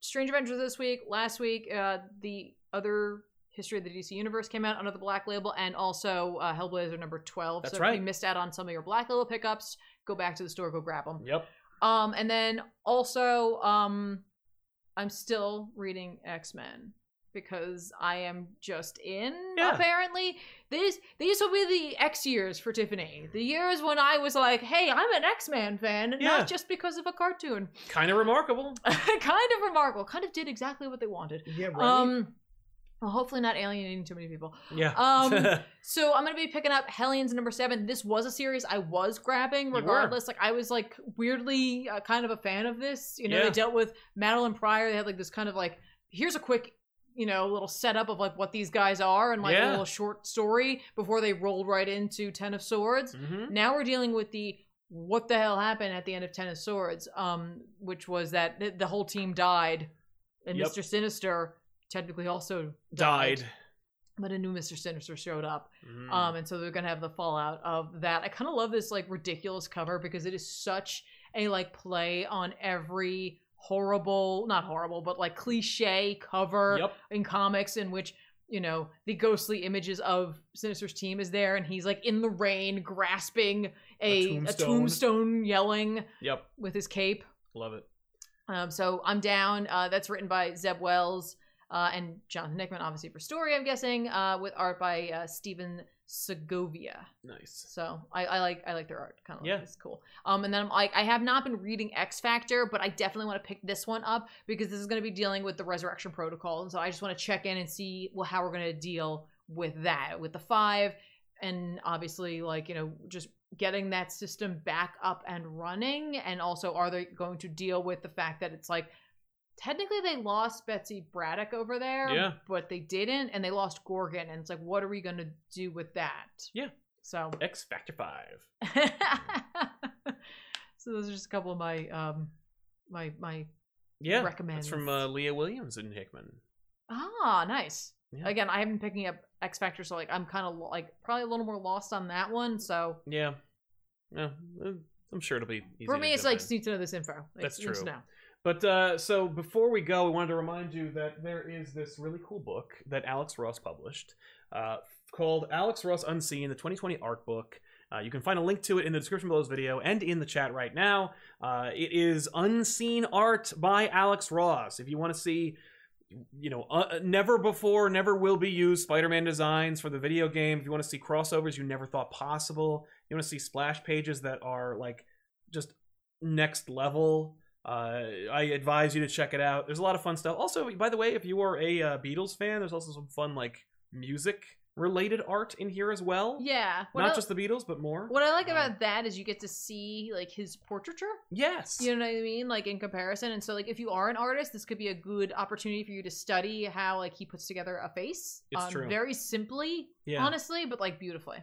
Strange Adventures this week, last week, uh, the other History of the DC Universe came out under the Black Label, and also uh, Hellblazer number twelve.
That's
so if
right.
you missed out on some of your Black Label pickups, go back to the store, go grab them.
Yep.
Um, and then also, um, I'm still reading X Men because I am just in.
Yeah.
Apparently, these these will be the X years for Tiffany. The years when I was like, "Hey, I'm an X Man fan,
Yeah.
not just because of a cartoon."
Kind of remarkable.
kind of remarkable. Kind of did exactly what they wanted.
Yeah,
Um, well, hopefully not alienating too many people.
yeah.
um, So I'm gonna be picking up Hellions number seven. This was a series I was grabbing,
were.
regardless. Like I was like weirdly uh, kind of a fan of this. You know,
Yeah.
they dealt with Madeline Pryor. They had like this kind of like here's a quick you know little setup of like what these guys are and like
Yeah.
a little short story before they rolled right into Ten of Swords.
hmm
Now we're dealing with the what the hell happened at the end of Ten of Swords, um, which was that th- the whole team died, and
Yep.
Mister Sinister technically also
Died.
but a new Mister Sinister showed up,
Mhm.
um, and so they're gonna have the fallout of that. I kind of love this like ridiculous cover because it is such a like play on every horrible, not horrible, but like cliche cover
yep.
in comics in which you know the ghostly images of sinister's team is there and he's like in the rain grasping
A
a, a,
tombstone.
tombstone. yelling
Yep.
with his cape
Love it.
um, so i'm down uh, that's written by zeb wells uh, and jonathan nickman obviously for story i'm guessing uh, with art by uh, steven segovia
Nice.
so I, I like I like their art kind of
Yeah.
like, it's cool. Um, and then I'm like I have not been reading X Factor, but I definitely want to pick this one up because this is going to be dealing with the Resurrection Protocol, and so I just want to check in and see well how we're going to deal with that with the five, and obviously like you know just getting that system back up and running, and also are they going to deal with the fact that it's like technically they lost Betsy Braddock over there,
Yeah.
but they didn't, and they lost Gorgon, and it's like what are we going to do with that?
Yeah.
So
X Factor Five.
so those are just a couple of my um my my
Yeah.
recommends.
That's from uh, Leah Williams and Hickman.
ah nice.
Yeah.
Again, I haven't been picking up X Factor, so like I'm kind of lo- like probably a little more lost on that one. So
Yeah. Yeah. uh, I'm sure it'll be easy.
for
to
me, it's
jump
like
in.
just need to know this info. Like,
That's
need to
true.
know.
But uh, so before we go, we wanted to remind you that there is this really cool book that Alex Ross published uh, called Alex Ross Unseen, the 2020 art book. Uh, you can find a link to it in the description below this video and in the chat right now. Uh, it is Unseen Art by Alex Ross. If you want to see, you know, uh, never before, never will be used Spider Man designs for the video game, if you want to see crossovers you never thought possible, you want to see splash pages that are like just next level uh, I advise you to check it out. There's a lot of fun stuff. Also, by the way, if you are a uh, Beatles fan, there's also some fun like music related art in here as well.
Yeah. What
Not
I,
just the Beatles, but more.
what I like
uh,
about that is you get to see like his portraiture.
Yes.
You know what I mean? Like in comparison, and so like if you are an artist, this could be a good opportunity for you to study how like he puts together a face. um,
It's true.
Very simply,
yeah.
honestly, but like beautifully.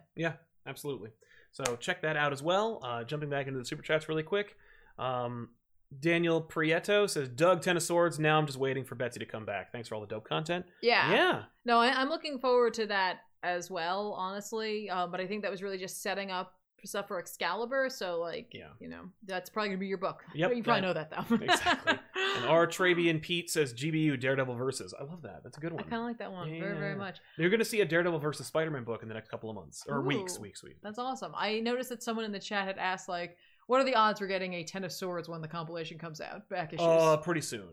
absolutely. So check that out as well. Uh, jumping back into the super chats really quick. Um, Daniel Prieto says, "Doug Ten of Swords." Now I'm just waiting for Betsy to come back. Thanks for all the dope content. yeah.
No, I, I'm looking forward to that as well, honestly. Um, but I think that was really just setting up stuff for Excalibur. So, like,
Yeah.
you know, that's probably gonna be your book.
Yep,
you probably
yeah.
know that though.
Exactly. And R. Travian Pete says, "GBU Daredevil versus." I love that. That's a good
I
one.
kind of like that one
Yeah,
very,
yeah, yeah.
very much.
You're going to see a Daredevil versus Spider-Man book in the next couple of months or weeks,
Ooh.
weeks, weeks.
That's awesome. I noticed that someone in the chat had asked, like, what are the odds we're getting a Ten of Swords when the compilation comes out? Back issues.
Uh, pretty soon.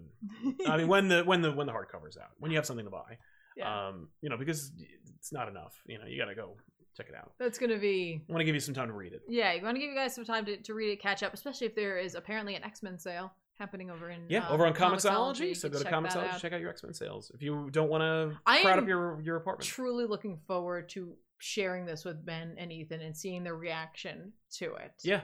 I mean, when the when the when the hardcover's out, when you have something to buy,
yeah.
um, you know, because it's not enough. You know, you got to go check it out.
that's gonna be.
I want to give you some time to read it.
Yeah, you want to give you guys some time to, to read it, catch up, especially if there is apparently an X Men sale happening over in
Yeah,
uh,
over on
Comixology.
Comixology.
You
So
can
go to
check that
Comixology,
out.
check out your X Men sales if you don't want to
I
crowd
am
up your your apartment.
truly looking forward to sharing this with Ben and Ethan and seeing their reaction to it.
Yeah.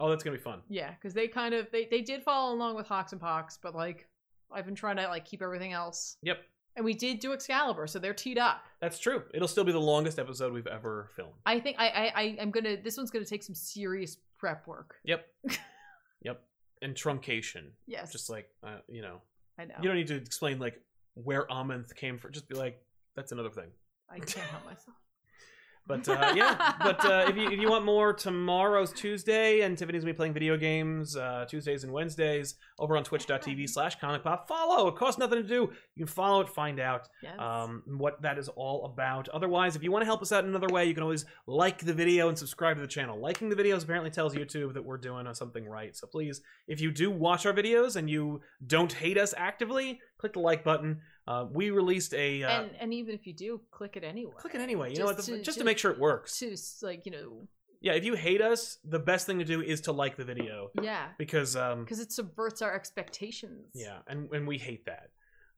Oh, that's gonna be fun.
Yeah, because they kind of they, they did follow along with Hawks and Pox, but like I've been trying to like keep everything else.
Yep,
And we did do Excalibur, so they're teed up.
that's true. It'll still be the longest episode we've ever filmed.
I think I I, I am gonna this one's gonna take some serious prep work.
Yep. yep. And truncation,
Yes.
just like uh, you know,
I know.
you don't need to explain like where Amenth came from. Just be like, that's another thing.
I can't help myself.
But uh, yeah, but uh, if you if you want more, tomorrow's Tuesday, and Tiffany's gonna be playing video games uh, Tuesdays and Wednesdays over on Twitch.tv/slash Comic Pop. Follow. It costs nothing to do. You can follow it, find out
Yes.
um, what that is all about. Otherwise, if you want to help us out in another way, you can always like the video and subscribe to the channel. Liking the videos apparently tells YouTube that we're doing uh, something right. So please, if you do watch our videos and you don't hate us actively, click the like button. Uh, we released a. Uh,
and and even if you do, click it anyway.
click it anyway. You know what?
Just
the-
to-
just to
to-
make sure it works.
To like you know,
Yeah, if you hate us, the best thing to do is to like the video
yeah,
because um,
because it subverts our expectations.
Yeah, and and we hate that.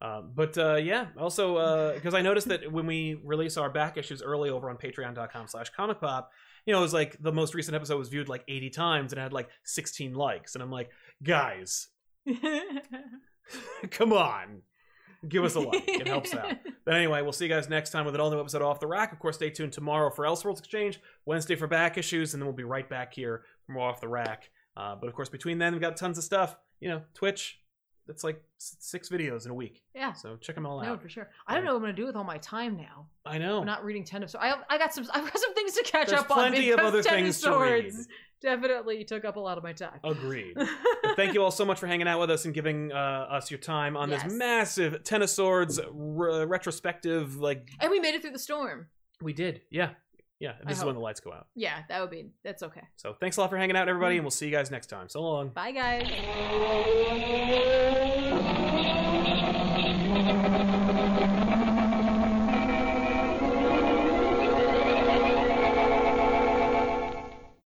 Um, but uh, yeah, also because I noticed that when we release our back issues early over on Patreon.com/slash Comic Pop, you know, it was like the most recent episode was viewed like 80 times and had like 16 likes, and I'm like, guys, come on, give us a like, it helps out. But anyway, we'll see you guys next time with an all new episode of Off the Rack. Of course, stay tuned tomorrow for Elseworlds Exchange, Wednesday for back issues, and then we'll be right back here for more Off the Rack. Uh, but of course, between then, we've got tons of stuff. You know, Twitch, it's like s- six videos in a week.
Yeah.
So check them all
No,
out.
for sure. I don't
Yeah.
know what I'm gonna do with all my time now.
I know.
I'm not reading Ten of Swords. I, I got some. I've got some things to catch
Oh. There's
up on.
plenty of
because
other
Ten
things to
Swords
read.
Definitely took up a lot of my time.
Agreed. But thank you all so much for hanging out with us and giving uh, us your time on
Yes.
this massive Ten of Swords re- retrospective. Like
and we made it through the storm.
we did, yeah, yeah.
I
This is when
hope.
the lights go out.
Yeah, that would be. That's okay.
So thanks a lot for hanging out, everybody, and we'll see you guys next time. So long.
Bye, guys.
Thank you.